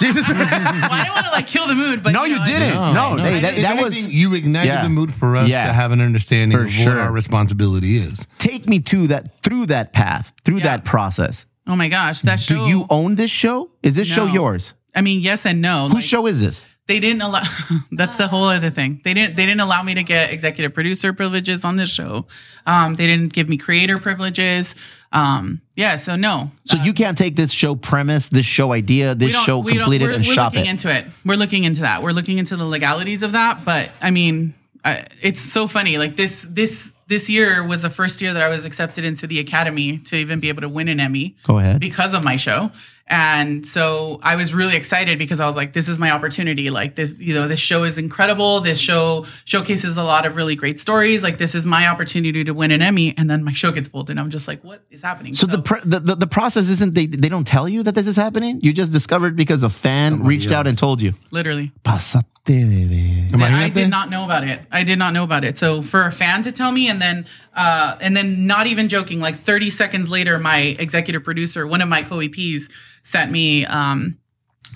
C: Jesus. well,
H: I don't want to like kill the mood, but no, you, didn't.
I: If anything, you ignited
C: Yeah.
I: the mood for us
C: Yeah.
I: to have an understanding
C: For
I: of what
C: sure.
I: our responsibility is.
C: Take me to that through that path, through that process.
H: oh my gosh, that show.
C: Do you own this show? Is this show
H: No.
C: yours?
H: I mean, yes and no.
C: Whose show is this?
H: they didn't allow that's the whole other thing they didn't they didn't allow me to get executive producer privileges on this show um, they didn't give me creator privileges um, yeah so no
C: So you can't take this show premise, this show idea, this show
H: um, we
C: completed
H: we're,
C: and
H: we're
C: shop
H: looking
C: it.
H: into it we're looking into that we're looking into the legalities of that but i mean uh, it's so funny like this this this year was the first year that i was accepted into the academy to even be able to win an emmy
C: Go ahead.
H: because of my show. And so I was really excited because I was like, this is my opportunity. Like this, you know, this show is incredible. This show showcases a lot of really great stories. Like this is my opportunity to win an Emmy. And then my show gets pulled and I'm just like, what is happening?
C: So, the, pre- the, the the process isn't they they don't tell you that this is happening. You just discovered because a fan reached out and told you.
H: Literally.
C: Pasate de ver.
H: I, did not know about it. I did not know about it. So for a fan to tell me, and then uh, and then not even joking, like 30 seconds later, my executive producer, one of my co-EPs, sent me um,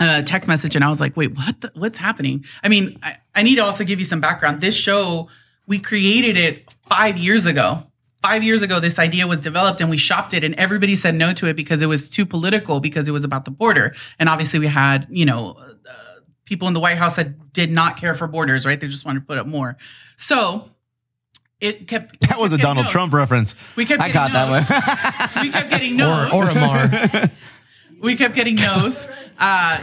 H: a text message, and I was like, "Wait, what? The, what's happening?" I mean, I, I need to also give you some background. This show, we created it five years ago. Five years ago, this idea was developed and we shopped it, and everybody said no to it because it was too political, because it was about the border. And obviously, we had, you know, people in the White House that did not care for borders, right? They just wanted to put up more. So it kept.
C: That was a Donald Trump reference.
H: We kept
C: I
H: getting
C: caught that one.
H: We kept getting no's.
C: Or- or a Mar.
H: we kept getting no's. Uh,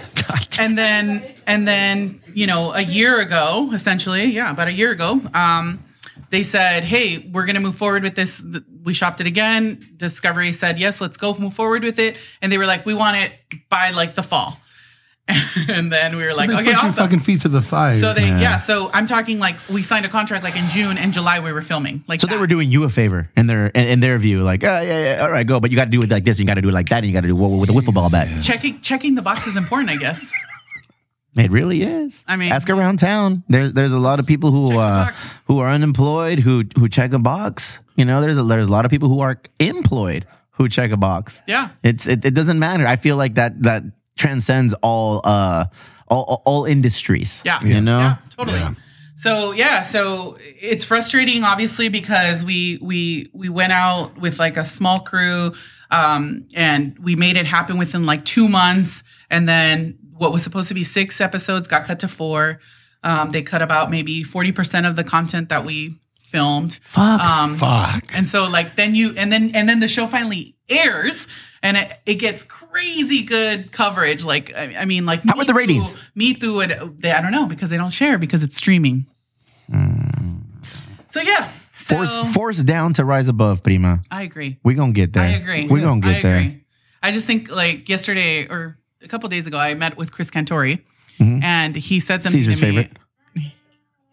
H: and then, and then, you know, a year ago, essentially, yeah, about a year ago, um, they said, "Hey, we're going to move forward with this." We shopped it again. Discovery said, "Yes, let's go move forward with it." And they were like, "We want it by like the fall." and then we were like,
D: they
H: "Okay,
D: put your
H: awesome."
D: fucking feet to the fire.
H: So they, yeah. So I'm talking like we signed a contract like in June and July we were filming. Like
C: so they were doing you a favor in their in, in their view, like, oh, yeah, yeah, all right, go, but you got to do it like this, you got to do it like that, and you got to do it with a wiffle ball bat.
H: checking checking the box is important, I guess.
C: It really is.
H: I mean-
C: ask around town. There's there's a lot of people who uh, who are unemployed who who check a box. You know, there's a, there's a lot of people who are employed who check a box.
H: Yeah.
C: It's it, it doesn't matter. I feel like that that transcends all uh all all, all industries.
H: Yeah.
C: you know.
H: totally. So yeah, so it's frustrating, obviously, because we we we went out with like a small crew, um, and we made it happen within like two months, and then what was supposed to be six episodes got cut to four. Um, they cut about maybe forty percent of the content that we filmed.
C: Fuck.
H: Um,
I: Fuck.
H: And so like then you and then and then the show finally airs. And it, it gets crazy good coverage. Like I I mean, like how were the ratings? Me Too, and they, I don't know because they don't share because it's streaming. Hmm. So yeah, so
C: Force force down to rise above, prima.
H: I agree.
C: We gonna get there.
H: I agree.
C: We gonna
H: I
C: get there.
H: agree. I just think like yesterday or a couple days ago, I met with Chris Cantori,
C: Mhm.
H: and he said something
C: Caesar's
H: to me.
C: favorite.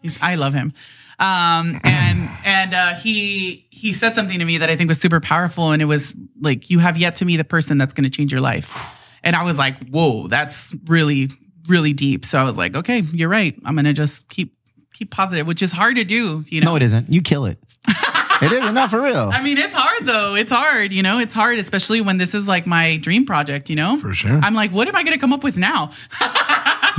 H: He's, I love him. Um, and and uh, he he said something to me that I think was super powerful, and it was like, "You have yet to meet the person that's going to change your life." And I was like, "Whoa, that's really really deep." So I was like, "Okay, you're right. I'm going to just keep keep positive," which is hard to do, you know.
C: No, it isn't. You kill it. it isn't. Not for real.
H: I mean, it's hard though. It's hard, you know. It's hard, especially when this is like my dream project. You know, for
I: sure.
H: I'm like, what am I going to come up with now?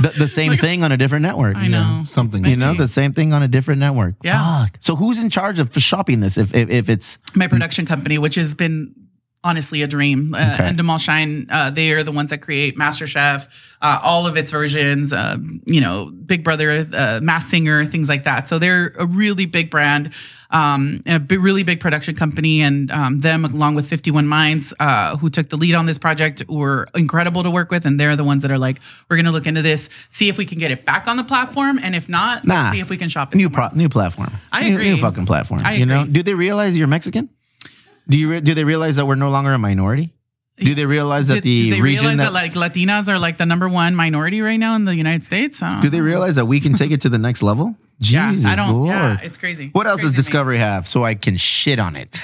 C: the, the same thing on a different network. I know
D: something.
C: You know the same thing on a different network.
H: Yeah.
C: Fuck. So who's in charge of shopping this? If if, if it's
H: My production company, which has been honestly a dream, uh,
C: Okay.
H: and Endemol Shine, uh, they are the ones that create MasterChef, uh, all of its versions. Um, you know, Big Brother, uh, Mass Singer, things like that. So they're a really big brand. Um, a big, really big production company, and um, them along with Fifty One Minds, uh, who took the lead on this project, were incredible to work with, and they're the ones that are like, we're going to look into this, see if we can get it back on the platform, and if not,
C: Nah.
H: let's see if we can shop it.
C: new pro, new platform,
H: I
C: New- New,
H: agree.
C: fucking platform.
H: I
C: You know? Do they realize you're Mexican? Do you re- do they realize that we're no longer a minority? Do they realize that
H: Did-
C: the
H: did they
C: region
H: realize
C: that,
H: that, like Latinas are like the number one minority right now in the United States? I don't
C: do they realize that we can take it to the next level? Jesus
H: I don't.
C: Lord.
H: Yeah, it's crazy.
C: What else does
H: Crazy thing.
C: Discovery have so I can shit on it?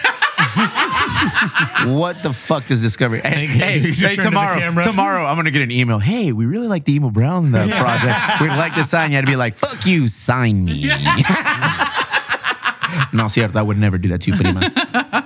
C: what the fuck does Discovery? Hey, hey,
I: you just
C: hey,
I: turned to the
C: tomorrow,
I: camera.
C: tomorrow, I'm gonna get an email. Hey, we really like the Emo Brown uh, project. We'd like to sign you. I'd be like, fuck you, sign me. no, cierto, I would never do that to you, Prima.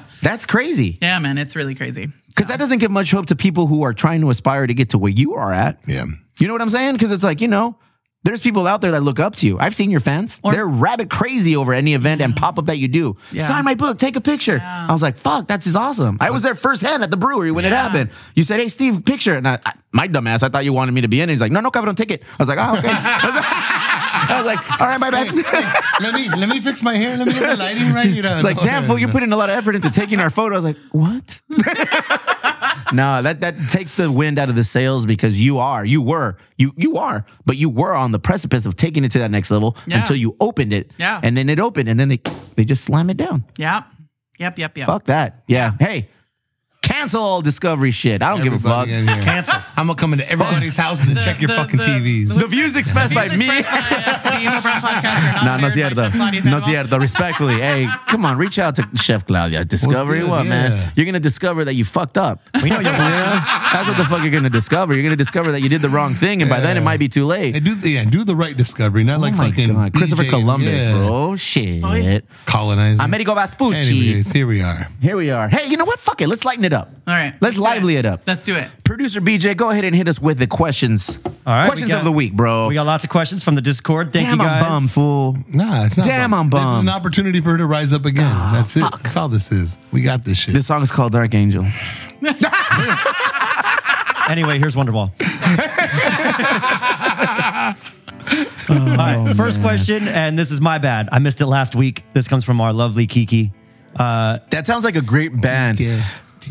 C: That's crazy
H: Yeah, man, it's really crazy.
C: because that doesn't give much hope to people who are trying to aspire to get to where you are at.
I: Yeah.
C: You know what I'm saying? Because it's like, you know, there's people out there that look up to you. I've seen your fans. They're rabbit crazy over any event and pop up that you do.
H: Yeah.
C: Sign my book, take a picture. I was like, fuck, that's is awesome. I was there firsthand at the brewery when it happened. You said, hey, Steve, picture. And I, I, my dumbass, I thought you wanted me to be in it. He's like, no, no, cabrón, take it. I was like, oh, okay. I was like- I was like, all right, my bad.
D: let me let me fix my hair. Let me get the lighting right. You know,
C: It's like, damn, fool, you're putting a lot of effort into taking our photo. I was like, what? no, that that takes the wind out of the sails because you are, you were, you you are, but you were on the precipice of taking it to that next level
H: Yeah.
C: until you opened it.
H: Yeah.
C: And then it opened, and then they they just slam it down.
H: Yep. Yep. Yep. Yep.
C: Fuck that. Yeah. Hey, cancel all discovery shit. I don't give a fuck.
D: Everybody in here.
I: Cancel. I'm gonna come into everybody's houses and
H: The-
I: check your
H: the-
I: fucking
H: the-
I: TVs.
C: The views expressed by me.
H: No,
C: No, no cierto. No cierto. Respectfully, hey, come on, reach out to Chef Claudia. Discovery
D: good?
C: what,
D: Yeah.
C: man? You're gonna discover that you fucked up. We know you. That's what the fuck you're gonna discover. You're gonna discover that you did the wrong thing, and by then it might be too late.
D: Hey, do the yeah, do the right discovery, not like
C: oh my
D: fucking
C: god, Christopher
D: BJ,
C: Columbus,
D: yeah,
C: bro.
E: Oh,
C: Shit.
D: Colonizing.
C: Amerigo Vespucci.
D: Anyways, here we are.
C: Here we are. Hey, you know what? Fuck it. Let's lighten it up.
H: All right.
C: Let's
H: do
C: lively it up.
H: Let's do it.
C: Producer BJ, go ahead and hit us with the questions.
E: All right, we
C: questions
E: got-
C: of the week, bro.
E: We got lots of questions from the Discord. Thank
C: Damn,
E: you
C: I'm
E: guys.
C: bum fool.
D: Nah, it's not.
C: Damn, I'm
D: This is
C: bummed.
D: an opportunity for her to rise up again. That's it. That's all this is. We got this shit.
C: This song is called Dark Angel.
E: Anyway, here's Wonderwall. All
C: Oh,
E: right, first question, and this is my bad. I missed it last week. This comes from our lovely Kiki.
C: That sounds like a great band.
D: Yeah.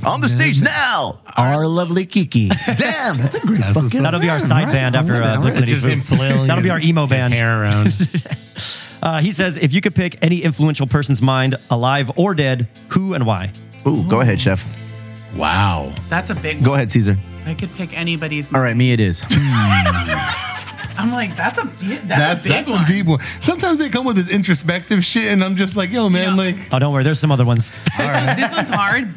C: On the stage now, our lovely Kiki. Damn, that's a great fucking.
E: That'll be our
C: band,
E: side
C: right?
E: band after
C: Alright,
E: uh,
C: alright.
E: Liquidity Food. That'll be our emo band. uh, he says, if you could pick any influential person's mind, alive or dead, who and why?
C: Ooh, go ahead, chef.
E: Wow.
H: That's a big
C: Go
H: one.
C: ahead, Caesar.
H: I could pick anybody's.
C: All right, me it is.
H: I'm like, that's a de-
I: That's
H: that's, a big
I: that's
H: one.
I: one deep one. Sometimes they come with this introspective shit, and I'm just like, yo, man, like
E: Oh, don't worry. There's some other ones.
H: this one's hard,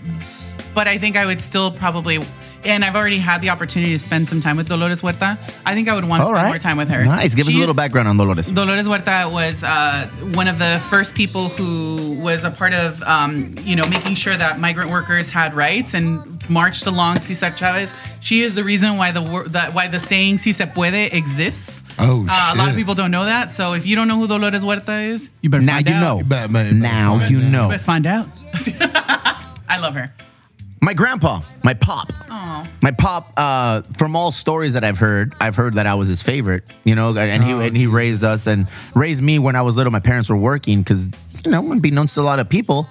H: but I think I would still probably. And I've already had the opportunity to spend some time with Dolores Huerta. I think I would want to
C: All
H: spend
C: right.
H: more time with her.
C: Nice. Give us a
H: She's-
C: little background on Dolores.
H: Dolores Huerta was uh, one of the first people who was a part of, um, you know, making sure that migrant workers had rights and marched along Cesar Chavez. She is the reason why the wor- that, why the saying "Si se puede" exists.
I: Oh,
H: uh, a lot of
I: shit.
H: people don't know that. So if you don't know who Dolores Huerta is, you better
C: Now
H: find
C: you
H: out.
C: know.
I: But- but- but-
C: Now
I: but-
C: you
H: You
C: know.
H: best find out. I love her.
C: My grandpa, my pop, my pop. Uh, from all stories that I've heard, I've heard that I was his favorite. You know, and he and he raised us and raised me when I was little. My parents were working because you know, unbeknownst to a lot of people,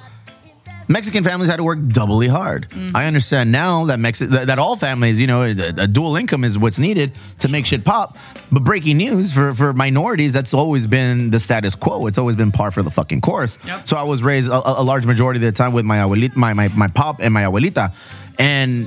C: Mexican families had to work doubly hard. I understand now that Mexi- that, that all families, you know, a, a dual income is what's needed to make shit pop. But breaking news for, for minorities, that's always been the status quo. It's always been par for the fucking course.
H: Yep.
C: So I was raised a, a a large majority of the time with my abuelita, my, my, my pop and my abuelita. And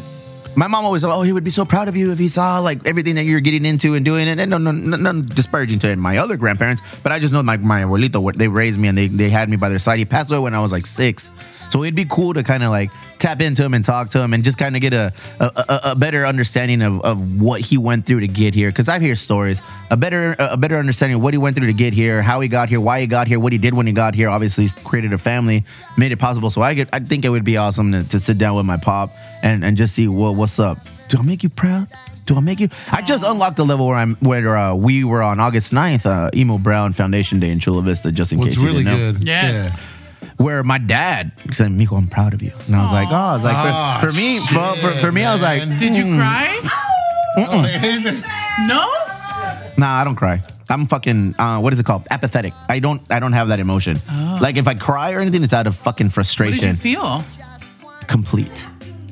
C: my mom always said, "Oh, he would be so proud of you if he saw like everything that you're getting into and doing." And, and no, no, no, none disparaging to my other grandparents, but I just know my my abuelito, what- they raised me and they they had me by their side. He passed away when I was like six, so it'd be cool to kind of like tap into him and talk to him and just kind of get a a, a a better understanding of, of what he went through to get here. Because I hear stories, a better a better understanding of what he went through to get here, how he got here, why he got here, what he did when he got here. Obviously, he's created a family, made it possible. So I could, I think it would be awesome to, to sit down with my pop and and just see what what's up. Do I make you proud? Do I make you? I just unlocked the level where I'm where uh, we were on August 9th, uh, Emo Brown Foundation Day in Chula Vista, just in
I: what's
C: case you
I: really
C: didn't know
I: good.
H: Yes.
C: where my dad said, "Mijo, I'm proud of you," and I was like, "Oh, I was like, for,
I: Aw,
C: for me, for, for, for me, I was like,
H: Did you
I: Hmm.
H: cry?
C: Oh.
I: Yeah.
H: No.
C: nah, I don't cry. I'm fucking, uh, what is it called? Apathetic. I don't, I don't have that emotion. Like if I cry or anything, it's out of fucking
H: Oh. What did you
C: frustration.
H: feel?
C: Complete,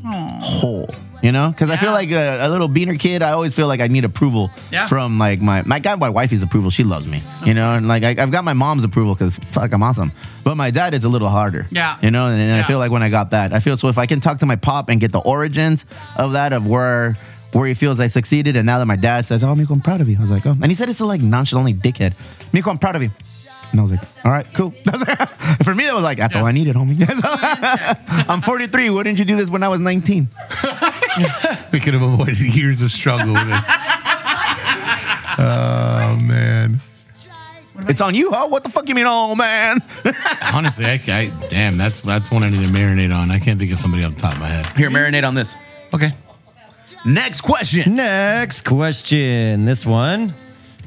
C: whole. You know, because I feel
H: Yeah.
C: like a, a little beaner kid. I always feel like I need approval
H: Yeah.
C: from like my my God, my wifey's approval. She loves me, you know, and like I, I've got my mom's approval because fuck, I'm awesome. But my dad is a little harder.
H: Yeah.
C: you know, and, and I
H: Yeah.
C: feel like when I got that, I feel so. If I can talk to my pop and get the origins of that, of where where he feels I succeeded, and now that my dad says, "Oh, Miko, I'm proud of you," I was like, "Oh," and he said it's so like nonchalantly dickhead. Miko, I'm proud of you. And I was like, all right, cool. For me, that was like, that's all I needed, homie. That's all- I'm 43. Why didn't you do this when I was 19?
I: We could have avoided years of struggle with this. oh man.
C: It's on you, huh? What the fuck you mean, oh man?
M: Honestly, I, I damn, that's that's one I need to marinate on. I can't think of somebody off the top of my head.
C: Here, marinate on this.
I: Okay.
C: Next question.
E: Next question. This one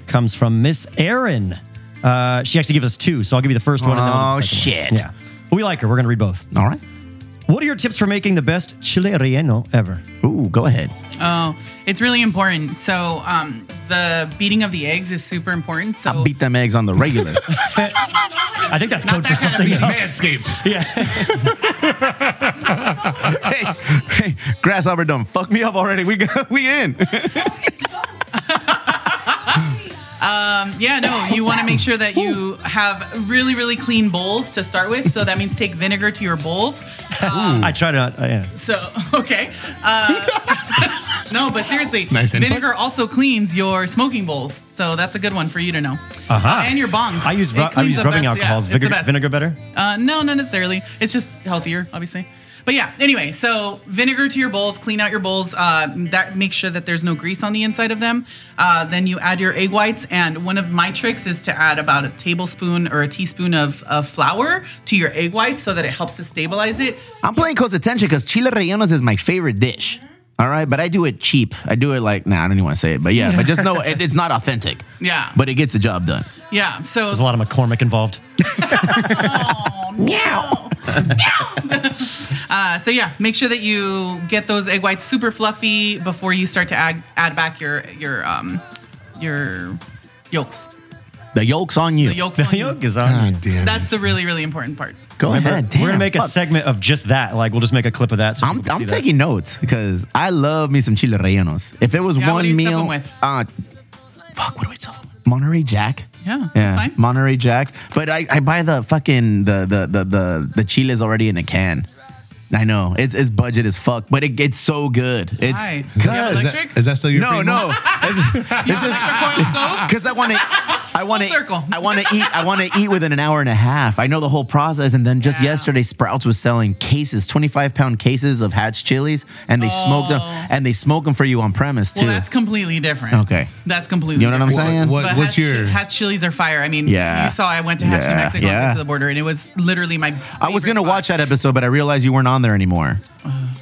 E: comes from Miss Erin. Uh, she actually gave us two, so I'll give you the first one. and then we'll do
C: Oh,
E: the second
C: shit.
E: One. Yeah, But we like her. We're gonna read both.
C: All right.
E: What are your tips for making the best chile relleno ever?
C: Ooh, go ahead.
H: Oh, it's really important. So um, the beating of the eggs is super important. So
C: I beat them eggs on the regular.
E: I think that's
H: Not
E: code
H: that
E: for
H: kind of
E: something
H: beef.
E: else.
M: Manscaped.
C: hey, hey, grasshopper done fuck me up already. We got, we in.
H: Yeah, no, you want to make sure that you have really, really clean bowls to start with. So that means take vinegar to your bowls.
E: I try to not. Uh, yeah.
H: So, okay. Uh, no, but seriously,
I: Nice input.
H: vinegar also cleans your smoking bowls. So that's a good one for you to know.
E: Uh-huh.
H: and your bongs.
E: I use
H: It
E: ru- I
H: cleans
E: use
H: the
E: rubbing
H: best, yeah,
E: alcohols.
H: it's the
E: vinegar,
H: best.
E: vinegar better.
H: Uh, no, not necessarily. It's just healthier, obviously. But yeah, anyway, so vinegar to your bowls, clean out your bowls. Uh, that makes sure that there's no grease on the inside of them. Uh, then you add your egg whites. And one of my tricks is to add about a tablespoon or a teaspoon of, of flour to your egg whites so that it helps to stabilize it.
C: I'm playing close attention because chile rellenos is my favorite dish. All right, but I do it cheap. I do it like, nah, I don't even want to say it, but yeah, but just know it, it's not authentic.
H: Yeah.
C: But it gets the job done.
H: Yeah, so
E: There's a lot of McCormick involved.
C: Meow.
H: uh, so yeah, make sure that you get those egg whites super fluffy before you start to add add back your your um your yolks.
C: The yolk's on you.
H: The yolk's The on you. yolk
C: is on
D: you. Damn.
H: That's the really, really important part.
C: Go
E: Remember,
C: ahead.
E: We're gonna make a segment of just that. Like we'll just make a clip of that. So
C: I'm, I'm taking notes because I love me some chile rellenos. If it was
E: Yeah, what
C: one
E: are you
C: meal,
E: stuffing with?
C: uh, fuck, what do we stuff? with? Monterey Jack.
H: Yeah,
C: Yeah, Monterey Jack. But I, I buy the fucking the the the the, the chile's already in a can. I know it's it's budget as fuck, but it, it's so good. It's
H: Why? Do you have
C: Is that-
H: electric?
D: is that still your
C: no
D: free
C: no?
D: meal?
C: It's
H: Ah.
C: because I want to. I want to. I want to eat. I want to eat within an hour and a half. I know the whole process. And then just yesterday, Sprouts was selling cases, twenty-five pound cases of hatch chilies, and they smoke them. And they smoke them for you on premise
H: Oh.
C: too.
H: Well, that's completely different.
C: Okay.
H: That's completely
C: You know what I'm
H: different.
C: saying? What-
H: But
C: what's
H: Hatch-
C: your-
H: Hatch chilies are fire. I mean,
C: Yeah.
H: you saw I went to Hatch, New
C: Yeah,
H: Mexico,
C: yeah.
H: yeah. to the border, and it was literally my
C: I was gonna watch that episode, but I realized you weren't on there anymore.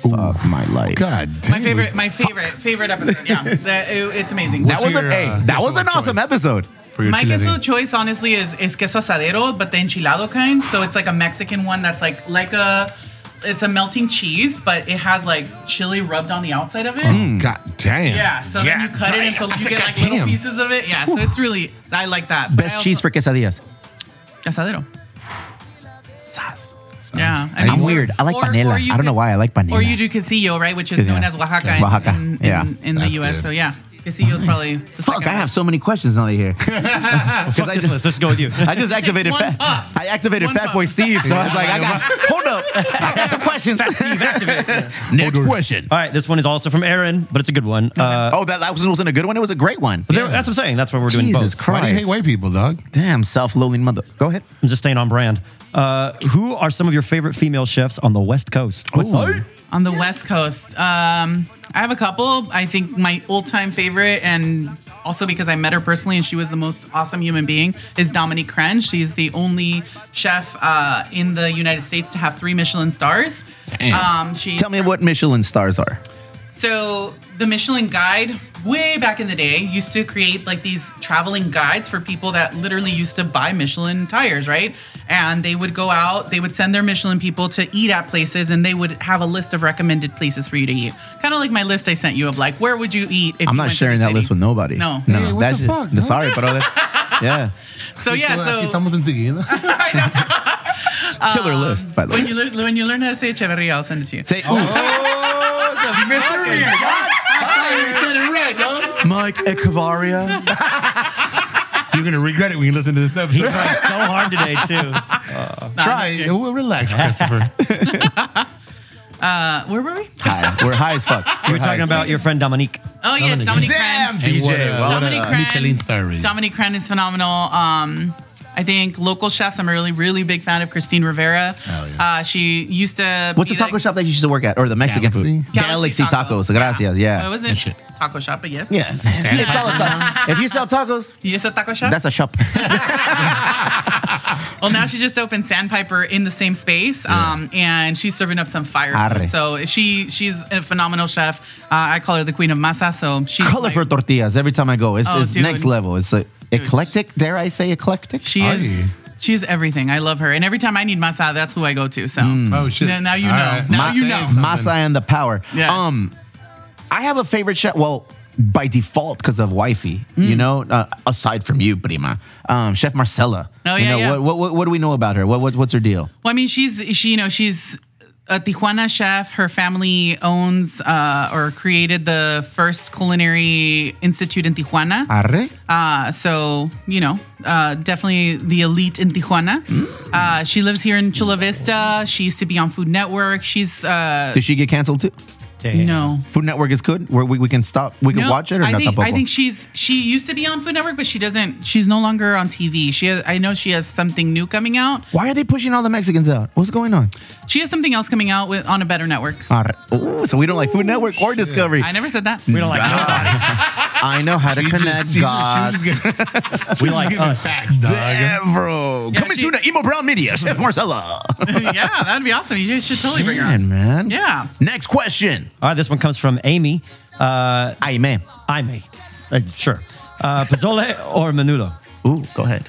C: Fuck my life. God.
H: my favorite, my favorite, favorite episode. Yeah, that, it- it's amazing.
C: that was an hey,
I: uh,
C: that was an awesome episode.
H: My queso choice, honestly, is is queso asadero, but the enchilado kind. So it's like a Mexican one that's like like a, it's a melting cheese, but it has like chili rubbed on the outside of it.
C: Mm.
D: God damn.
H: Yeah, so then you cut it, and so you get like
C: damn.
H: little pieces of it. Yeah, so it's really I like that. But I
C: Best
H: also-
C: cheese for quesadillas.
H: Asadero.
C: Sas.
H: Yeah, I
C: I'm
H: mean,
C: weird. I like
H: or-
C: panela.
H: or you
C: I don't know why I like panela.
H: Or you do quesillo, right, which is
C: Yeah.
H: known as Oaxaca, in-
C: Oaxaca.
H: in,
C: yeah.
H: in, in the U.S. So yeah, quesillo is probably the
C: Fuck, I have so many questions now that you're here.
E: Fuck this list. Let's go with you.
C: I just activated
E: Take one
C: Fat. I activated Fat Boy Steve, so I was like, I got hold up, I got some questions.
E: Next question.
H: Uh,
E: All right, this one is also from Aaron, but it's a good one. Uh,
C: oh, that, that wasn't wasn't a good one. It was a great one.
E: That's what I'm saying. That's why we're doing both.
C: Jesus Christ! people, dog? Damn, self-loathing mother. Go ahead.
E: I'm just staying on brand. Uh, who are some of your favorite female chefs on the West Coast? What's
H: On the West Coast, um, I have a couple. I think my all-time favorite, and also because I met her personally and she was the most awesome human being, is Dominique Crenn. She's the only chef uh, in the United States to have three Michelin stars.
C: Damn.
H: Um, she's
C: Tell me what Michelin stars are.
H: So the Michelin Guide, way back in the day, used to create like these traveling guides for people that literally used to buy Michelin tires, right? And they would go out, they would send their Michelin people to eat at places, and they would have a list of recommended places for you to eat. Kind of like my list I sent you of like, where would you eat? If
C: I'm
H: you
C: not
H: went to
C: sharing
H: the
C: that
H: city?
C: list with nobody.
H: No.
C: no,
H: Hey, what
C: that's
H: the fuck,
C: just, sorry, bro. That- yeah,
H: So Oh, yeah, so
C: killer list by the way.
H: Um, when you Oh, learn when you learn how to say Echeverria, I'll send it to you.
C: Say,
D: Mike Ekavaria. You're going to regret it when you listen to this episode.
E: He tried so hard today, too.
D: Try. We'll relax, Christopher.
H: Uh, where were we?
C: Hi. We're high as fuck.
E: We're talking about your friend Dominique.
H: Oh yes, Dominique Crenn.
D: DJ, what
C: uh,
D: a- what a
H: Dominique Crenn.
D: Michelin star is.
H: Dominique Crenn is phenomenal. Um, I think local chefs. I'm a really, really big fan of Christine Rivera. uh, she used to.
C: Oh, What's
H: be
C: the taco shop that you used to work at, or the Mexican food?
H: Galaxy
C: Galaxy,
H: Taco.
C: Tacos. Gracias. Yeah.
H: It wasn't taco shop, but yes.
C: Yeah. It's all a taco. If you sell tacos,
H: you sell taco shop.
C: That's a shop.
H: well, now she just opened Sandpiper in the same space, um, and she's serving up some fire.
C: Arre.
H: food. So she she's a phenomenal chef. Uh, I call her the queen of masa. So she's
C: Colorful tortillas every time I go. It's,
H: Oh,
C: it's
H: dude.
C: next level. It's like eclectic. Dare I say eclectic?
H: She is. She is everything. I love her, and every time I need masa, that's who I go to. So
C: Mm.
H: oh shit! Now, you know. Now you know.
C: Masai and the power.
H: Yes.
C: Um, I have a favorite chef. Well, by default, because of wifey,
H: Mm.
C: you know, uh, aside from you, prima, um, Chef Marcella.
H: Oh,
C: you
H: yeah,
C: know,
H: yeah.
C: What, what, what, what do we know about her? What, what, what's her deal?
H: Well, I mean, she's she you know she's a Tijuana chef. Her family owns uh, or created the first culinary institute in Tijuana.
C: Arre?
H: Uh, so you know, uh, definitely the elite in Tijuana.
C: Mm.
H: Uh, she lives here in Chula Vista. She used to be on Food Network. She's uh,
C: Did she get canceled too?
H: No.
C: Food Network is good. Where we, we can stop. We can
H: No,
C: watch it or
H: I
C: not.
H: think, I
C: tampoco?
H: think she's she used to be on Food Network, but she doesn't. She's no longer on TV. She has, I know she has something new coming out.
C: Why are they pushing all the Mexicans out? What's going on?
H: She has something else coming out with on a better network.
C: Arre. Ooh, so we don't like Food Network or Discovery.
H: I never said that.
C: I know how to connect dots.
E: We like us.
C: Damn, bro. Coming soon to Emo Brown Media, Chef Marcella.
H: yeah, that'd be awesome. You guys should totally bring her.
C: Man,
H: on.
C: man.
H: Yeah.
C: Next question.
E: All right, this one comes from Amy. Uh,
C: Aime.
E: Aime. Uh, sure. Uh, pozole or menudo?
C: Ooh, go ahead.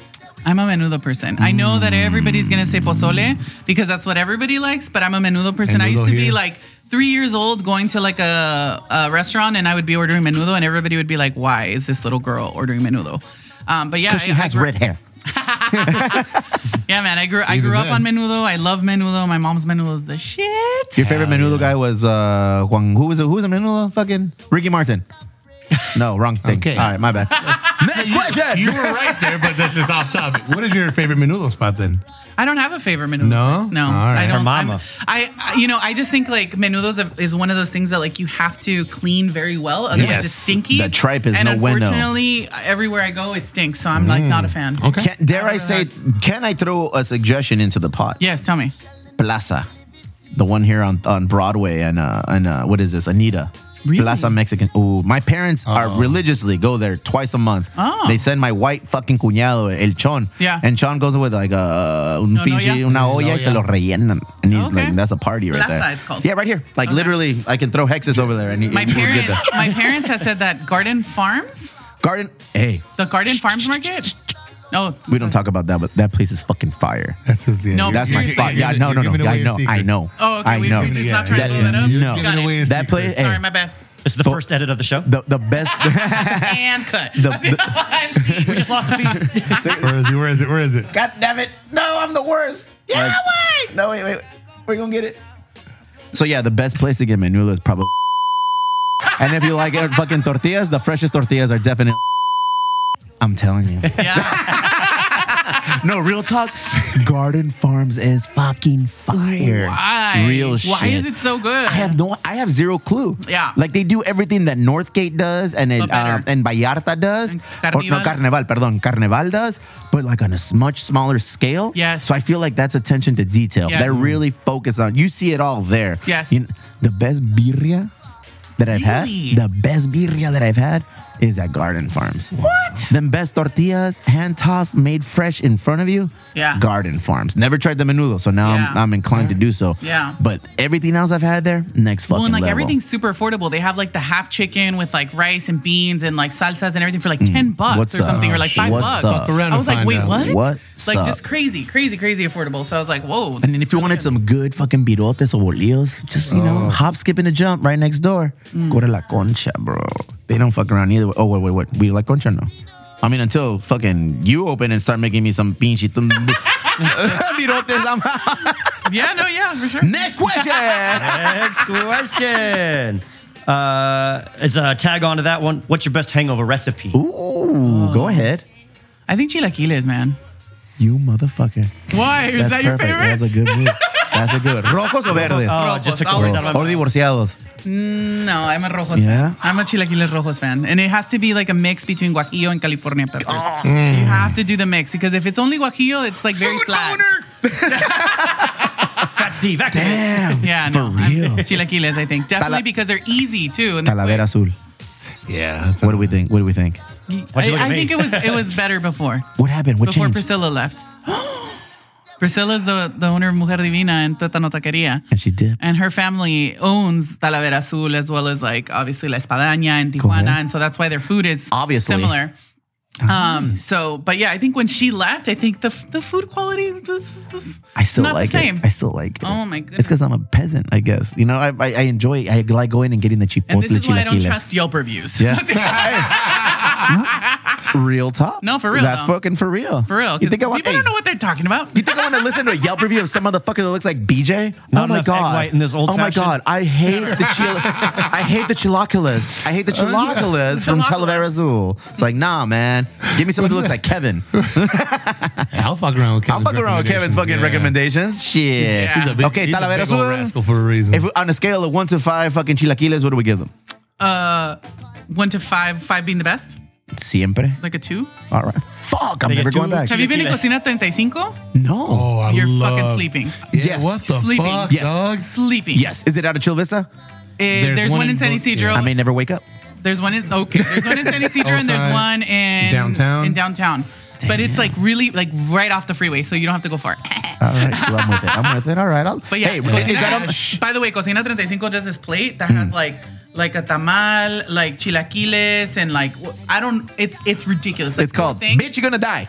H: I'm a menudo person. I know that
C: Mm.
H: everybody's gonna say pozole because that's what everybody likes, but I'm a menudo person. I
E: Menudo
H: used to be
E: here.
H: like three years old going to like a, a restaurant and I would be ordering menudo and everybody would be like, "Why is this little girl ordering menudo?" Um, but yeah,
C: Because she
H: I- I
C: has
H: grew-
C: red hair.
H: Yeah, man, I grew I
C: Even
H: grew up
C: then.
H: on menudo. I love menudo. My mom's menudo is the shit.
C: Your favorite menudo guy was uh, Juan. Who was it? Who was a menudo? Fucking Ricky Martin. No, wrong thing. All right, my bad.
D: Next question. You, were right there, but that's just off topic. What is your favorite menudo spot then?
H: I don't have a favorite menudo.
D: No?
H: place. no,
D: All right.
H: I
D: Her
H: don't.
D: mama.
H: I'm- I, I- you know, I just think like menudos is- is one of those things that like you have to clean very well, otherwise
C: Yes.
H: it's stinky.
C: That tripe is
H: and
C: no bueno.
H: unfortunately, everywhere I go, it stinks. So I'm like
D: Mm.
H: not a fan.
C: Can, dare I say? Can I throw a suggestion into the pot?
H: Yes, tell me.
C: Plaza, the one here on on Broadway and uh and uh, what is this? Anita. Plaza Mexican. Ooh, my parents are religiously go there twice a month.
H: Oh.
C: They send my white fucking cuñado, el chon.
H: Yeah.
C: And chon goes with like uh, un
H: No, no,
C: pinche,
H: yeah.
C: una
H: No,
C: olla y se
H: yeah.
C: lo rellenan. And he's like, that's a party right
H: Plaza,
C: there.
H: it's called.
C: Yeah, right here. Like literally, I can throw hexes over there and he,
H: My
C: we'll get
H: parents,
C: that.
H: my parents have said that Garden Farms,
C: Garden. Hey,
H: the Garden Farms Market. No,
C: we don't talk about that, but that place is fucking fire. That's his.
H: No,
C: that's
H: you're
C: my
H: giving-
C: spot.
H: you're
C: Yeah,
H: giving-
C: no, no,
H: you're
C: no.
H: giving
C: Yeah, I
H: away
C: know. I
H: secrets.
C: know.
H: Oh, okay,
C: I
H: we-
C: know.
H: we're just not trying to blow that up.
C: No,
H: You're giving away his
C: that place.
H: Sorry,
C: hey,
H: my bad.
C: This is the first edit of the show. The, the best.
H: And cut.
C: The-
H: we just lost a feed.
D: Where is it? Where is it? Where is it?
C: God damn it! No, I'm the worst. Yeah, wait. No, wait, wait. wait. We're gonna get it. So yeah, the best place to get menudo is probably. and if you like it, fucking tortillas, the freshest tortillas are definitely. I'm telling you. no real talk. Garden Farms is fucking fire.
H: Why?
C: Real
H: Why
C: shit.
H: is it so good?
C: I have no. I have zero clue.
H: Yeah.
C: Like they do everything that Northgate does and it, um, and Vallarta does. Or, no,
H: Carnival.
C: Carnival. Pardon, Carnival does, but like on a s- much smaller scale.
H: Yes.
C: So I feel like that's attention to detail.
H: Yes.
C: They're really focused on. You see it all there.
H: Yes.
C: You kn- the best birria that I've
H: Really?
C: had. The best birria that I've had is at Garden Farms. What? Them best tortillas, hand tossed, made fresh in front of you.
H: Yeah.
C: Garden Farms. Never tried the menudo, so now I'm,
H: Yeah.
C: I'm inclined to do so.
H: Yeah.
C: But everything else I've had there, next fucking
H: Well, and like
C: level.
H: everything's super affordable. They have like the half chicken with like rice and beans and like salsas and everything for like ten bucks
C: Mm. What's
H: or something,
C: up?
H: or like five
C: What's
H: bucks.
C: up? Fuck around
H: I
C: and
H: was like,
C: find
H: wait,
C: out.
H: what?
C: What's
H: like
C: up?
H: just crazy, crazy, crazy affordable. So I was like, whoa.
C: And then if you wanted some good fucking birotes or bolillos, just you know, hop, skip, and a jump right next door.
H: Mm.
C: Go to La Concha, bro. They don't fuck around either. Oh wait, wait, wait. We La Concha no. I mean, until fucking you open and start making me some pinchy. tum- birotes, I'm
H: yeah, no, yeah, for sure.
C: Next question.
E: Next question. Uh, it's a tag on to that one. What's your best hangover recipe?
C: Ooh,
H: Oh.
C: go ahead.
H: I think chilaquiles, man.
C: You motherfucker.
H: Why is
C: That's
H: that your
C: perfect.
H: favorite?
C: That's a good move. That's a good. Rojos o verdes?
H: Oh, just took the words out of my
C: Or divorciados.
H: Mm, no, I'm a rojos.
C: Yeah?
H: Fan. I'm a chilaquiles rojos fan, and it has to be like a mix between guajillo and California peppers.
C: Mm.
H: You have to do the mix because if it's only guajillo, it's like very flat.
E: Fat Steve,
C: Damn.
H: Yeah, no,
C: For
H: I'm-
C: real.
H: chilaquiles, I think definitely because they're easy too. And they're
C: Talavera Azul. Yeah. What do we think? What do we think? Why'd you look
H: I, I
C: at me?
H: think it was it was better before.
C: What happened? What
H: before
C: changed?
H: Priscilla left. Priscilla's the, the owner of Mujer Divina and Tuétano Taqueria.
C: And she did.
H: And her family owns Talavera Azul as well as like obviously La Espadaña and Tijuana. And so that's why their food is
C: Obviously. Ah.
H: similar. Um, so, but yeah, I think when she left, I think the the food quality was, was
C: I still
H: not
C: like
H: the same.
C: it. I still like it.
H: Oh my goodness.
C: It's because I'm a peasant, I guess. You know, I, I, I enjoy. I like going and getting the chipotle
H: and this is why I don't
C: chilaquiles.
H: trust Yelp reviews.
C: real talk.
H: No, for real,
C: That's
H: though.
C: fucking for real.
H: For real.
C: You think I
H: people
C: want? Hey,
H: don't know what they're talking about.
C: you think I want to listen to a Yelp review of some motherfucker that looks like BJ? oh
E: Not
C: my
E: enough egg
C: god!
E: white in this
C: oh my
E: old-fashioned.
C: god! I hate the chil- I hate the chilaquiles. I hate the
E: Oh, yeah.
C: chilaquiles from Talavera Azul. It's like, nah, man. Give me somebody who looks like Kevin.
D: I'll fuck around with
C: I'll
D: Kevin's
C: fuck around with Kevin's fucking recommendations. Shit.
D: Yeah. He's a big-
C: okay,
D: he's a
C: Talavera
D: big old
C: Azul.
D: rascal for a reason.
C: If we- on a scale of one to five, fucking chilaquiles, what do we give them?
H: Uh, one to five, five being the best,
C: Siempre.
H: like a two.
C: All right. Fuck, I'm
H: They
C: never
H: get
C: going
H: two
C: back.
H: Have you been in Cocina 35?
C: No. Oh, I
H: You're fucking sleeping.
C: yes. What the
H: Sleeping. fuck,
C: yes.
H: dog? Sleeping.
C: Yes. Is it out of Chula Vista?
H: Eh, there's, one, in San Isidro.
C: I may never wake up.
H: There's one in okay. There's one in San Isidro and there's
C: Outside.
H: one in
C: Downtown.
H: In downtown. But it's like really like right off the freeway, so you don't have to go far.
C: All right. Well, I'm with it. I'm with it. All right. I'll,
H: But yeah,
C: Hey,
H: Cocina-
C: is that on?
H: by the way, Cocina 35 does this plate that has like like a tamal, like chilaquiles, and like wh- I don't. It's it's ridiculous.
C: It's called "Bitch, You're Gonna Die."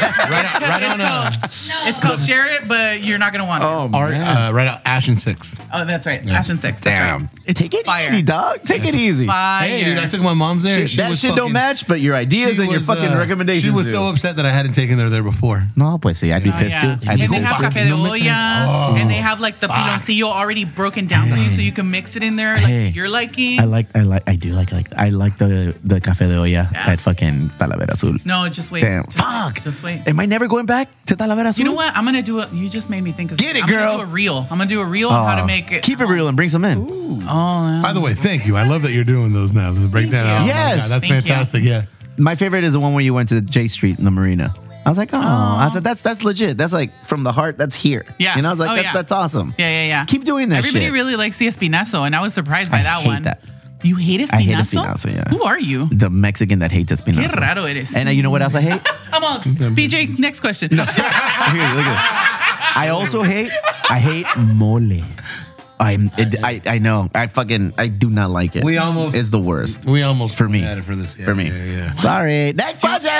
H: right on. It's called share it, but you're not gonna want it.
D: Oh, uh, Art, uh, right out, Ash and Six.
H: Oh, that's right.
D: Yeah.
H: Ash and six. That's
D: Damn.
H: right. It's Take it fire.
D: easy,
C: dog. Take it easy.
H: Fire.
D: Hey, dude, I took my mom's there. and
C: Shit,
D: she
C: that
D: was
C: shit don't
D: fucking-
C: match, but your ideas
D: she
C: and your
D: was,
C: fucking
D: uh,
C: recommendations.
D: She was so upset that I hadn't taken her there before.
C: No, pues sí, I'd be
D: Oh,
C: pissed
D: yeah.
C: too. I'd be
H: and they
C: pissed.
H: have cafe de olla,
C: Oh,
H: and they have like the piloncillo already broken down for you, so you can mix it in there like
C: Hey.
H: to your liking.
C: I like, I like, I do like, like, I like the the cafe de olla at fucking Talavera Azul.
H: no, just wait.
C: Damn.
H: Just,
C: Fuck.
H: Just wait.
C: Am I never going back to Talavera Azul?
H: You know what? I'm gonna do it. You just made me think of.
C: Get it,
H: I'm
C: girl.
H: Gonna do a reel. I'm gonna do a reel on how to
C: Aw.
H: make it. uh-huh.
C: Keep it real and bring some in.
H: Oh,
D: By the way, thank you. I love that you're doing those now. The breakdown. Oh, my
C: Yes.
D: God, that's fantastic. Yeah.
C: My favorite is the one where you went to J Street in the Marina. I was like, oh, I said that's that's legit. That's like from the heart. That's here.
H: Yeah.
C: and I was like,
H: Oh,
C: that's,
H: yeah.
C: that's awesome.
H: Yeah, yeah, yeah.
C: Keep doing that
H: Everybody
C: shit.
H: really likes the espinazo, and I was surprised by that one. You hate espinazo?
C: I hate espinazo. Yeah.
H: Who are you?
C: The Mexican that hates espinazo.
H: Qué raro eres.
C: And uh, you know what else I hate?
H: Come on, BJ. Next question.
C: Here, look at this. I also hate. I hate mole. I'm. It, I. I know. I fucking. I do not like it.
D: We almost-
C: It's the worst.
D: We almost
C: for me.
D: Had it for this. Yeah,
C: for me.
D: Yeah, yeah.
C: Sorry. Next question.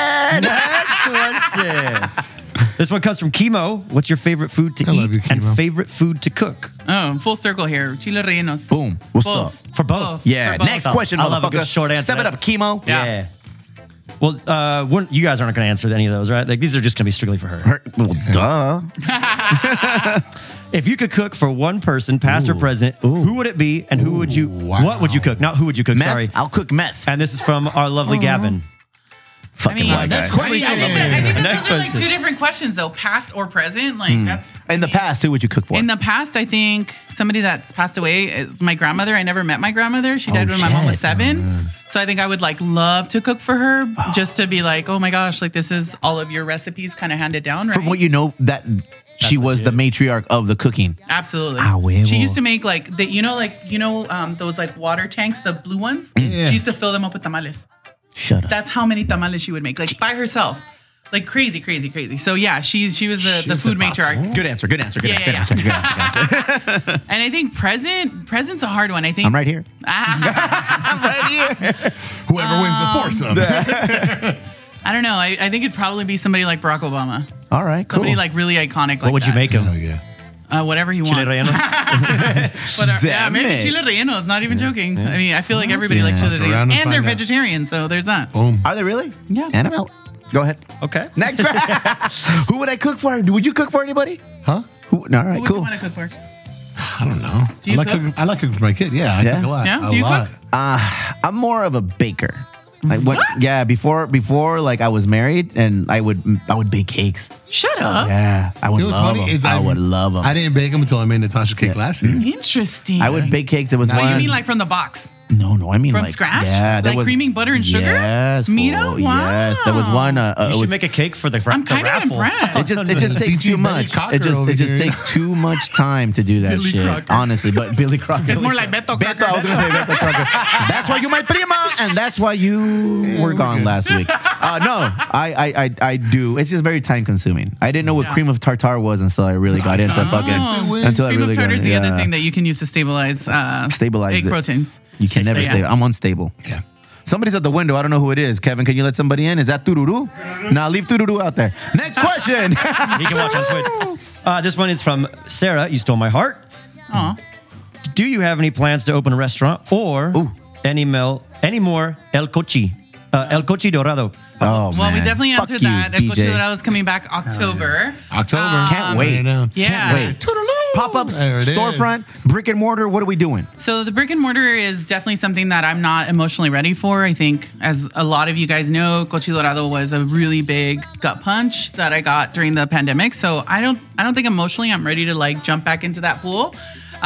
C: Next question.
E: This one comes from Chemo. What's your favorite food to eat and favorite food to cook?
H: Oh, full circle here. Chile rellenos.
C: Boom.
E: What's up? For both.
C: Yeah,
H: For both.
C: next question,
E: I love a
C: motherfucker.
E: good short answer.
C: Step it up, chemo.
E: Yeah. Well, uh, we're, you guys aren't going to answer any of those, right? Like these are just going to be strictly for her.
C: well, duh.
E: if you could cook for one person, past or present, who would it be, and who would you? What would you cook? Not who would you cook?
C: Meth?
E: Sorry,
C: I'll cook meth.
E: And this is from our lovely Gavin.
C: Fucking
H: mean, white next guy. question. I think that- I think that
E: Next
H: Those are like two
E: question.
H: different questions though, past or present. Like
C: Mm.
H: that's
C: In the past, who would you cook for?
H: in the past. I think somebody that's passed away is my grandmother. I never met my grandmother. She died when my mom was seven. so I think I would like love to cook for her, just to be like, oh my gosh, like this is all of your recipes kind of handed down, right?
C: From what you know, that she was the matriarch of the cooking.
H: Absolutely.
C: Ah, huevo.
H: She used to make like the you know like you know um, those like water tanks, the blue ones.
C: Yeah.
H: She used to fill them up with tamales.
C: Shut up.
H: That's how many tamales she would make, like by herself, like crazy, crazy, crazy. So yeah, she's she was the, the food matriarch.
C: Good answer. Good answer. Good
H: Yeah,
C: answer.
H: yeah,
C: Good answer. Good answer.
H: And I think present present's a hard one. I think
C: I'm right here.
H: I'm right here.
D: Whoever wins the foursome.
H: I don't know. I, I think it'd probably be somebody like Barack Obama.
C: All right. Cool.
H: Somebody like really iconic. Like
E: What would you
H: that.
E: make him?
D: Oh,
H: Uh, whatever he
E: Chile
H: wants.
E: rellenos?
H: Whatever- yeah,
E: Damn
H: maybe
E: it.
H: chile rellenos. Not even joking. I mean, I feel like everybody
E: Yeah.
H: likes chile
E: Fuck around
H: rellenos,
E: and
H: and they're
E: find out.
H: vegetarian, so there's that.
D: Boom.
C: Are they really?
H: Yeah.
C: Annabelle. Go ahead.
E: Okay.
C: Next. who would I cook for? Would you cook for anybody?
D: Huh?
C: Who, all right.
H: Who would you
C: cool.
H: want to cook for?
D: I don't know.
H: Do you
D: I like
H: cook?
D: cooking, I like cooking for my kid. Yeah, I cook a lot.
H: Yeah?
D: A
H: Do you
D: lot.
H: cook?
C: Uh, I'm more of a baker. Like what? Yeah. Before before like I was married and I would I would bake cakes.
H: Shut up.
C: Yeah. I would
D: You know what's
C: love
D: funny
C: them.
D: is
C: I
D: I'm-
C: would love them.
D: I didn't bake them until I made Natasha cake last year.
H: Interesting.
C: I would bake cakes. There was
H: But
C: one.
H: you mean like from the box?
C: no, no, I mean
H: from
C: like,
H: scratch?
C: Yeah, there
H: Like
C: was
H: creaming butter and sugar?
C: Yes,
H: Mira?
C: fool, Yes, there was one. Uh, uh,
E: You
C: it
E: should
C: was,
E: make a cake for the, ra- the
H: kinda
E: raffle.
H: impressed.
C: It just it just takes
D: BG
C: too
D: Billy
C: much.
D: Crocker
C: It just
D: over
C: it just
D: here.
C: takes too much time to do that
D: Billy
C: shit.
D: Crocker.
C: Honestly, but Billy Crocker.
H: It's more like Beto Crocker.
C: I was gonna say Beto Crocker. That's why you my prima, and that's why you were gone last week. Uh, no, I, I I I do. It's just very time consuming. I didn't know what
H: Yeah. oh,
C: cream of tartar was until I really got into fucking until I
H: cream
C: really
H: of tartar is
C: got
H: the
C: yeah.
H: other thing that you can use to stabilize uh,
C: stabilize
H: egg
C: it.
H: proteins.
C: You can never
H: Yeah.
C: stay. I'm unstable.
D: Yeah.
C: Somebody's at the window. I don't know who it is. Kevin, can you let somebody in? Is that Tururu? nah, leave Tururu out there. Next question. Oh,
E: You can watch on Twitch. Uh, this one is from Sarah. You stole my heart.
H: Aw.
E: Do you have any plans to open a restaurant or any mel any more El Cochi, uh, El Cochi Dorado?
C: Oh
H: Well, we definitely answered that. El Coche Dorado is coming back October.
D: October.
C: Can't wait.
H: Yeah.
C: Uh, Can't wait. Pop up
D: There it is.
C: storefront, brick and mortar. What are we doing?
H: So the brick and mortar is definitely something that I'm not emotionally ready for. I think, as a lot of you guys know, Cochi Dorado was a really big gut punch that I got during the pandemic. So I don't, I don't think emotionally I'm ready to like jump back into that pool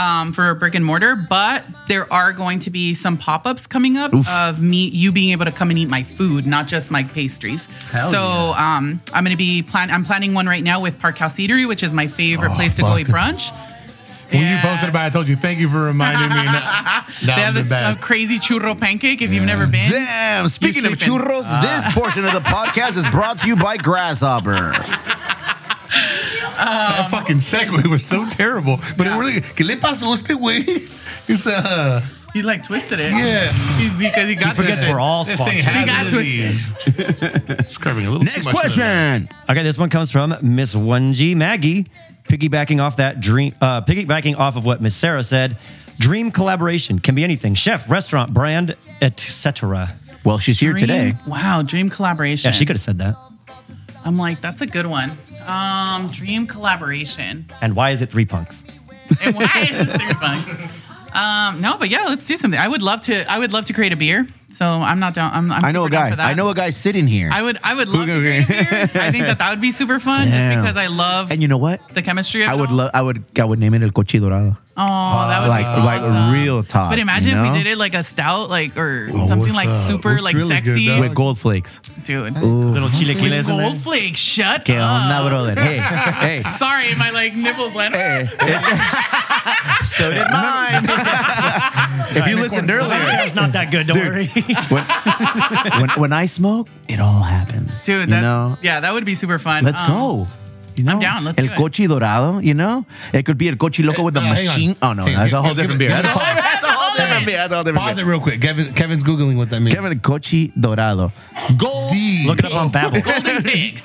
H: um, for brick and mortar. But there are going to be some pop ups coming up
C: Oof.
H: of me, you being able to come and eat my food, not just my pastries.
C: Hell
H: so um, I'm going to be plan. I'm planning one right now with Park House Eatery, which is my
D: Oh,
H: favorite place to go eat brunch.
D: When you posted about it, I told you, thank you for reminding me. Now, now
H: they have
D: I'm
H: this uh,
D: bad.
H: crazy churro pancake if you've never been.
C: Damn. Speaking of
H: sleeping. Ah.
C: churros, this portion of the podcast is brought to you by Grasshopper.
D: that fucking segue was so terrible. But it really, ¿qué le pasó a este güey? It's the, uh,
H: He like twisted it.
D: Yeah.
H: He, because he got
E: forgets
H: twisted.
E: we're all
H: This
E: sponsored.
H: Thing he got twisted.
D: it's curving a little
E: Next question. Okay, this one comes from Miss 1G Maggie, piggybacking off that dream, uh, piggybacking off of what Miss Sarah said. Dream collaboration can be anything: chef, restaurant, brand, etc.
C: Well, she's
E: here
H: Dream- Wow, dream collaboration.
E: Yeah, she could have said that.
H: I'm like, that's a good one. Um, dream collaboration.
E: And why is it three punks?
H: And why is it three bucks? Um, no, but yeah, let's do something. I would love to. I would love to create a beer. So I'm not down. I'm. I'm
C: I know
H: super
C: a
H: down
C: guy.
H: for that.
C: I know a guy sitting here.
H: I would. I would love to create a beer. I think that that would be super fun,
C: Damn.
H: just because I love
C: and you know what?
H: the chemistry of
C: I
H: it
C: would love. I would. I would name it El Cochi Dorado.
H: Oh, that would
C: like
H: be
C: like
H: awesome.
C: real top.
H: But imagine
C: you know?
H: if we did it like a stout, like or something like super like sexy.
C: with gold flakes,
H: dude.
C: Little
H: With gold flakes, shut
C: ¿Qué
H: up.
C: onda, brother? Hey, hey.
H: Sorry, my like nipples went.
C: so did mine. if you listened earlier,
E: it's not that good. Don't worry.
C: when, when I smoke, it all happens.
H: Dude,
C: you
H: that's
C: know?
H: yeah, that would be super fun.
C: Let's
H: Um,
C: go. You know,
H: I'm down. Let's
C: el
H: do it.
C: cochi dorado. You know, it could be el cochi loco with the
D: hang on.
C: machine. Oh no,
D: Hang on.
C: that's a whole
D: Give it-
C: different beer.
D: give it
C: That's a
D: a-
C: whole, that's a whole
D: Hey,
C: different beer. That's a whole different
D: Pause
C: beer.
D: it real quick. Kevin, Kevin's googling what that means.
C: Kevin el cochi dorado. Gold.
D: Look
C: it up on Babbel.
H: Golden pig.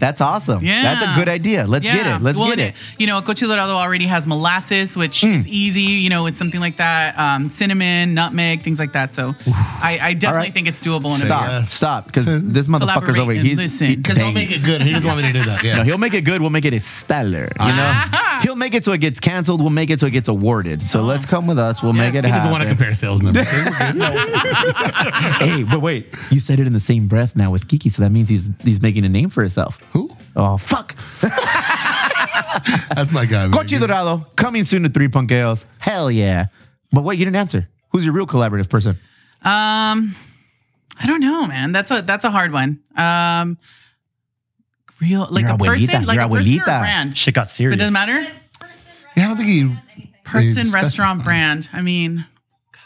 C: That's awesome.
H: Yeah.
C: That's a good idea. Let's get
H: Yeah.
C: it. Let's
H: Well,
C: get
H: and
C: it. Hmm.
H: You know, Cochi Dorado already has molasses, which is easy, you know, with something like that, um, cinnamon, nutmeg, things like that. So I, I definitely think it's doable in
C: Stop.
H: a beer.
C: Stop. Because this motherfucker's
H: uh, Collaborate
C: over here.
H: and
C: he's-
H: listen.
C: he-
H: 'Cause I'll
C: dang
H: make
D: it good. He doesn't want me to do that. Yeah.
C: No, he'll make it good. We'll make it a stellar. You know, he'll make it so it gets canceled. We'll make it so it gets awarded.
H: Oh.
C: So let's come with us. We'll make it
D: he
C: happen.
D: doesn't want to compare sales numbers.
C: hey, but wait, you said it in the same breath now with Kiki, so that means he's he's making a name for himself. Who? Oh fuck!
D: That's my guy.
C: Cochi Dorado coming soon to Three Punk Ales. Hell yeah! But wait, you didn't answer. Who's your real collaborative person?
H: Um, I don't know, man. That's a that's a hard one. Um, real like
E: Your
H: a person,
E: abuelita,
H: like
E: your
H: a person or
E: abuelita.
H: brand.
E: Shit got serious.
H: It doesn't matter.
D: Yeah, I don't think he.
H: Person,
D: It's-
H: restaurant, brand. I mean,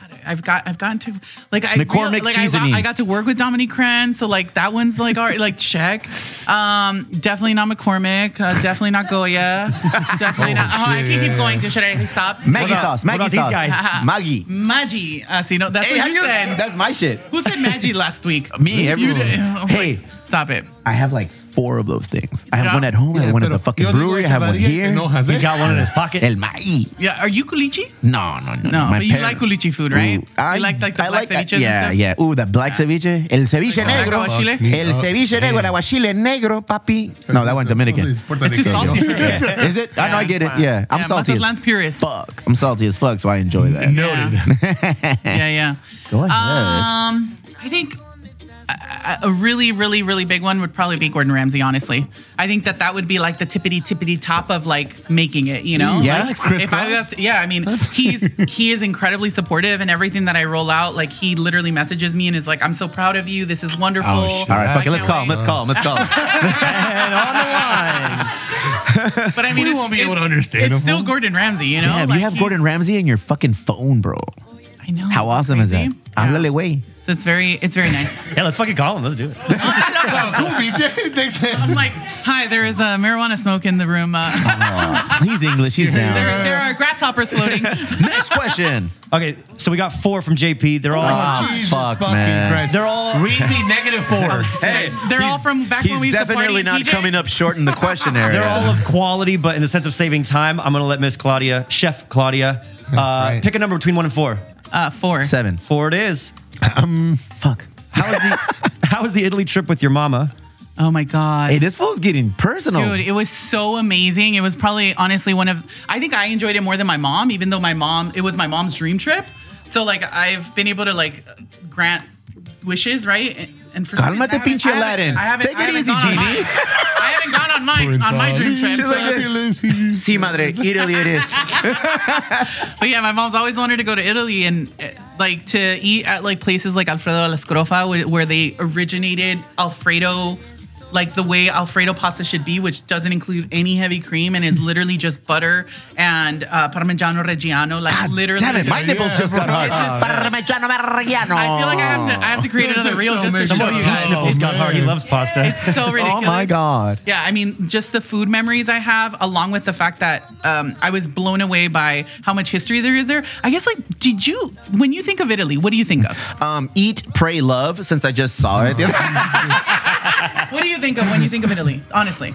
H: God, I've got, I've gotten to, like, I, real-
C: McCormick
H: like, I, got- I
C: seasonings.
H: got to work with Dominique Cran, so like that one's like, all right, like check. Um, definitely not McCormick. Uh, definitely not Goya. Definitely not. Oh, I
C: shit,
H: can
C: yeah,
H: keep
C: yeah.
H: going. Should I stop?
C: Maggie sauce, Maggie sauce, Maggie.
H: Maggie. Uh, so you know that's
C: Hey, how
H: what you
C: you-
H: said.
C: That's my shit.
H: Who said Maggie last week?
C: Me,
H: You
C: everyone.
H: did. I was
C: Hey.
H: like, stop it.
C: I have like four of those things. I have
H: Yeah.
C: one at home. I have one at the fucking
H: yo digo
C: brewery. I have one
H: Echevarría
C: here.
H: que no hace.
C: He's got one in his pocket. El maíz.
H: Yeah, are you culichi?
C: No, no, no.
H: No,
C: My
H: but you
C: parents-
H: like culichi food, right?
C: Ooh, I
H: you like like the
C: I
H: black
C: like
H: ceviches and
C: Yeah,
H: stuff?
C: yeah. Ooh, that black ceviche. El ceviche
H: Like
C: negro.
H: aguachile?
C: El
H: Oh,
C: ceviche negro. El aguachile negro, papi. No, that one's Dominican.
H: It's too salty for me.
C: Yeah. Is it? I know, I get it. Yeah, I'm salty as
H: Mazatlan's purist.
C: fuck. I'm salty as fuck, so I enjoy that.
D: Noted.
H: Yeah, yeah.
C: Go ahead.
H: Um, I think a, a really, really, really big one would probably be Gordon Ramsay. Honestly, I think that that would be like the tippity tippity top of like making it. You know,
C: Yeah,
H: Like,
C: it's crisscross.
H: If I have to, yeah, I mean, he's he is incredibly supportive and everything that I roll out. Like he literally messages me and is like, "I'm so proud of you. This is wonderful."
C: Oh, shit. All right,
H: Um, I
C: fuck it. Let's
H: can't
C: call him. Let's call him. Let's call him.
H: and on the line. but I mean, we won't be able to understand. It's still Gordon Ramsay, you know.
C: Damn,
H: Like,
C: you have
H: he's-
C: Gordon Ramsay in your fucking phone, bro.
H: I know.
C: How awesome is that? Háblale, güey.
H: So it's very, it's very nice.
E: Yeah, let's fucking call him. Let's do it.
D: cool, BJ. Thanks,
H: I'm like, hi, there is uh, marijuana smoke in the room. Uh,
C: Oh, He's English. He's down.
H: there, there are grasshoppers floating.
C: Next question.
E: Okay, so we got four from JP. They're all.
C: Oh,
H: Ah,
C: fuck, man.
E: They're all.
D: Read me negative four.
E: Hey,
H: They're all from back when we
C: He's
H: used to party
C: definitely
H: at
C: not
H: TJ.
C: coming up short in the question area.
E: They're all of quality, but in the sense of saving time, I'm going to let Miss Claudia, Chef Claudia, uh, pick a number between one and four.
H: Uh, four.
C: Seven.
E: Four it is. Um,
C: fuck.
E: How is the How was the Italy trip with your mama?
H: Oh my god.
C: Hey, this fool's getting personal.
H: Dude, it was so amazing. It was probably honestly one of I think I enjoyed it more than my mom, even though my mom it was my mom's dream trip. So like I've been able to like grant wishes, right? And- And for some reason,
C: Cálmate,
H: I haven't- I
C: pinche
H: haven't-
C: Aladdin.
H: I haven't-
C: Take
H: I
C: it
H: haven't
C: easy,
H: gone on
C: Genie.
H: mine. I haven't gone on my on my dream trip. so-
C: She's like this. Sí, madre. Italy it is.
H: But yeah, my mom's always wanted to go to Italy and eh, like to eat at like places like Alfredo alla Scrofa, where, where they originated Alfredo like the way Alfredo pasta should be, which doesn't include any heavy cream and
C: Mm.
H: is literally just butter and uh, Parmigiano Reggiano. Like literally,
C: Damn it, my
H: just-
C: nipples just got hard.
H: It's just- I feel like I have to, I have to create another reel just to show you guys.
E: He's got hard. He loves pasta.
H: It's so ridiculous.
C: Oh my god.
H: Yeah, I mean, just the food memories I have, along with the fact that um, I was blown away by how much history there is there. I guess, like, did you, when you think of Italy, what do you think
D: Uh,
H: of?
C: Um, eat, pray, love. Since I just saw it,
H: what do you think of when you think of Italy? Honestly.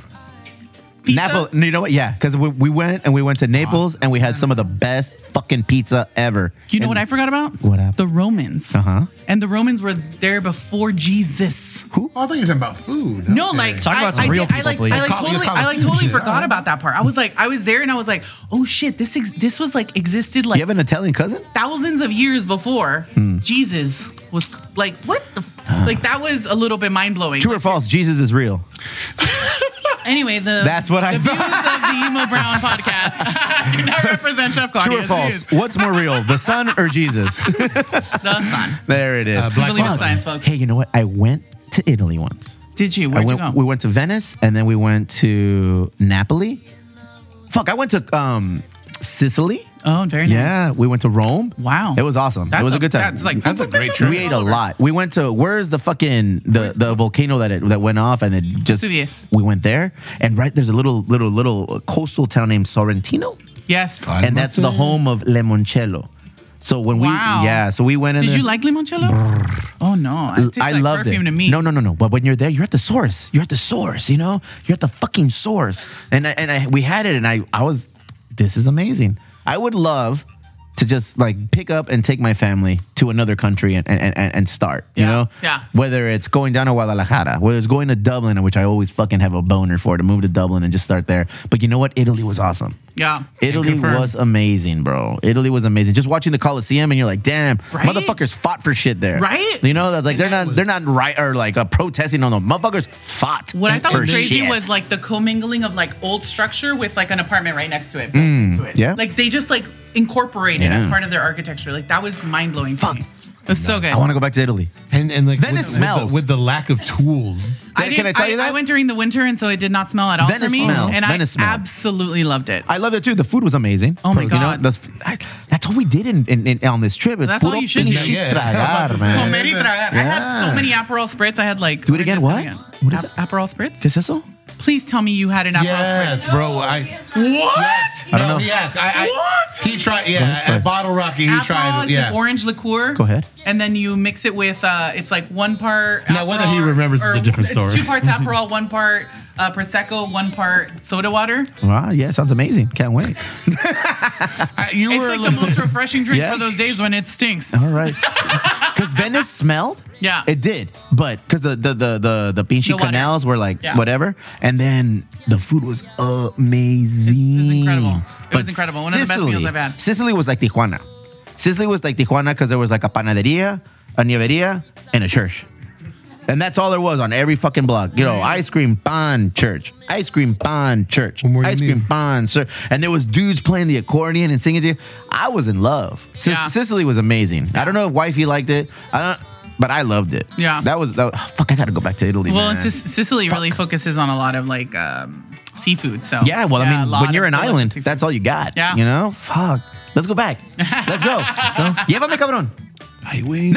C: Naples. You know what? Yeah, because we, we went and we went to Naples and we had some of the best fucking pizza ever.
H: You know what I forgot about?
C: What happened?
H: The Romans.
C: Uh
D: Uh-huh.
C: huh.
H: And the Romans were there before Jesus.
D: Who? I thought you were talking about food.
H: No,
D: Okay.
H: like
D: Talk
H: I-
D: about some
H: I
D: real
H: did- I
D: people,
H: like,
D: please.
H: I like
D: Col-
H: totally,
D: your
H: I like
D: Colosseum
H: totally
D: shit.
H: forgot about that part. I was like, I was there and I was like, oh shit, this ex- this was like existed like
C: You have an Italian cousin?
H: thousands of years before
C: Hmm.
H: Jesus was like, what the f-? like that was a little bit mind blowing.
C: True or false? Jesus is real.
H: Anyway, the
C: That's what
H: the
C: I
H: views of
C: thought.
H: the Emo Brown podcast do not represent Chef Claudia's
C: True or false? What's more real, the sun or Jesus?
H: views. The sun.
C: there it is.
H: Uh, black I believe in pasta. science, folks.
C: Hey, you know what? I went to Italy once.
H: Did you?
C: I
H: Where'd you
C: went,
H: go?
C: We went to Venice and then we went to Napoli. Fuck, I went to um, Sicily.
H: Oh, very
C: nice. Yeah, we went to Rome.
H: Wow,
C: it was awesome.
H: That's
C: it was a,
H: a-
C: good time.
H: that's like- That's a great
C: We
H: trip.
C: ate a lot. We went to where's the fucking the, the volcano that it, that went off and it just
H: Vesuvius.
C: we went there and right there's a little little little coastal town named Sorrentino
H: Yes.
C: and that's the home of Limoncello. So when
H: Wow.
C: we yeah, so we went in.
H: Did
C: there-
H: you like limoncello? Oh no, it tastes
C: I
H: like
C: loved
H: perfume to
C: it.
H: me.
C: No, no, no, no. But when you're there, you're at the source. You're at the source. You know, you're at the fucking source. And I, and I, we had it, and I I was, this is amazing. I would love to just like pick up and take my family to another country and and, and, and start. You know,
H: yeah.
C: Whether it's going down to Guadalajara, whether it's going to Dublin, which I always fucking have a boner for to move to Dublin and just start there. But you know what? Italy was awesome.
H: Yeah.
C: Italy was amazing, bro. Italy was amazing. Just watching the Coliseum and you're like, damn, motherfuckers fought for shit there.
H: Right?
C: You know, that's like they're not they're not right or like uh, protesting. No, no, motherfuckers fought.
H: What I thought
C: for
H: was crazy
C: shit.
H: was like the commingling of like old structure with like an apartment right next to it.
C: Mm,
H: to it.
C: yeah.
H: Like they just like incorporated
C: Yeah.
H: as part of their architecture. Like that was mind blowing. Fuck. It was so good.
C: I want to go back to Italy.
D: And and like
C: Venice
D: with,
C: smells.
D: with the, with the lack of tools.
H: I didn't- I went during the winter and so it did not smell at all
C: Venice
H: for me.
C: smells.
H: And
C: Venice
H: I
C: smells.
H: absolutely loved it.
C: I loved it too. The food was amazing.
H: Oh my
C: You know,
H: God.
C: that's I- that's what we did in, in, in- on this trip. It's
H: That's all
C: puro
H: you should do.
C: pinche tragar, man.
H: Comer y tragar. I had so
C: Yeah.
H: many Aperol spritz. I had like
C: Do it again. What?
H: what is Aperol spritz?
C: ¿Qué es eso?
H: Please tell me you had an Aperol
D: Yes,
H: spritz.
D: bro. I
H: What?
D: I don't No, know. he asked. I- I-
H: what?
D: he tried. Yeah,
C: Go
D: at
C: ahead.
D: Bottle Rocky, he
H: Aperol,
D: tried.
H: it's
D: Yeah.
H: an orange liqueur.
C: Go ahead.
H: And then you mix it with, uh, it's like one part.
D: Now, whether
H: Aperol
D: he remembers is
H: or-
D: a different
H: it's
D: story.
H: two parts Aperol, one part uh, Prosecco, one part soda water.
C: Wow, Ah, yeah, sounds amazing. Can't wait.
H: it's like the most refreshing drink
C: Yeah. Oh,
H: for those days when it stinks.
C: All right. Because Venice smelled.
H: Yeah.
C: It did. But because the the the the, the Vinci
H: The water.
C: canals were like
H: Yeah.
C: whatever. And then the food was amazing. It was incredible.
H: It was incredible. One of the best meals I've had.
C: Sicily was like Tijuana. Sicily was like Tijuana because there was like a panaderia, a nieveria, and a church. And that's all there was on every fucking block. You know, ice cream pan church, ice cream pan church, ice cream pan sir. And there was dudes playing the accordion and singing to you. I was in love. Sic-
H: Yeah.
C: Sicily was amazing. I don't know if wifey liked it. I don't, but I loved it.
H: Yeah.
C: that was that, fuck. I gotta go back to Italy.
H: Well,
C: man.
H: and Sic- Sicily really focuses on a lot of like um, seafood. So
C: yeah. Well,
H: a
C: I mean,
H: lot
C: when you're
H: of
C: an
H: delicious
C: island, that's all you got.
H: Yeah.
C: you know, fuck. Let's go back. Let's go. Let's go. Llévame, cabrón.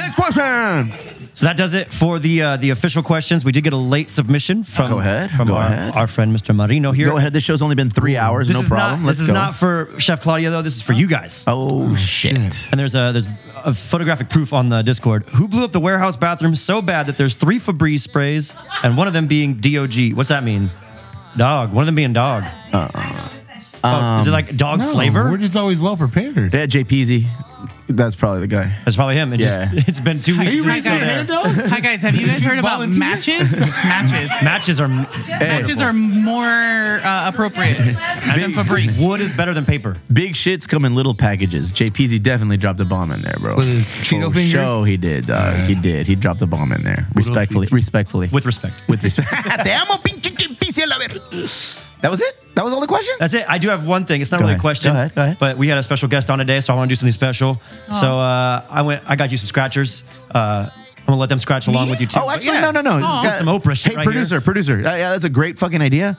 C: Next question.
E: So that does it for the uh, the official questions. We did get a late submission from
C: Go ahead.
E: from
C: Go
E: our,
C: ahead.
E: our friend Mr. Marino here.
C: Go ahead. This show's only been three hours.
E: This
C: no
E: is
C: problem.
E: Not,
C: Let's
E: this is
C: go.
E: not for Chef Claudia though. This is for you guys.
C: Oh, shit.
E: And there's a there's a photographic proof on the Discord. Who blew up the warehouse bathroom so bad that there's three Febreze sprays and one of them being DOG. What's that mean? Dog. One of them being dog.
C: Uh-uh.
E: Oh, is it
C: Um,
E: like dog
D: No,
E: flavor?
D: We're just always well prepared.
C: Yeah, JPZ. That's probably the guy.
E: That's probably him. It
C: Yeah.
E: just, it's been two
H: Hi
E: weeks.
H: guys,
E: since
H: hi,
E: it's still there.
H: guys. Hi, guys. Have you guys heard about matches? Matches.
E: Matches are
H: Matches are more uh, appropriate than Febreze.
E: Wood is better than paper.
C: Big shits come in little packages. JPZ definitely dropped a bomb in there, bro.
D: With his Cheeto
C: For
D: fingers?
C: Show he did, dog. He did. He dropped a bomb in there. Respectfully. Respectfully.
E: With respect.
C: With respect. Te amo, pinche JPZ a la ver- That was it? That was all the questions?
E: That's it. I do have one thing. It's not really
C: ahead.
E: a question,
C: Go ahead. Go ahead.
E: but we had a
H: Oh.
E: special guest on today, so I want to do something special. So uh, I went. I got you some scratchers. Uh, I'm gonna let them scratch along with you too.
C: Oh,
E: But
C: actually, no,
E: yeah.
C: no, no.
E: This is some Oprah shit.
C: Hey,
E: right here.
C: producer, producer. Uh, yeah, that's a great fucking idea.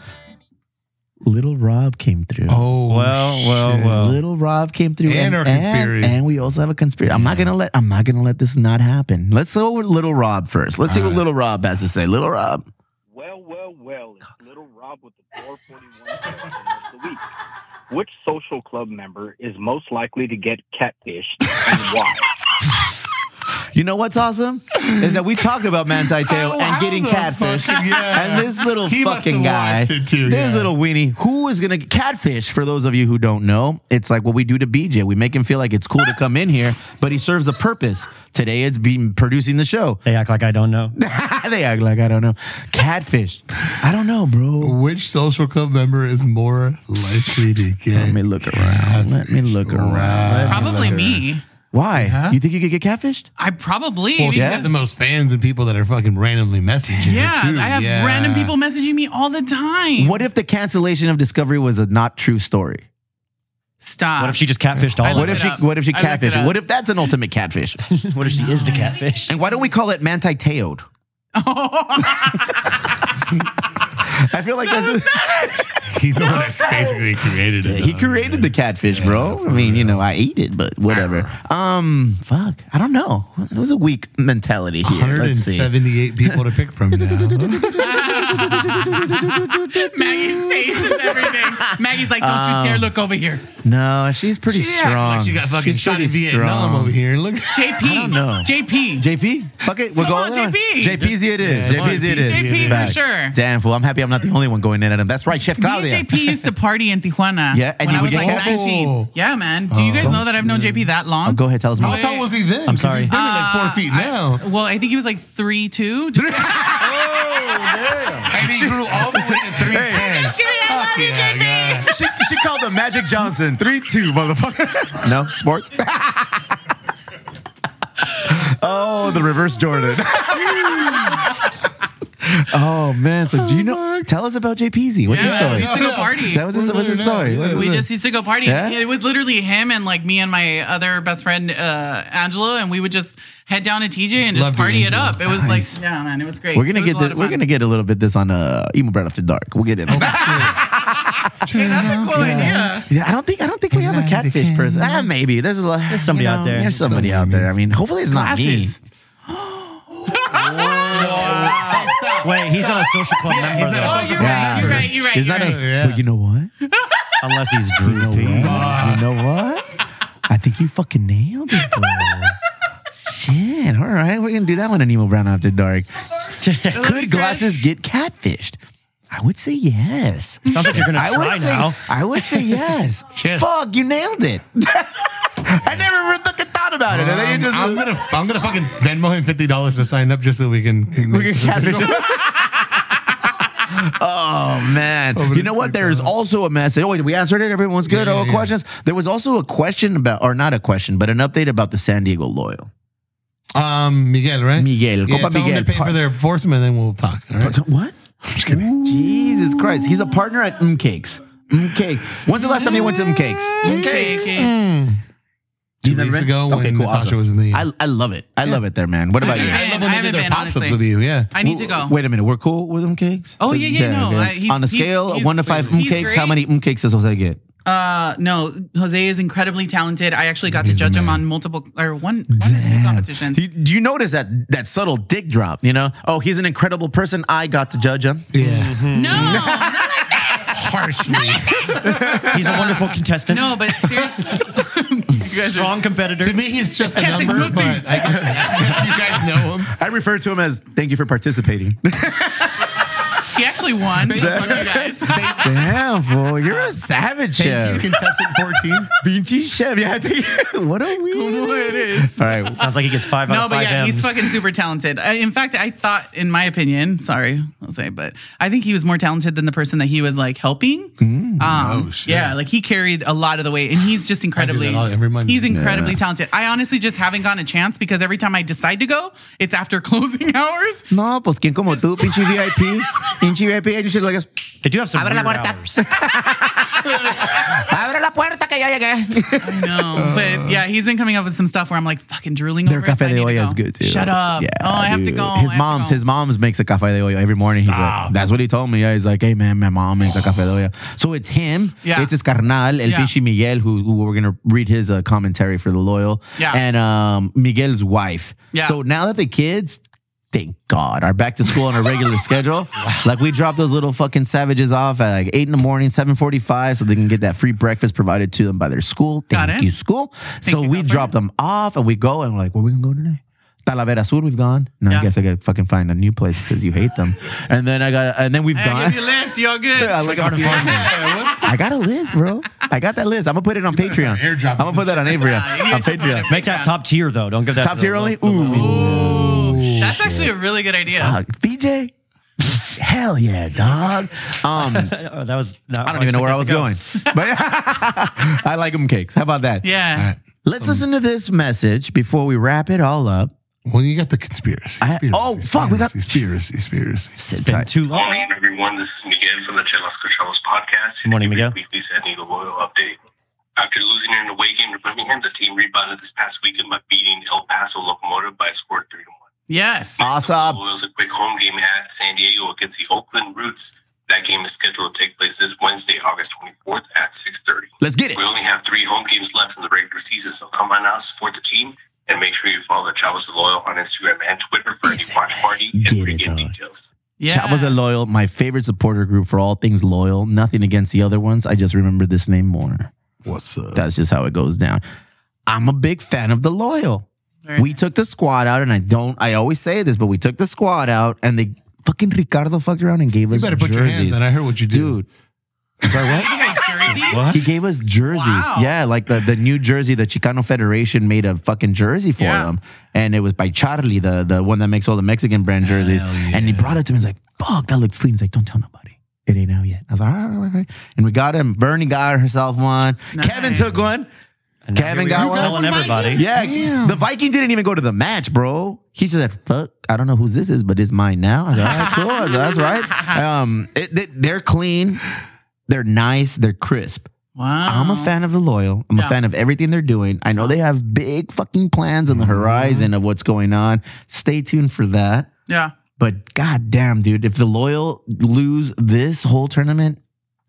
C: Little Rob came through.
D: Oh,
E: well, well, well.
C: Little Rob came through,
D: And our conspiracy.
C: and, we also have a conspiracy. I'm not gonna let I'm not gonna let this not happen. Let's go with Little Rob first. Let's see what Little Rob has to say. Little Rob,
G: Well, well, well, it's Little Rob with the 441 question of the week. Which social club member is most likely to get catfished and why?
C: you know what's awesome is that we talked about Manti Teo
D: Oh,
C: and getting catfish, and this little
D: He must
C: fucking
D: have
C: guy,
D: watched it too,
C: this
D: yeah.
C: little weenie, who is gonna catfish? For those of you who don't know, it's like what we do to BJ. We make him feel like it's cool to come in here, but he serves a purpose. Today, it's being producing the show.
E: They act like I don't know.
C: they act like I don't know. Catfish. I don't know, bro.
D: Which social club member is more likely to get? Let me
C: look around. Let me look around.
H: Probably me.
C: Why? You think you could get catfished?
H: I probably.
D: Well, she
H: because-
D: got the most fans and people that are fucking randomly messaging. her,
H: yeah,
D: too.
H: I have
D: Yeah.
H: random people messaging me all the time.
C: What if the cancellation of Discovery was a not true story?
H: Stop.
E: What if she just catfished all?
H: I
E: of
C: What
H: looked
C: if
H: it
C: she?
H: up.
C: What if she
H: I looked it
C: catfished?
H: up.
C: What if that's an ultimate catfish?
E: us? What if she is the catfish?
C: and why don't we call it Manti Teoed?
H: Oh,
C: I feel like that's
D: He's the one that basically created it.
C: he created the catfish, bro. I mean, you know, I ate it, but whatever. Um, fuck, I don't know. It was a weak mentality here. Let's see.
D: 178 people to pick from now.
H: Maggie's face is everything. Maggie's like, don't you dare look over here.
C: No, she's pretty
D: She acting
C: strong.
D: like she got fucking
C: She's
D: shot in
C: pretty
D: Vietnam
C: strong.
D: over here. Look,
H: JP.
C: know.
H: JP.
C: JP? Fuck it. We're
H: Come on,
C: going on.
H: JP.
C: JPZ it is.
D: Yeah, come
C: JPZ it
D: on,
C: is.
H: JP for
C: Fact.
H: sure.
C: Damn fool. I'm happy I'm not the only one going in at him. That's right, Chef
H: Me and
C: Claudia.
H: JP used to party in Tijuana.
C: Yeah, and
H: when
C: you
H: I
C: would
H: was
C: get
H: like
C: catfish?
H: 19. Yeah, man. Do you guys know that I've known JP that
C: Oh,
H: long?
C: go ahead, tell us
D: how
C: more.
D: tall was he then?
E: I'm
D: 'Cause
E: sorry.
D: He's barely like four feet now.
H: Well, I think he was like three two. Just
D: and he grew all the way to 310.
H: Just kidding, I love you,
D: yeah,
H: JP.
D: yeah.
C: she, she called him Magic Johnson. 3 2, motherfucker. No, sports? oh, the reverse Jordan. oh, man. So, do you know? Tell us about JPZ. What's
H: Yeah, we
C: his
H: used
C: story?
H: to go party.
C: That was his, what's his story. What's his
H: we
C: story?
H: just used to go party.
C: Yeah?
H: It was literally him and like me and my other best friend uh, Angela, and we would just head down to TJ and just
D: Loved you,
H: party it
D: Angela.
H: up. It was
C: Nice.
H: like, yeah, man, it was great.
C: We're gonna
H: It was
C: get
H: a lot
C: this,
H: of
C: we're
H: fun.
C: gonna get a little bit this on uh, emo bread after dark. We'll get in. on that.
H: Hey, that's a cool idea.
C: yeah, I don't think I don't think we have a catfish person. Ah, maybe there's a lot. There's
E: somebody out there.
C: There's somebody out there. I mean, hopefully it's not me.
H: Glasses.
E: Wait, he's not a social club member
D: not a
E: though.
H: Oh, you're right. You're right. You're right.
C: It's
H: you're
C: not a.
H: right.
D: Yeah.
C: But you know what? You
E: Unless he's droopy.
C: know what? I think you fucking nailed it, bro. Shit. All right, we're gonna do that one on emo brown after dark. Could glasses get catfished? I would say yes.
E: Sounds like you're gonna
C: I would
E: try
C: say,
E: now.
C: I would say yes.
D: Yes.
C: Fuck, you nailed it. I never even fucking thought about it. and then
D: Um,
C: you just,
D: I'm gonna I'm gonna fucking Venmo him fifty dollars to sign up just so we can
C: we can catfish. Oh man!
D: Over
C: you
D: the
C: know what?
D: same
C: There is
D: time.
C: also a message. Oh, wait, we answered it. Everyone's good.
D: Yeah, yeah,
C: oh,
D: yeah.
C: questions. There was also a question about, or not a question, but an update about the San Diego Loyal.
D: um Miguel, right?
C: Miguel,
D: Yeah,
C: compa
D: tell
C: Miguel.
D: him to pay
C: Par-
D: for their enforcement, and then we'll talk. All right?
C: What? Jesus Christ! He's a partner at M Cakes. M Cakes. When's the last time you went to M Cakes? M
D: Two weeks ago when Natasha was in the.
C: I, I love it. I love it there, man. What about you?
H: I
D: love when they
H: haven't
D: do their
H: been,
D: pops ups
H: honestly.
D: with you. Yeah.
H: I need to go.
C: Wait a minute, we're cool with them cakes.
H: Oh, yeah, yeah, no,
C: okay.
H: uh, he's-
C: On a
H: he's-
C: scale of
H: he's-
C: one to five um
H: he's
C: cakes, how
H: great.
C: many um cakes does Jose get?
H: Uh, no, Jose is incredibly talented. I actually got to judge him on multiple or one, one or two competitions.
C: He- do you notice that that subtle dig drop? You know, oh, he's an incredible person. I got to judge him.
D: Yeah.
H: No, not like
D: Harshly.
E: He's a wonderful contestant.
H: No, but seriously,
E: Strong competitor.
D: to me, he's just a
H: Can't say
D: number,
H: nothing.
D: but I guess, I guess you guys know him.
C: I refer to him as "Thank you for participating."
H: he actually won. So fuck you guys.
C: Damn, fool, you're a savage
D: Thank
C: chef.
D: you, contestant fourteen.
C: Vinci chef, yeah. I think- what a
H: it
C: weird.
H: is.
C: All right,
E: Sounds like he gets five out
H: No,
E: of
H: but
E: five
H: yeah,
E: M's.
H: he's fucking super talented. I, in fact, I thought, in my opinion, sorry, I'll say, but I think he was more talented than the person that he was like helping. um,
C: Mm,
D: oh, shit.
H: Yeah, like he carried a lot of the weight, and he's just incredibly,
D: all- every Monday.
H: he's incredibly talented. I honestly just haven't gotten a chance because every time I decide to go, it's after closing hours.
C: no, pues quien como tú, pinche VIP, pinche VIP, and you should like.
E: They do have some weird hours.
C: Abre la puerta que
H: yeah, yeah, yeah, yeah. I know, but yeah, he's been coming up with some stuff where I'm like fucking drooling
C: Their
H: over it.
C: cafe de olla is good too.
H: Shut up. oh, I have to
C: dude.
H: go. I have
C: His
H: to
C: mom's his mom's makes a cafe de olla every morning. He's like, that's what he told me. Yeah, he's like, hey man, my mom makes a cafe de olla. So it's him.
H: Yeah.
C: It's his carnal, El
H: Yeah.
C: Pichi Miguel, who, who we're gonna read his uh, commentary for the loyal.
H: Yeah.
C: And um, Miguel's wife.
H: Yeah.
C: So now that the kids. Thank God, are back to school on a regular schedule. Like we drop those little fucking savages off at like eight in the morning, seven forty-five, so they can get that free breakfast provided to them by their school. Thank
H: Got it.
C: you, school. so we drop them off and we go and we're like, where we gonna go today? Talavera Sur, we've gone. No, I guess I gotta fucking find a new place because you hate them. and then I got, and then we've
H: Hey, I
C: gone.
H: give you a list. You're good.
C: I, like, I'm- I got a list, bro. I got that list. I'm gonna put it on Patreon. I'm gonna put that on Avery. on Patreon.
E: Make that top tier though. Don't give that
C: Top
E: to the
C: tier
E: low-
C: only.
E: the low-
H: That's
C: Oh,
H: actually a really good idea.
C: Fuck, BJ. Hell yeah, dog. Um,
E: Oh, that was.
C: I don't even know where I was going, but I like them cakes. How about that?
H: Yeah.
C: All right. Let's listen to this message before we wrap it all up. Well, you got the conspiracy. oh fuck, we got conspiracy. Conspiracy. Sit tight.
E: Too long.
G: Morning, everyone. This is Miguel from the Chelas Cachavos podcast.
E: Good morning, Miguel.
G: Weekly San Diego Loyal update. After losing in an away game to Birmingham, the team rebounded this past weekend by beating El Paso Locomotive by a score of three to one.
H: Yes.
C: Uh, Awesome.
G: Loyal's a quick home game at San Diego against the Oakland Roots. That game is scheduled to take place this Wednesday, August 24th at 6:30.
C: Let's get it.
G: We only have three home games left in the regular season, so come on out, support the team, and make sure you follow the Chavos Loyal on Instagram and Twitter for any watch party and
C: Get
G: pregame
C: it, dog.
G: details.
C: Yeah. Chavos are loyal, my favorite supporter group for all things loyal. Nothing against the other ones. I just remember this name more. What's up? That's just how it goes down. I'm a big fan of the loyal. we took the squad out, and I don't. I always say this, but we took the squad out, and they fucking Ricardo fucked around and gave us.
O: better put
C: jerseys.
O: your hands in. I heard
C: what you did, dude. Sorry, what? He gave us jerseys. Yeah, like the, the new jersey, the Chicano Federation made a fucking jersey for him. And it was by Charlie, the, the one that makes all the Mexican brand jerseys. And he brought it to me. He's like, fuck, that looks clean. He's like, don't tell nobody. It ain't out yet. I was like, all right, all right, all right. And we got him. Bernie got herself one. Kevin took one. Kevin
E: here we
C: got
E: are
C: one.
E: telling everybody.
C: Yeah. The Viking didn't even go to the match, bro. He just said, fuck, I don't know who this is, but it's mine now. I was like, all right, cool. I was like, That's right. Um, it, they, they're clean. They're nice. They're crisp.
H: Wow.
C: I'm a fan of the loyal. I'm
H: Yeah.
C: a fan of everything they're doing. I know they have big fucking plans on the horizon of what's going on. Stay tuned for that.
H: Yeah.
C: But goddamn, dude, if the loyal lose this whole tournament,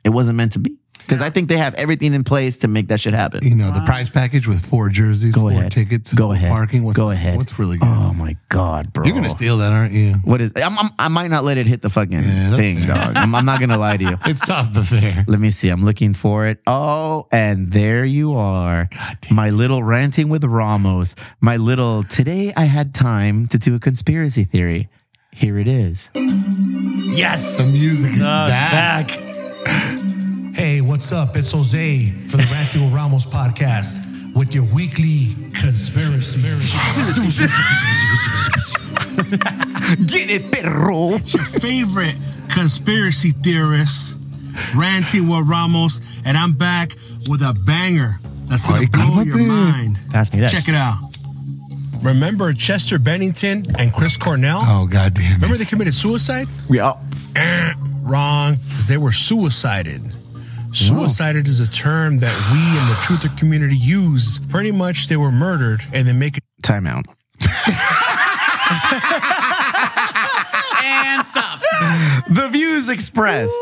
C: it wasn't meant to be. Because I think they have everything in place to make that shit happen.
O: You know, the prize package with four jerseys, four tickets, go ahead. parking. What's,
C: Go ahead.
O: What's really good?
C: Oh my god, bro!
O: You're gonna steal that, aren't you?
C: What is? I'm, I'm, I might not let it hit the fucking thing, dog. I'm, I'm not gonna lie to you.
O: It's tough but fair.
C: Let me see. I'm looking for it. Oh, and there you are. My little ranting with Ramos. My little today I had time to do a conspiracy theory. Here it is.
O: Yes, the music is back.
P: Hey, what's up? It's Jose for the Ranty Ramos podcast with your weekly conspiracy.
C: Get it, perro.
D: It's your favorite conspiracy theorist, Ranty Wa Ramos, and I'm back with a banger that's gonna blow your mind.
E: Pass me that.
D: Check it out. Remember Chester Bennington and Chris Cornell? Oh goddamn! Remember they committed suicide?
C: Yeah.
D: Eh, wrong, 'cause they were suicided. Suicided is a term that we in the truther community use. Pretty much, they were murdered and then make it.
C: Time out.
H: and stop.
C: the views expressed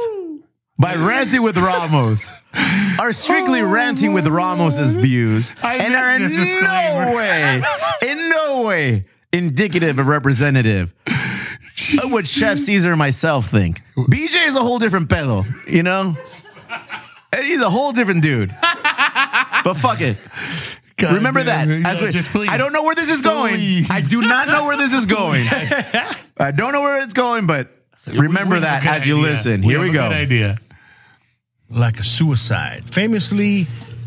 C: by ranting with Ramos are strictly ranting with Ramos's views
O: Oh, I
C: and
O: missed
C: are in
O: this disclaimer.
C: no way, in no way indicative of representative of what Chef Caesar and myself think. BJ is a whole different pedo, you know? And He's a whole different dude. But fuck it.
O: God
C: Remember that.
O: damn it.
C: As
O: Yeah,
C: we-
O: just please.
C: I don't know where this is going. I do not know where this is going. I don't know where it's going, but remember
D: We
C: that
D: have a good
C: as you
D: idea.
C: listen. Here we,
D: have a
C: go.
D: good idea. Like a suicide. Famously,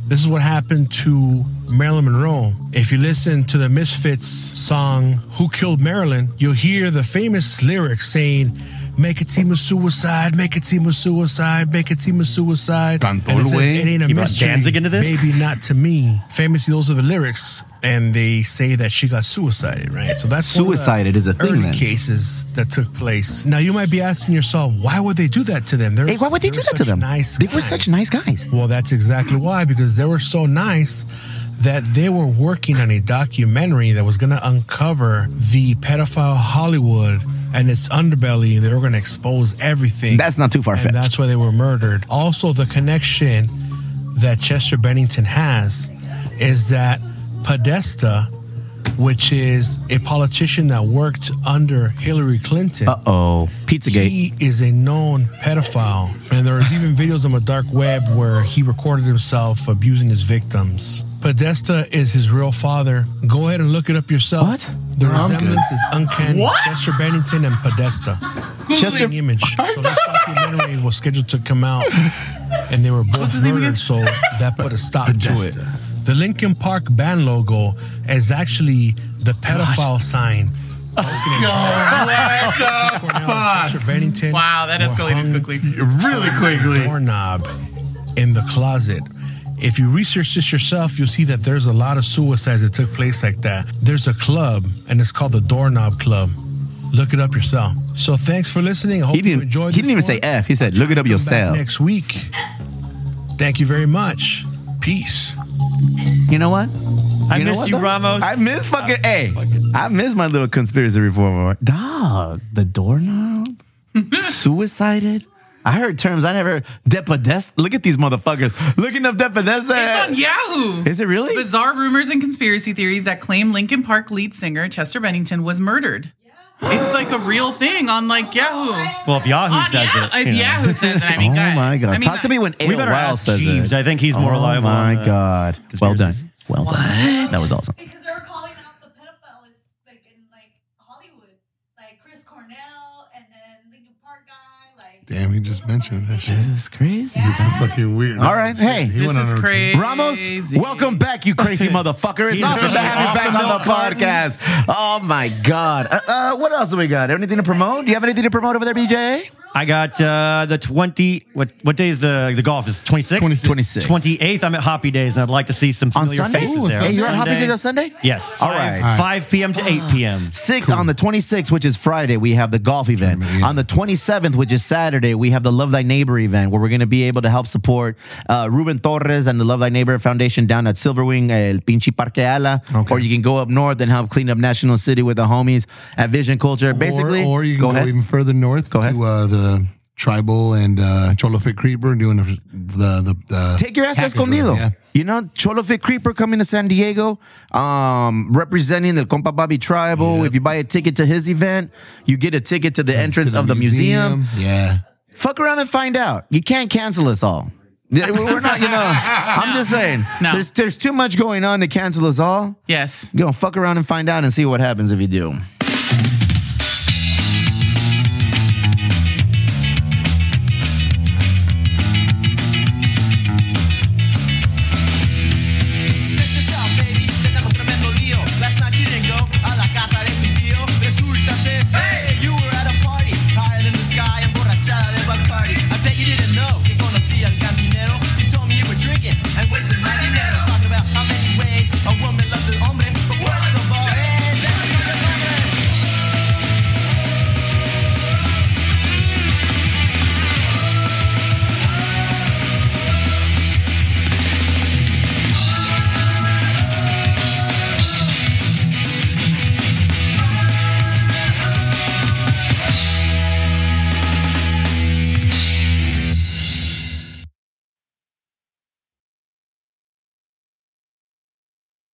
D: this is what happened to Marilyn Monroe. If you listen to the Misfits song "Who Killed Marilyn," you'll hear the famous lyrics saying. Make a team of suicide. Make a team of suicide. Make a team of suicide. And it, says,
O: way.
D: it ain't a
O: You brought
D: mystery.
O: Danzig into this?
D: Baby, not to me. Famously, those are the lyrics. and they say that she got suicided, right? So that's one of the
C: Suicided is a thing,
D: early
C: then.
D: cases that took place. Now you might be asking yourself, why would they do that to them? They're,
C: Hey, why would they do that to them?
D: Nice. They
C: were such nice guys.
D: Well, that's exactly why, because they were so nice that they were working on a documentary that was going to uncover the pedophile Hollywood and its underbelly, and they were going to expose everything.
C: That's not too far-fetched.
D: And that's why they were murdered. Also, the connection that Chester Bennington has is that Podesta, which is a politician that worked under Hillary Clinton. Uh
C: oh, Pizzagate.
D: He is a known pedophile, and there was even videos on the dark web where he recorded himself abusing his victims. Podesta is his real father. Go ahead and look it up yourself. What? The
Q: No, I'm good.
D: resemblance is uncanny.
Q: What?
D: Chester Bennington and Podesta. Chester image. So this documentary was scheduled to come out, and they were both murdered. So that put a stop to it. The Lincoln Park band logo is actually the pedophile sign.
Q: Oh,
H: Oh,
Q: what the fuck?
D: Chester Bennington.
H: Wow, that
D: were
H: escalated
D: hung
H: quickly.
D: Really quickly. Doorknob in the closet. If you research this yourself, you'll see that there's a lot of suicides that took place like that. There's a club, and it's called the Doorknob Club. Look it up yourself. So thanks for listening. I hope
C: He
D: you
C: didn't.
D: enjoyed
C: He didn't even say F. He said, "Look it up
D: Come back
C: yourself."
D: next week. Thank you very much. Peace.
C: You know what?
D: I
C: know
D: missed you,
C: though?
D: Ramos.
C: I miss fucking a. I miss my little conspiracy reformer. Dog, the doorknob, suicided. I heard terms I never. Depodest. Look at these motherfuckers. Looking up
H: It's on
C: depodest.
H: Yahoo.
C: Is it really?
H: Bizarre rumors and conspiracy theories that claim Linkin Park lead singer Chester Bennington was murdered. It's like a real thing on like Yahoo.
E: Well, if Yahoo
H: On
E: says
H: Ya-
E: it,
H: if
E: you know.
H: Yahoo says it, I mean,
C: oh
H: guys.
C: my god!
H: I mean,
C: Talk to me when
E: We
C: Ada
E: better
C: Wild
E: ask
C: says
E: Jeeves.
C: it.
E: I think he's more
C: oh
E: reliable
C: my
E: on the
C: god! Well done. Well done. That was awesome.
G: Because they were calling out the pedophiles like in like Hollywood, like Chris Cornell and then Linkin Park guy, like
Q: Damn, he just mentioned that shit.
C: This is crazy.
Q: This is fucking weird.
C: All right, hey,
Q: He went on a routine.
C: Ramos, welcome back, you crazy motherfucker. It's
Q: He's
C: awesome to
Q: officially off
C: have you back
Q: the
C: on the
Q: milk carton.
C: podcast. Oh my god! Uh, uh, what else do we got? Anything to promote? Do you have anything to promote over there, BJ?
E: I got uh, the 20. What what day is the the golf? Is 26th?
C: 26th.
E: 28th. I'm at Hoppy Days, and I'd like to see some
C: On
E: familiar
C: Sunday?
E: faces
C: Ooh, on
E: there.
C: Sunday. Hey, you're at Hoppy Days on Sunday?
E: Yes.
C: All
E: Five-
C: right.
E: 5 p.m. to 8 p.m.
C: Six on the 26th, which is Friday, we have the golf event. On the 27th, which is Saturday, we have the Love Thy Neighbor event, where we're going to be able to help support uh, Ruben Torres and the Love Thy Neighbor Foundation down at Silverwing, El Pinchi Parque Ala. Or you can go up north and help clean up National City with the homies at Vision Culture. Basically,
Q: or, or you can
C: go
Q: go,
C: ahead.
Q: even further north to uh, the tribal and uh, Cholo Fit Creeper doing the the, the, uh, the
C: Take your ass
Q: package
C: escondido.
Q: order,
C: You know, Cholo Fit Creeper coming to San Diego, um, representing the Compa Bobby Tribal. If you buy a ticket to his event, you get a ticket to the entrance
Q: the
C: of the museum.
Q: museum. Yeah.
C: Fuck around and find out. You can't cancel us all. Yeah, we- We're not, you know. I'm just saying. There's there's too much going on to cancel us all.
H: Yes.
C: Go fuck around and find out and see what happens if you do.